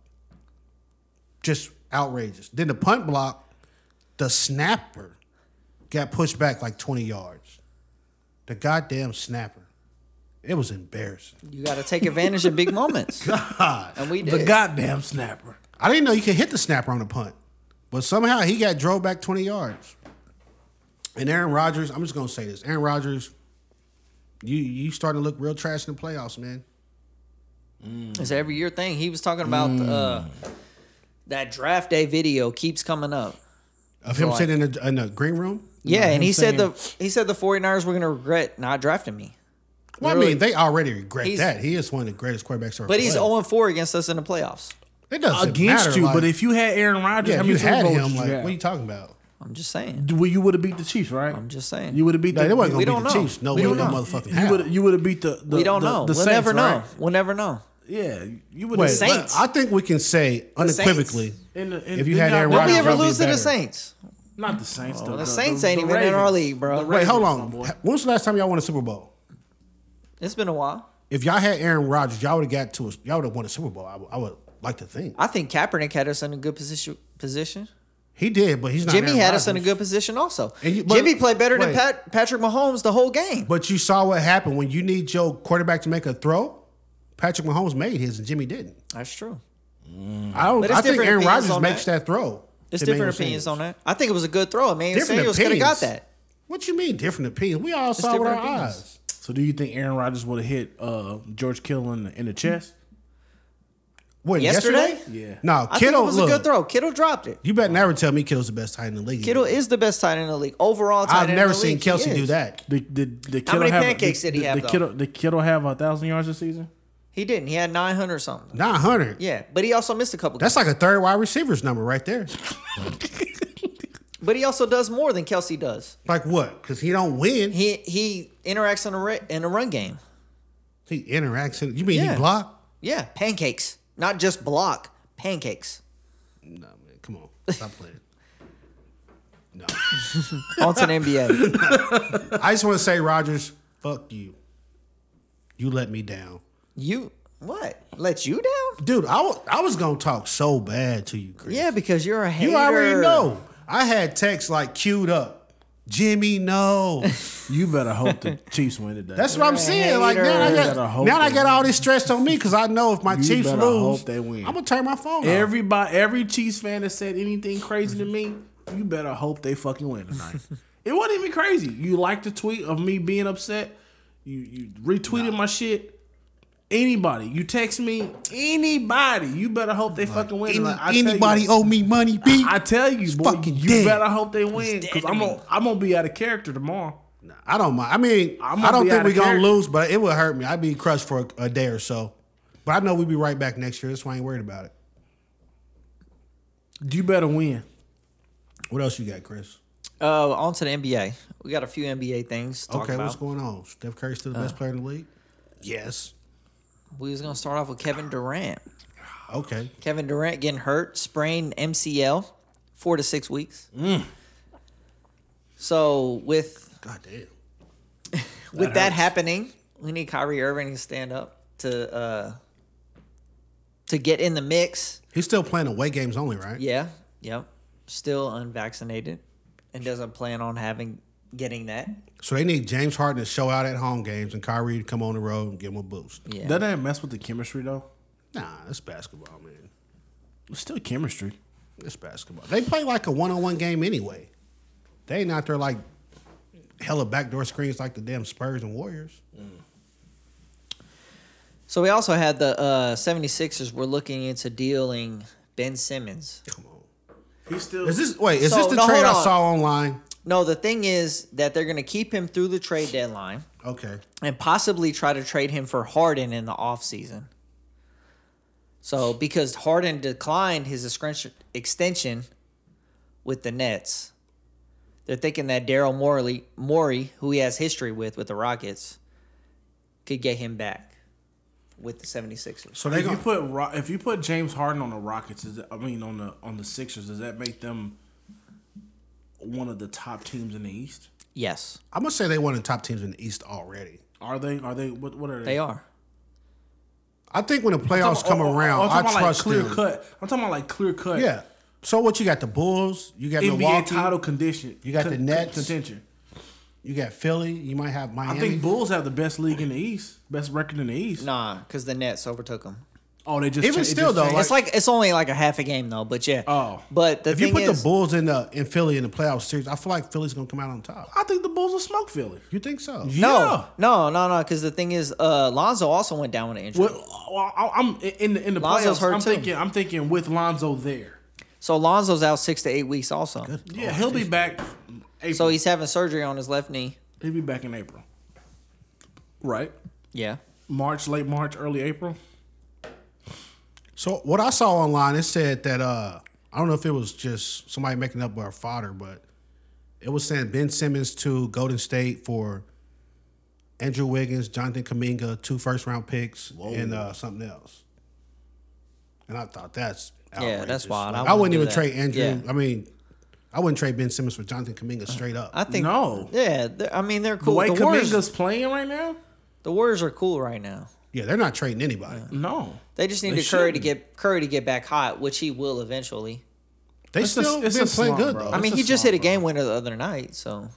B: Just outrageous. Then the punt block, the snapper got pushed back like twenty yards. The goddamn snapper. It was embarrassing.
C: You got to take advantage of
A: [LAUGHS]
C: big moments,
B: God.
C: and we
A: the
C: did.
A: goddamn snapper.
B: I didn't know you could hit the snapper on the punt, but somehow he got drove back 20 yards. And Aaron Rodgers, I'm just gonna say this: Aaron Rodgers, you you starting to look real trash in the playoffs, man.
C: it's an every year thing. He was talking about uh, that draft day video keeps coming up.
B: Of him
C: Right.
B: sitting in the, in the green room.
C: Yeah, and he
A: saying-
C: said the he said the 49ers were going to regret not drafting me.
B: Well, I
C: Really?
B: mean, they already regret
C: He's-
B: that. He is one of the greatest quarterbacks ever.
C: But he's
B: played.
C: 0 4 against us in the playoffs.
B: It doesn't
A: Against
B: matter,
A: you,
B: like-
A: but if you had Aaron Rodgers,
B: yeah,
A: how
B: if
A: many
B: you
A: field
B: had
A: goals
B: him,
A: you
B: like,
A: have?
B: what are you talking about?
C: I'm just saying.
A: Well, you would have beat the Chiefs, right?
C: I'm just saying.
A: You would have beat.
B: Like,
A: the,
B: they wasn't
C: we
B: gonna
C: don't
B: beat the
C: know.
B: Chiefs. No
C: We
B: way, no
C: don't know.
B: motherfucking
A: You
B: how.
A: would. You would have beat the, the.
C: we don't
A: the-
C: know.
A: The
C: we'll
A: Saints,
C: never know.
A: right?
C: We'll never know.
A: Yeah, you would.
B: Wait,
A: have
C: Saints.
B: but I think we can say unequivocally.
A: In the, in,
B: If you
A: in
B: had
A: y'all- Don't
B: Aaron
C: Will
B: Rodgers,
C: we
A: be
C: ever
B: y'all be
C: lose to the
B: better.
C: Saints?
A: Not the Saints. though.
C: Oh, the Saints ain't even in
A: Ravens.
C: our league, bro.
A: The
C: Wait,
B: Wait, hold
A: Ravens, my
B: on.
A: boy.
B: When was the last time y'all won a Super Bowl?
C: It's been a while.
B: if y'all had Aaron Rodgers, y'all would have got to a, y'all would have won a Super Bowl. I would- I would like to think
C: I think Kaepernick had us in a good position. Position.
B: he did, but he's not.
C: Jimmy
B: Aaron
C: had us in a
B: Rodgers.
C: good position also.
B: And you- but-
C: Jimmy played better than
B: wait.
C: Pat, Patrick Mahomes the whole game.
B: But you saw what happened when you need your quarterback to make a throw. Patrick Mahomes made his, and Jimmy didn't.
C: That's true.
B: I don't.
C: Mm. But it's
B: I think
C: different
B: Aaron
C: opinions
B: Rodgers
C: on
B: makes
C: that.
B: that, throw.
C: It's
B: to Emmanuel
C: different opinions
B: Sanders.
C: on that. I think it was a good throw. Man,
B: Different
C: Sanders could have got
B: opinions.
C: that.
B: What you mean different opinions? We all saw with our
C: different opinions.
B: eyes.
A: So do you think Aaron Rodgers would have hit uh, George Kittle in the, in the chest?
B: What
C: Yesterday?
B: yesterday?
A: Yeah.
B: No,
C: I think
B: Kittle
C: it was
B: look,
C: a good throw. Kittle dropped it.
B: You better never tell me Kittle's the best tight end in the league.
C: Kittle is the best tight end in the league overall. Tight
B: I've
C: end in
B: never
C: the
B: seen
C: league. He
B: Kelsey do
C: is.
B: that.
A: Did, did, did
C: How
A: Kittle
C: many
A: have,
C: pancakes did he have,
A: Did
C: though?
A: Kittle, did Kittle have a thousand yards this season?
C: He didn't. He had nine hundred something.
B: Nine hundred.
C: Yeah, but he also missed a couple.
B: That's like a third wide receiver's number right there.
C: but he also does more than Kelsey does.
B: Like what? Because he don't win.
C: He he interacts in a re- in a run game.
B: He interacts. in- You mean
C: Yeah.
B: he blocked?
C: Yeah, pancakes, not just block pancakes.
B: No, man. Come on. Stop playing. No.
C: On to
B: [LAUGHS]
C: the NBA.
B: I just want to say, Rogers, fuck you. You let me down.
C: You what? Let you down?
B: Dude, I wa- I was going to talk so bad to you, Chris.
C: Yeah, because you're a hater.
B: You already know. I had texts like queued up. Jimmy, no.
A: You better hope
C: [LAUGHS]
A: the Chiefs win today.
B: That's what I'm saying. Like now, I
C: Hater.
A: You better
B: got,
A: hope
B: now I
A: they
B: got all this stress on me because I know if my
A: You
B: Chiefs
A: better
B: lose,
A: hope they win.
B: I'm gonna turn my phone off.
A: everybody. Every Chiefs fan that said anything crazy to me, you better hope they fucking win tonight. it wasn't even crazy. You liked the tweet of me being upset. You you retweeted my shit. Anybody, you text me. Anybody, you better hope they fucking win.
B: Any-
A: tonight. I tell you-
B: anybody owe me money, B?
A: I tell you, boy,
B: fucking
A: you
B: dead.
A: better hope they win because
C: dead
A: I'm
C: to
A: gonna
C: me.
A: I'm gonna be out of character tomorrow.
B: I don't mind. I mean,
A: I'm
B: I'm
A: gonna
B: I do
A: be
B: not think
A: outta
B: we're gonna
A: character.
B: lose, but it would hurt me. I'd be crushed for a, a day or so. But I know we'll be right back next year. That's why I ain't worried about it.
A: You better win.
B: What else you got, Chris?
C: Uh, on to the NBA. We got a few NBA things to talk
B: Okay,
C: about.
B: what's going on? Steph Curry still the
A: Uh.
B: best player in the league? Yes.
C: We was gonna start off with Kevin Durant.
B: Okay.
C: Kevin Durant Mm. getting hurt, sprained MCL, four to six weeks. So with
B: God damn.
C: with that happening, we need Kyrie Irving to stand up to uh to get in the mix.
B: He's still playing away games only, right?
C: Yeah. Yep. Still unvaccinated and doesn't plan on having getting that.
B: So they need James Harden to show out at home games and Kyrie to come on the road and give him a boost.
C: Yeah.
A: That didn't mess with the chemistry though.
B: Nah, it's basketball, man.
A: It's still chemistry.
B: It's basketball. They play like a one on one game anyway. They ain't out there like hella backdoor screens like the damn Spurs and Warriors.
C: so we also had the uh 76ers were looking into dealing Ben Simmons.
B: Come on.
A: He's still
B: Is this wait, is
C: So,
B: this the
C: no,
B: trade
C: hold
B: I
C: on.
B: saw online?
C: No, the thing is that they're going to keep him through the trade deadline
B: Okay.
C: and possibly try to trade him for Harden in the offseason. So, because Harden declined his extension- extension with the Nets, they're thinking that Daryl Morley, Morey, who he has history with with the Rockets, could get him back with the 76ers.
B: So they
A: if you
B: going
A: put Ro- if you put James Harden on the Rockets, is that, I mean on the on the Sixers, does that make them one of the top teams in the East?
C: Yes,
B: I'm gonna say they one of the top teams in the East already.
A: Are they? Are they? What? What are they? Oh,
C: they are.
B: I think when the playoffs come around,
A: I'm talking
B: I
A: about
B: trust
A: like clear
B: them.
A: cut. I'm talking about like clear cut.
B: Yeah. So what you got? The Bulls. You got
A: NBA
B: Milwaukee.
A: title condition.
B: You got the
A: con-
B: Nets.
A: contention.
B: You got Philly. You might have
A: I
B: Miami.
A: think Bulls have the best league in the East, best record in the East.
C: Nah, because the Nets overtook him.
A: Oh, they just
B: Even
A: cha- it
B: still,
A: just
B: though,
A: changed.
C: It's like it's only like a half a game though, but yeah.
A: Oh.
C: but the
B: if
C: thing
B: you put
C: is,
B: the Bulls in the in Philly in the playoff series, I feel like Philly's gonna come out on top.
A: I think the Bulls will smoke Philly.
B: You think so?
C: No,
A: Yeah.
C: no, no, no. Because the thing is, uh, Lonzo also went down with an injury.
A: Well, well, I- I'm in the in the
C: Lonzo's
A: playoffs.
C: hurt
A: I'm
C: too.
A: thinking. I'm thinking with Lonzo there.
C: So Lonzo's out six to eight weeks also.
A: Yeah, he'll be back. April.
C: So he's having surgery on his left knee.
A: he'll be back in April. Right,
C: Yeah.
A: March, late March, early April.
B: So what I saw online, it said that uh I don't know if it was just somebody making up our fodder, but it was saying Ben Simmons to Golden State for Andrew Wiggins, Jonathan Kaminga, two first round picks, and uh, something else. And I thought that's outrageous.
C: Yeah, that's wild. I
B: Like, I,
C: wouldn't
B: wouldn't
C: do
B: even
C: that.
B: trade Andrew.
C: Yeah.
B: I mean, I wouldn't trade Ben Simmons for Jonathan Kaminga straight up.
C: I think.
A: No.
C: Yeah. they're- I mean, they're
A: The
C: cool.
A: way
C: The, Warriors.
A: Kaminga's playing right now,
C: the Warriors are cool right now.
B: yeah, they're not trading anybody.
A: no.
C: They just need
A: They
C: to Curry to
A: shouldn't.
C: get Curry to get back hot, which he will eventually.
B: They
A: It's a-
B: still
A: it's a
B: been playing
A: slump,
B: good
A: bro.
B: though.
C: I
A: It's
C: mean,
A: a
C: he just
A: slump,
C: hit a
A: bro.
C: game winner the other night. So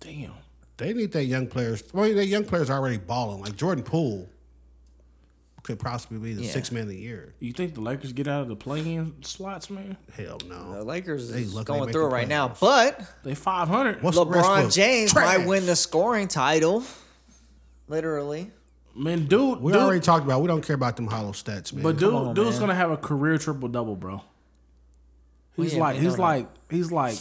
A: Damn.
B: They need their young players. I mean, their young players are already balling. Like Jordan Poole could possibly be the
C: Yeah.
B: sixth man of the year.
A: You think the Lakers get out of the playing slots, man?
B: Hell no.
C: the Lakers
B: They
C: is
B: lucky they
C: going
B: make
C: through
B: the
C: it right now,
B: playoffs.
C: but
A: They 500.
B: What's the rest
C: LeBron
B: look?
C: James
B: Trash.
C: might win the scoring title. Literally.
A: man, dude,
B: We
A: dude
B: already talked about. We don't care about them hollow stats, man.
A: but dude,
C: on,
A: dude's
C: man.
A: gonna have a career triple double, bro. He's
C: yeah,
A: like,
C: we know
A: he's
C: that.
A: like, he's like,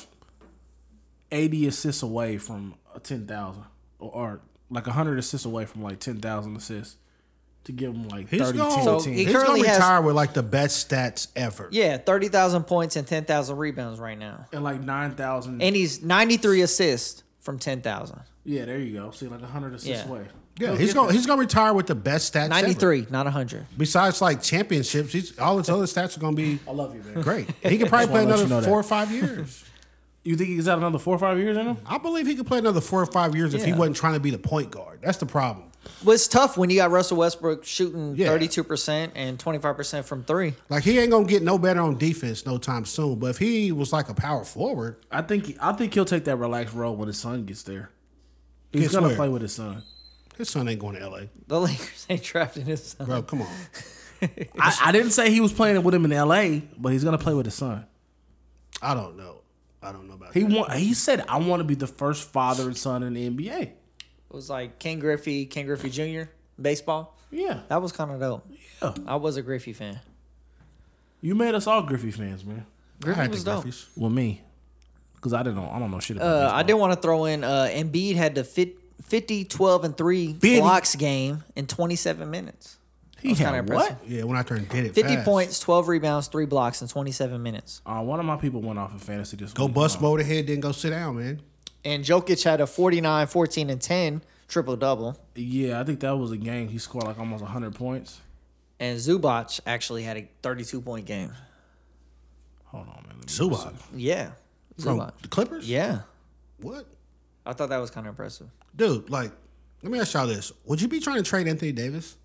A: eighty assists away from ten thousand, or, or like hundred assists away from like ten thousand assists to give him like
B: he's
A: 30,
B: gonna,
A: 10,
C: So
A: 10.
C: he
B: he's gonna
C: currently has-
B: retire with like the best stats ever.
C: Yeah, thirty thousand points and ten thousand rebounds right now,
A: and like nine thousand.
C: and he's ninety three assists from ten thousand.
A: Yeah, there you go. See, like hundred assists
C: Yeah.
A: away.
B: Yeah,
A: He'll
B: he's
A: get
B: gonna
A: there.
B: he's gonna retire with the best stats. ever.
C: Ninety three, not hundred.
B: Besides like championships, he's all his other stats are gonna be
A: I love you, man.
C: [LAUGHS]
B: great. He could probably
A: Just
B: play
A: wanna let
B: another
A: you know that.
B: four or five years.
A: You think he's out another four or five years in him?
B: I believe he could play another four or five years if he
C: Yeah.
B: wasn't trying to be the point guard. That's the problem.
C: Well, it's tough when you got Russell Westbrook shooting
B: Yeah.
C: thirty two percent and twenty five percent from three.
B: Like he ain't gonna get no better on defense no time soon. But if he was like a power forward,
A: I think I think he'll take that relaxed role when his son gets there. He's
B: Gets
A: gonna
B: where?
A: play with his son.
B: his son ain't going to LA.
C: The [LAUGHS] Lakers ain't drafting his son.
B: Bro, come on.
A: I, I didn't say he was playing with him in L.A., but he's gonna play with his son.
B: I don't know. I don't know about
A: He
B: that.
A: want, He said, "I want to be the first father and son in the NBA."
C: It was like Ken Griffey, Ken Griffey Jr. baseball.
A: Yeah,
C: That was kind of dope.
A: yeah.
C: I was a Griffey fan.
A: You made us all Griffey fans, man.
B: I
C: Griffey
B: had
C: was
B: the
C: dope.
B: Griffies.
A: Well, me, because I didn't know. I don't know shit about.
C: Uh,
A: baseball.
C: I did want to throw in uh, Embiid had the fit, 50, 12, and 3 blocks game in 27 minutes.
A: He
C: was kinda
A: had what?
C: impressive.
B: Yeah, when I turned did it.
C: 50
B: fast.
C: points, 12 rebounds, 3 blocks in 27 minutes.
A: Uh, one of my people went off in fantasy this
B: Go
A: week. Uh,
B: bust mode ahead, then go sit down, man.
C: And Jokic had a 49, 14, and 10 triple double.
A: Yeah, I think that was a game he scored like almost hundred points.
C: And Zubac actually had a 32 point game.
A: Hold on, man. Let me-
B: Zubac.
C: Yeah.
B: From
C: Zubac.
B: the Clippers?
C: Yeah.
B: What?
C: I thought that was kind of impressive.
B: Dude, like, let me ask y'all this. Would you be trying to trade Anthony Davis?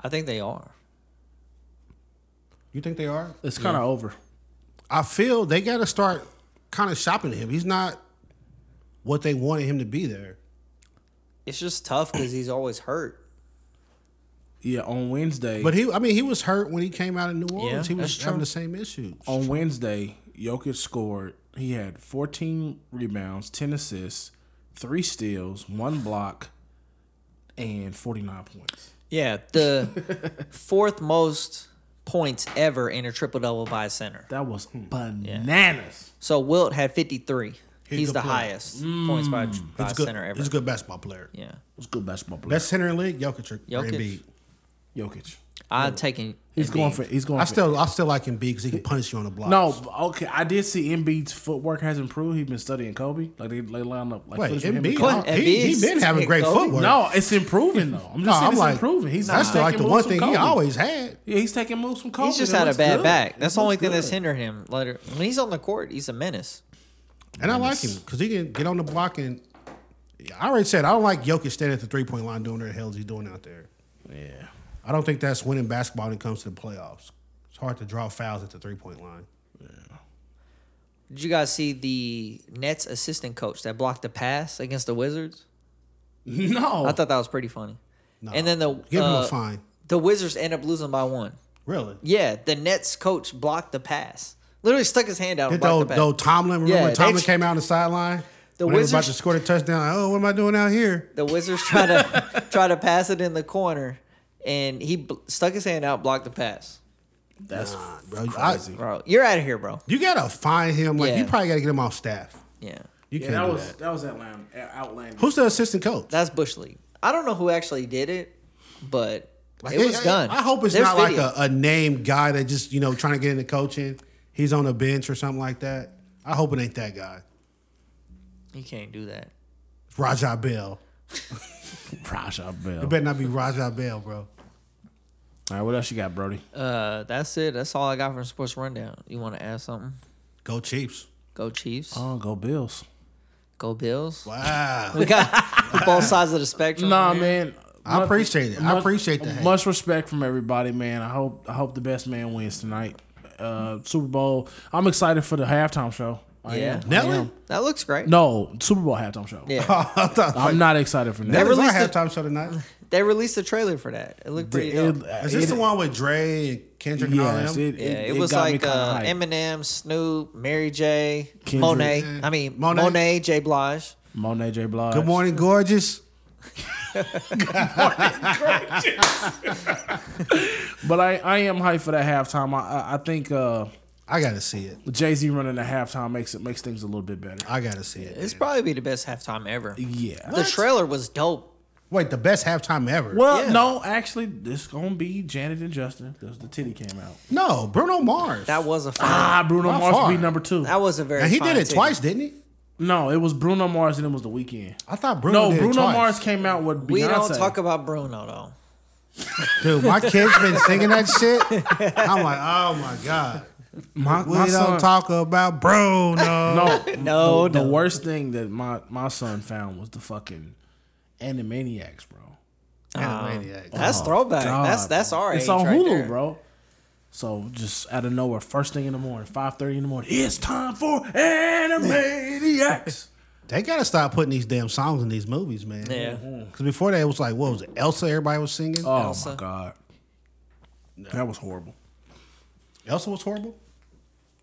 C: I think they are.
B: You think they are?
A: It's kind of over.
B: I feel they got to start kind of shopping him. He's not what they wanted him to be there.
C: It's just tough because he's always hurt.
A: Yeah, on Wednesday.
B: But he, I mean, he was hurt when he came out of New Orleans. he was
C: that's
B: having
C: true.
B: the same issues.
A: on Wednesday, Jokic scored. He had 14 rebounds, 10 assists, three steals, one block, and 49 points.
C: Yeah, the [LAUGHS] fourth most points ever in a triple double by a center.
A: That was
B: Hmm.
A: bananas.
C: So Wilt had 53.
B: He's
C: He's
B: a
C: the
B: player.
C: highest points by, by
B: he's
C: a
B: good.
C: center ever.
B: He's a good basketball player.
C: Yeah.
A: It was a good basketball player.
B: Best center in the league, Jokic or
C: Jokic.
B: Embiid.
A: Jokic.
C: I'm taking.
A: He's
C: Embiid.
A: going for. He's going.
B: I
A: for-
B: still, I still like Embiid because he can punish you on the block.
A: No, but okay. I did see Embiid's footwork has improved. He's been studying Kobe. Like they, they line up. Like
B: wait,
A: footage with him and
B: Embiid,
A: Kobe.
C: Kobe.
B: he, he
C: Embiid's-
B: been having
C: yeah,
B: great
C: Kobe.
B: footwork.
A: No, it's improving though. I'm just saying
B: I'm
A: it's
B: like,
A: improving. He's
B: that's
A: not
B: like the
A: taking
B: one
A: moves
B: thing
A: from
B: he
A: Kobe.
B: always had.
A: Yeah, he's taking moves from Kobe.
C: He's just
A: It
C: had a
A: looks
C: bad
A: good.
C: back.
A: It
C: That's the only
A: looks
C: thing that's
A: good.
C: hindering him. Later, when he's on the court, he's a menace.
B: And I like him because he can get on the block and. I already said I don't like Jokic standing at the three point line doing what the hell he's doing out there.
A: Yeah.
B: I don't think that's winning basketball when it comes to the playoffs. It's hard to draw fouls at the three point line.
C: Did you guys see the Nets assistant coach that blocked the pass against the Wizards?
A: [LAUGHS] No.
C: I thought that was pretty funny.
B: No.
C: And then the
B: Oh. Give him
C: uh,
B: a fine.
C: The Wizards end up losing by one.
B: Really?
C: Yeah, the Nets coach blocked the pass. Literally stuck his hand out and
B: Did
C: blocked
B: though,
C: the pass.
B: though Tomlin remember
C: Yeah,
B: when Tomlin
C: they-
B: came out on the sideline?
C: The
B: when they was about to
C: Wizards-
B: score the touchdown. like, oh, what am I doing out here?
C: The Wizards
B: [LAUGHS]
C: try to try to pass it in the corner, and he bl- stuck his hand out, blocked the pass.
A: that's
B: Bro, I-
A: crazy.
C: Bro, you're out of here, bro.
B: you gotta fine him. Like you
C: Yeah.
B: probably gotta get him off staff.
C: Yeah,
A: yeah,
B: You can't
A: that
B: do
A: was
B: that.
A: that, was Atlanta, uh, outlandish.
B: Who's the assistant coach?
C: that's bush league. I don't know who actually did it, but
B: Like,
C: it was
B: I-
C: done.
B: I, hope it's
C: There's
B: not
C: video.
B: like a, a named guy that just you know trying to get into coaching. He's on the bench or something like that. I hope it ain't that guy.
C: You can't do that.
B: It's Rajah Bell.
A: Raja Bell.
B: It better not be Rajah Bell, bro.
A: All right, what else you got, Brody?
C: Uh, that's it. That's all I got from Sports Rundown. You want to add something?
B: Go Chiefs.
C: Go Chiefs.
A: Oh, go Bills.
C: Go Bills.
B: Wow.
C: We got both sides of the spectrum.
A: Nah,
C: here.
A: man.
B: I appreciate it. I appreciate the hate.
A: Much respect from everybody, man. I hope I hope the best man wins tonight. Uh, Super Bowl. I'm excited for the halftime show. I
C: Yeah.
A: am.
B: Nelly?
A: I am.
C: That looks great.
A: No, Super Bowl halftime show.
C: Yeah.
B: [LAUGHS] I thought
A: I'm not excited for
B: that
A: that.
C: Never-
B: was our
C: released it-
B: halftime show tonight.
C: They released a trailer for that. It looked pretty dope.
B: Is this the one with Dre and Kendrick and all
A: yes,
B: them?
A: it,
C: yeah, it, was
A: got me
C: like
A: kinda
C: uh,
A: hyped.
C: Eminem, Snoop, Mary J,
A: Kendrick.
C: Monet. I mean,
B: Monet.
C: Monet, J. Blige.
A: Monet J. Blige.
B: Good morning, gorgeous.
A: But I, I am hyped for that halftime. I I, I think uh,
B: I gotta see it.
A: Jay Z running the halftime makes it makes things a little bit better.
B: I gotta see it.
C: It's
B: man.
C: probably be the best halftime ever.
A: Yeah.
C: The trailer was dope.
B: Wait, the best halftime ever.
A: Well,
C: Yeah.
A: no, actually, this gonna be Janet and Justin because the titty came out.
B: No, Bruno Mars.
C: That was a fine.
A: Ah, Bruno
B: By
A: Mars
B: far.
A: would be number two.
C: that was a very.
B: and he
C: fine
B: did it
C: ticket.
B: twice, didn't he?
A: No, it was Bruno Mars and it was the weekend.
B: I thought Bruno.
A: No,
B: did it
A: Bruno
B: twice.
A: Mars came out with Beyonce.
C: We don't talk about Bruno though.
B: Dude, my kids been
A: [LAUGHS]
B: singing that shit. I'm like, oh my god.
A: my,
B: We
A: my
B: don't
A: son,
B: talk about
A: [LAUGHS]
B: Bruno.
A: No,
C: No,
A: The, the
C: no.
A: worst thing that my my son found was the fucking Animaniacs, bro.
B: Animaniacs.
C: That's throwback.
A: Oh, God,
C: that's that's
A: bro.
C: our
A: It's
C: age
A: on
C: right
A: Hulu,
C: there.
A: bro. So just out of nowhere, first thing in the morning, five thirty in the morning, it's time for Animaniacs. [LAUGHS]
B: They gotta stop putting these damn songs in these movies, man.
C: Yeah. Uh,
B: Because before that, it was like, what was it? Elsa. Everybody was singing.
A: oh
C: Elsa.
A: my god, that was horrible.
B: Elsa was horrible.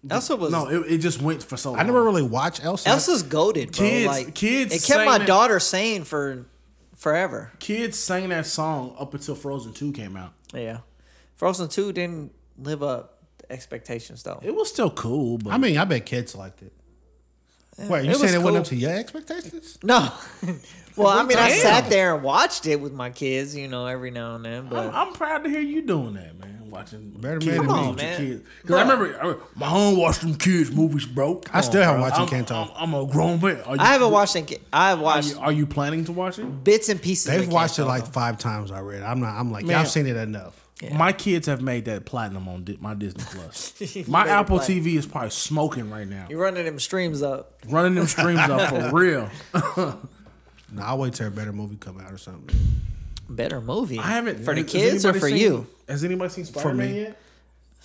C: Elsa was.
A: No, it, it just went for so.
B: I
A: long.
B: never
C: uh,
B: really watched Elsa.
C: Elsa's goaded, bro.
A: Kids-
C: like
A: kids
C: It kept my
A: sang it.
C: daughter sane for forever.
A: kids sang that song up until Frozen Two came out.
C: Yeah. Frozen 2 didn't live up to expectations, though.
A: It was still cool, but
B: I mean, I bet kids liked it. Wait, you
C: it
B: saying
C: was
B: it went
C: cool.
B: up to your expectations?
C: no. [LAUGHS] well, I mean, I
A: Damn.
C: sat there and watched it with my kids, you know, every now and then. But
A: I'm, I'm proud to hear you doing that, man. Watching
B: Better
A: kids
B: man than
A: movies with
B: me.
A: your
C: Come on, man.
A: kids. Because I remember I- my home watched some kids movies, bro. Come
B: I still haven't
A: bro.
B: watched
A: I'm,
B: Encanto.
A: I'm, I'm a grown man. Are you,
C: I haven't watched it. I've
A: Are
C: watched
A: you, are you planning to watch it?
C: bits and pieces.
B: They've
C: of
B: watched it
C: Encanto,
B: like
C: though.
B: five times already. I'm not. I'm like,
A: Man.
B: y'all seen it enough.
C: Yeah.
A: My kids have made that platinum on di- my
C: [LAUGHS]
A: Disney Plus.
C: You
A: my
C: made it
A: Apple
C: platinum.
A: TV is probably smoking right now.
C: You're running them streams up.
A: Running them streams up for
C: [LAUGHS]
A: real.
B: Nah, I'll wait till a better movie come out or something.
C: Better movie.
A: I haven't
C: for the
A: has
C: kids or
A: anybody seen-
C: for you.
A: Has anybody seen Spider Man
B: me.
A: yet?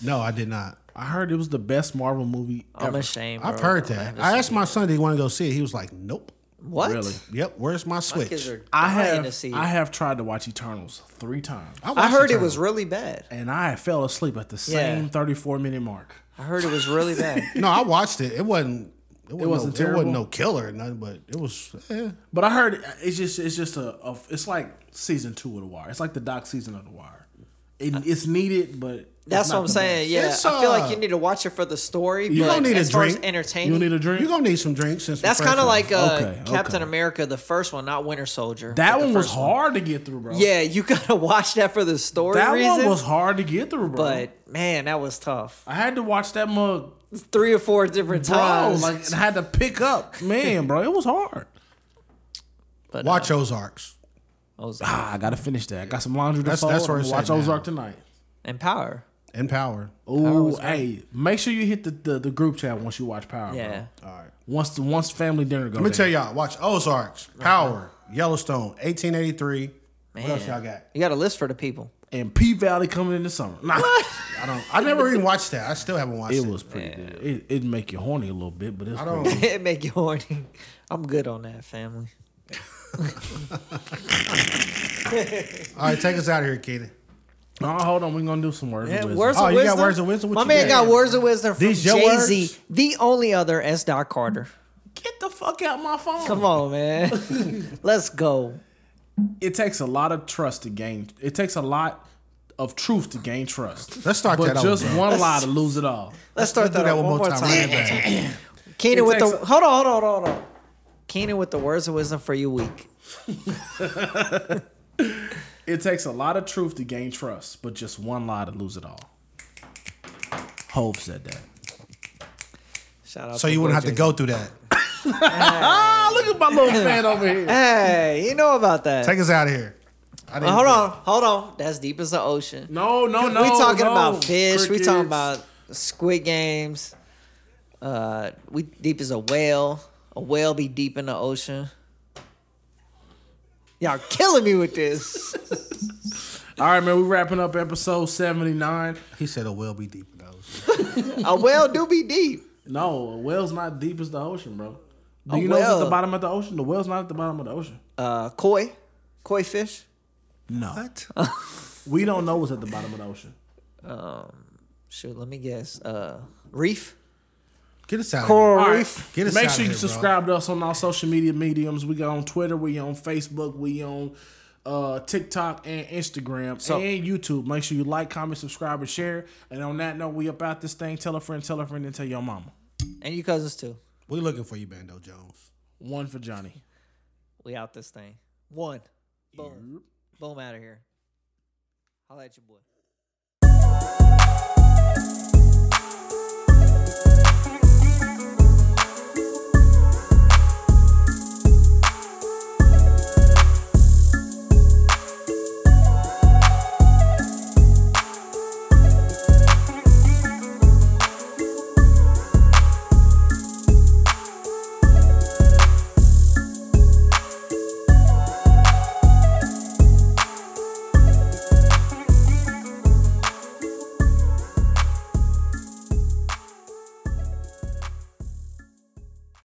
B: No, I did not.
A: I heard it was the best Marvel movie
C: I'm
A: ever.
C: ashamed.
B: I've
C: bro.
B: heard that. I asked my son, did he want to go see it? He was like, nope.
C: What?
A: Really?
B: Yep, where's my
C: My
B: Switch?
C: kids are
A: I
C: dying
A: have
C: to see. it.
A: I have tried to watch Eternals three times,
C: I
B: watched
C: heard it
B: Eternals.
C: was really bad.
A: and I fell asleep at the
C: Yeah.
A: same thirty four minute mark.
C: I heard it was
A: [LAUGHS]
C: really bad.
B: No, I watched it. It wasn't. It wasn't,
A: wasn't
B: no, it
A: terrible?
B: wasn't no killer or nothing, but it was. eh.
A: But I heard it's just it's just a, a it's like season two of The Wire. It's like the doc season of The Wire. It, it's needed, but
C: That's what I'm saying. Yeah,
B: It's,
C: I feel
B: uh,
C: like you need to watch it for the story. You
B: gonna need a
C: as far as
B: drink.
A: You
C: entertaining.
A: need a drink.
B: You gonna need some drinks. and some
C: That's
B: fresh
C: kind of
B: ones.
C: like uh,
A: Okay,
C: Captain
A: okay.
C: America, the first one, not Winter Soldier.
A: that
C: but the
A: one was
C: first
A: hard to get through, bro.
C: Yeah, you gotta [LAUGHS] watch that for the story
A: that
C: reason.
A: one was hard to get through, bro.
C: but man, that was tough.
A: I had to watch that mug,
C: Three or four different
A: bro.
C: times.
A: Like I had to pick up, man, bro. It was hard.
C: but,
B: watch Ozarks.
C: uh, Ozark.
A: [LAUGHS] Ah, I gotta finish that. I got some laundry to
B: That's-
A: fold.
B: that's where
A: I'm
B: it's
A: gonna watch
B: at now.
A: Ozark tonight.
C: and power.
B: and power.
A: Ooh, hey, make sure you hit the, the, the group chat once you watch Power. Yeah.
C: Yeah,
B: All right.
A: Once the once family dinner goes.
B: Let me tell y'all. Watch Ozarks, Power, Yellowstone, 1883. What else y'all got?
C: you got a list for the people. [LAUGHS]
A: And P Valley coming in the summer. Nah,
B: I don't. I never even watched that. I still haven't watched it.
A: it was pretty good. It it make you horny a little bit, but it's
B: I
A: pretty
B: don't.
A: good.
C: it make you horny. I'm good on that, family.
B: All right, take us out of here, Keenan.
A: Nah, hold on, we're gonna do some words. of
C: Yeah,
A: wisdom.
C: words
B: Oh,
C: of
B: you got
C: wisdom.
B: words of wisdom? What
C: My
B: you
C: man
B: got?
C: got words of wisdom from
B: These your
C: Jay Z,
B: words?
C: the only other S. Doc Carter.
A: Get the fuck out my phone.
C: Come on, man. Let's go.
A: It takes a lot of trust to gain. It takes a lot of truth to gain
B: [LAUGHS]
A: trust.
B: Let's start
A: but
B: that over,
A: just
B: bro.
A: one lie to lose it all.
C: Let's start
B: Let's do
C: that,
B: that
C: up
B: one, more time. Run it back.
C: [LAUGHS] Keenan
A: It
C: with the
A: takes a-
C: hold on, hold on, hold on. Keenan with the words of wisdom for your week.
A: It takes a lot of truth to gain trust, but just one lie to lose it all. Hove said that.
C: Shout out.
B: So you wouldn't have to go through that.
A: Ah, look at my
C: [LAUGHS]
A: little fan over here.
C: Hey, you know about that.
B: Take us out of here. I didn't
C: Well, hold on, hold on. That's deep as the ocean.
A: No, no, no.
C: we talking
A: no.
C: about fish. We
A: Crickets.
C: talking about squid games. Uh, we deep as a whale. A whale be deep in the ocean. Y'all killing me with this.
A: All right, man. We wrapping up episode seventy nine.
B: He said it will be deep in those.
C: a whale do be deep.
A: No, a well's not deep as the ocean, bro. Do
C: A
A: you know what's at the
C: well.
A: bottom of the ocean? The well's not at the bottom of the ocean.
C: Uh, koi, koi fish.
A: No, we don't know what's at the bottom of the ocean.
C: Shoot, let me guess. Uh, reef.
B: Get us out.
C: Coral
B: Of
A: All
C: reef.
A: right.
B: Get us
A: Make
B: out of
A: sure you
B: here, bro.
A: subscribe to us on all social media mediums. We got on Twitter, we on Facebook, we on uh, TikTok and Instagram and YouTube. Make sure you like, comment, subscribe, and share. And on that note, we up out this thing. Tell a friend, tell a friend, and tell your mama.
C: And you cousins too.
B: here. We looking for you, Bando Jones.
A: One for Johnny.
C: We out this thing. One. Boom. Boom out of here. Holla at your boy.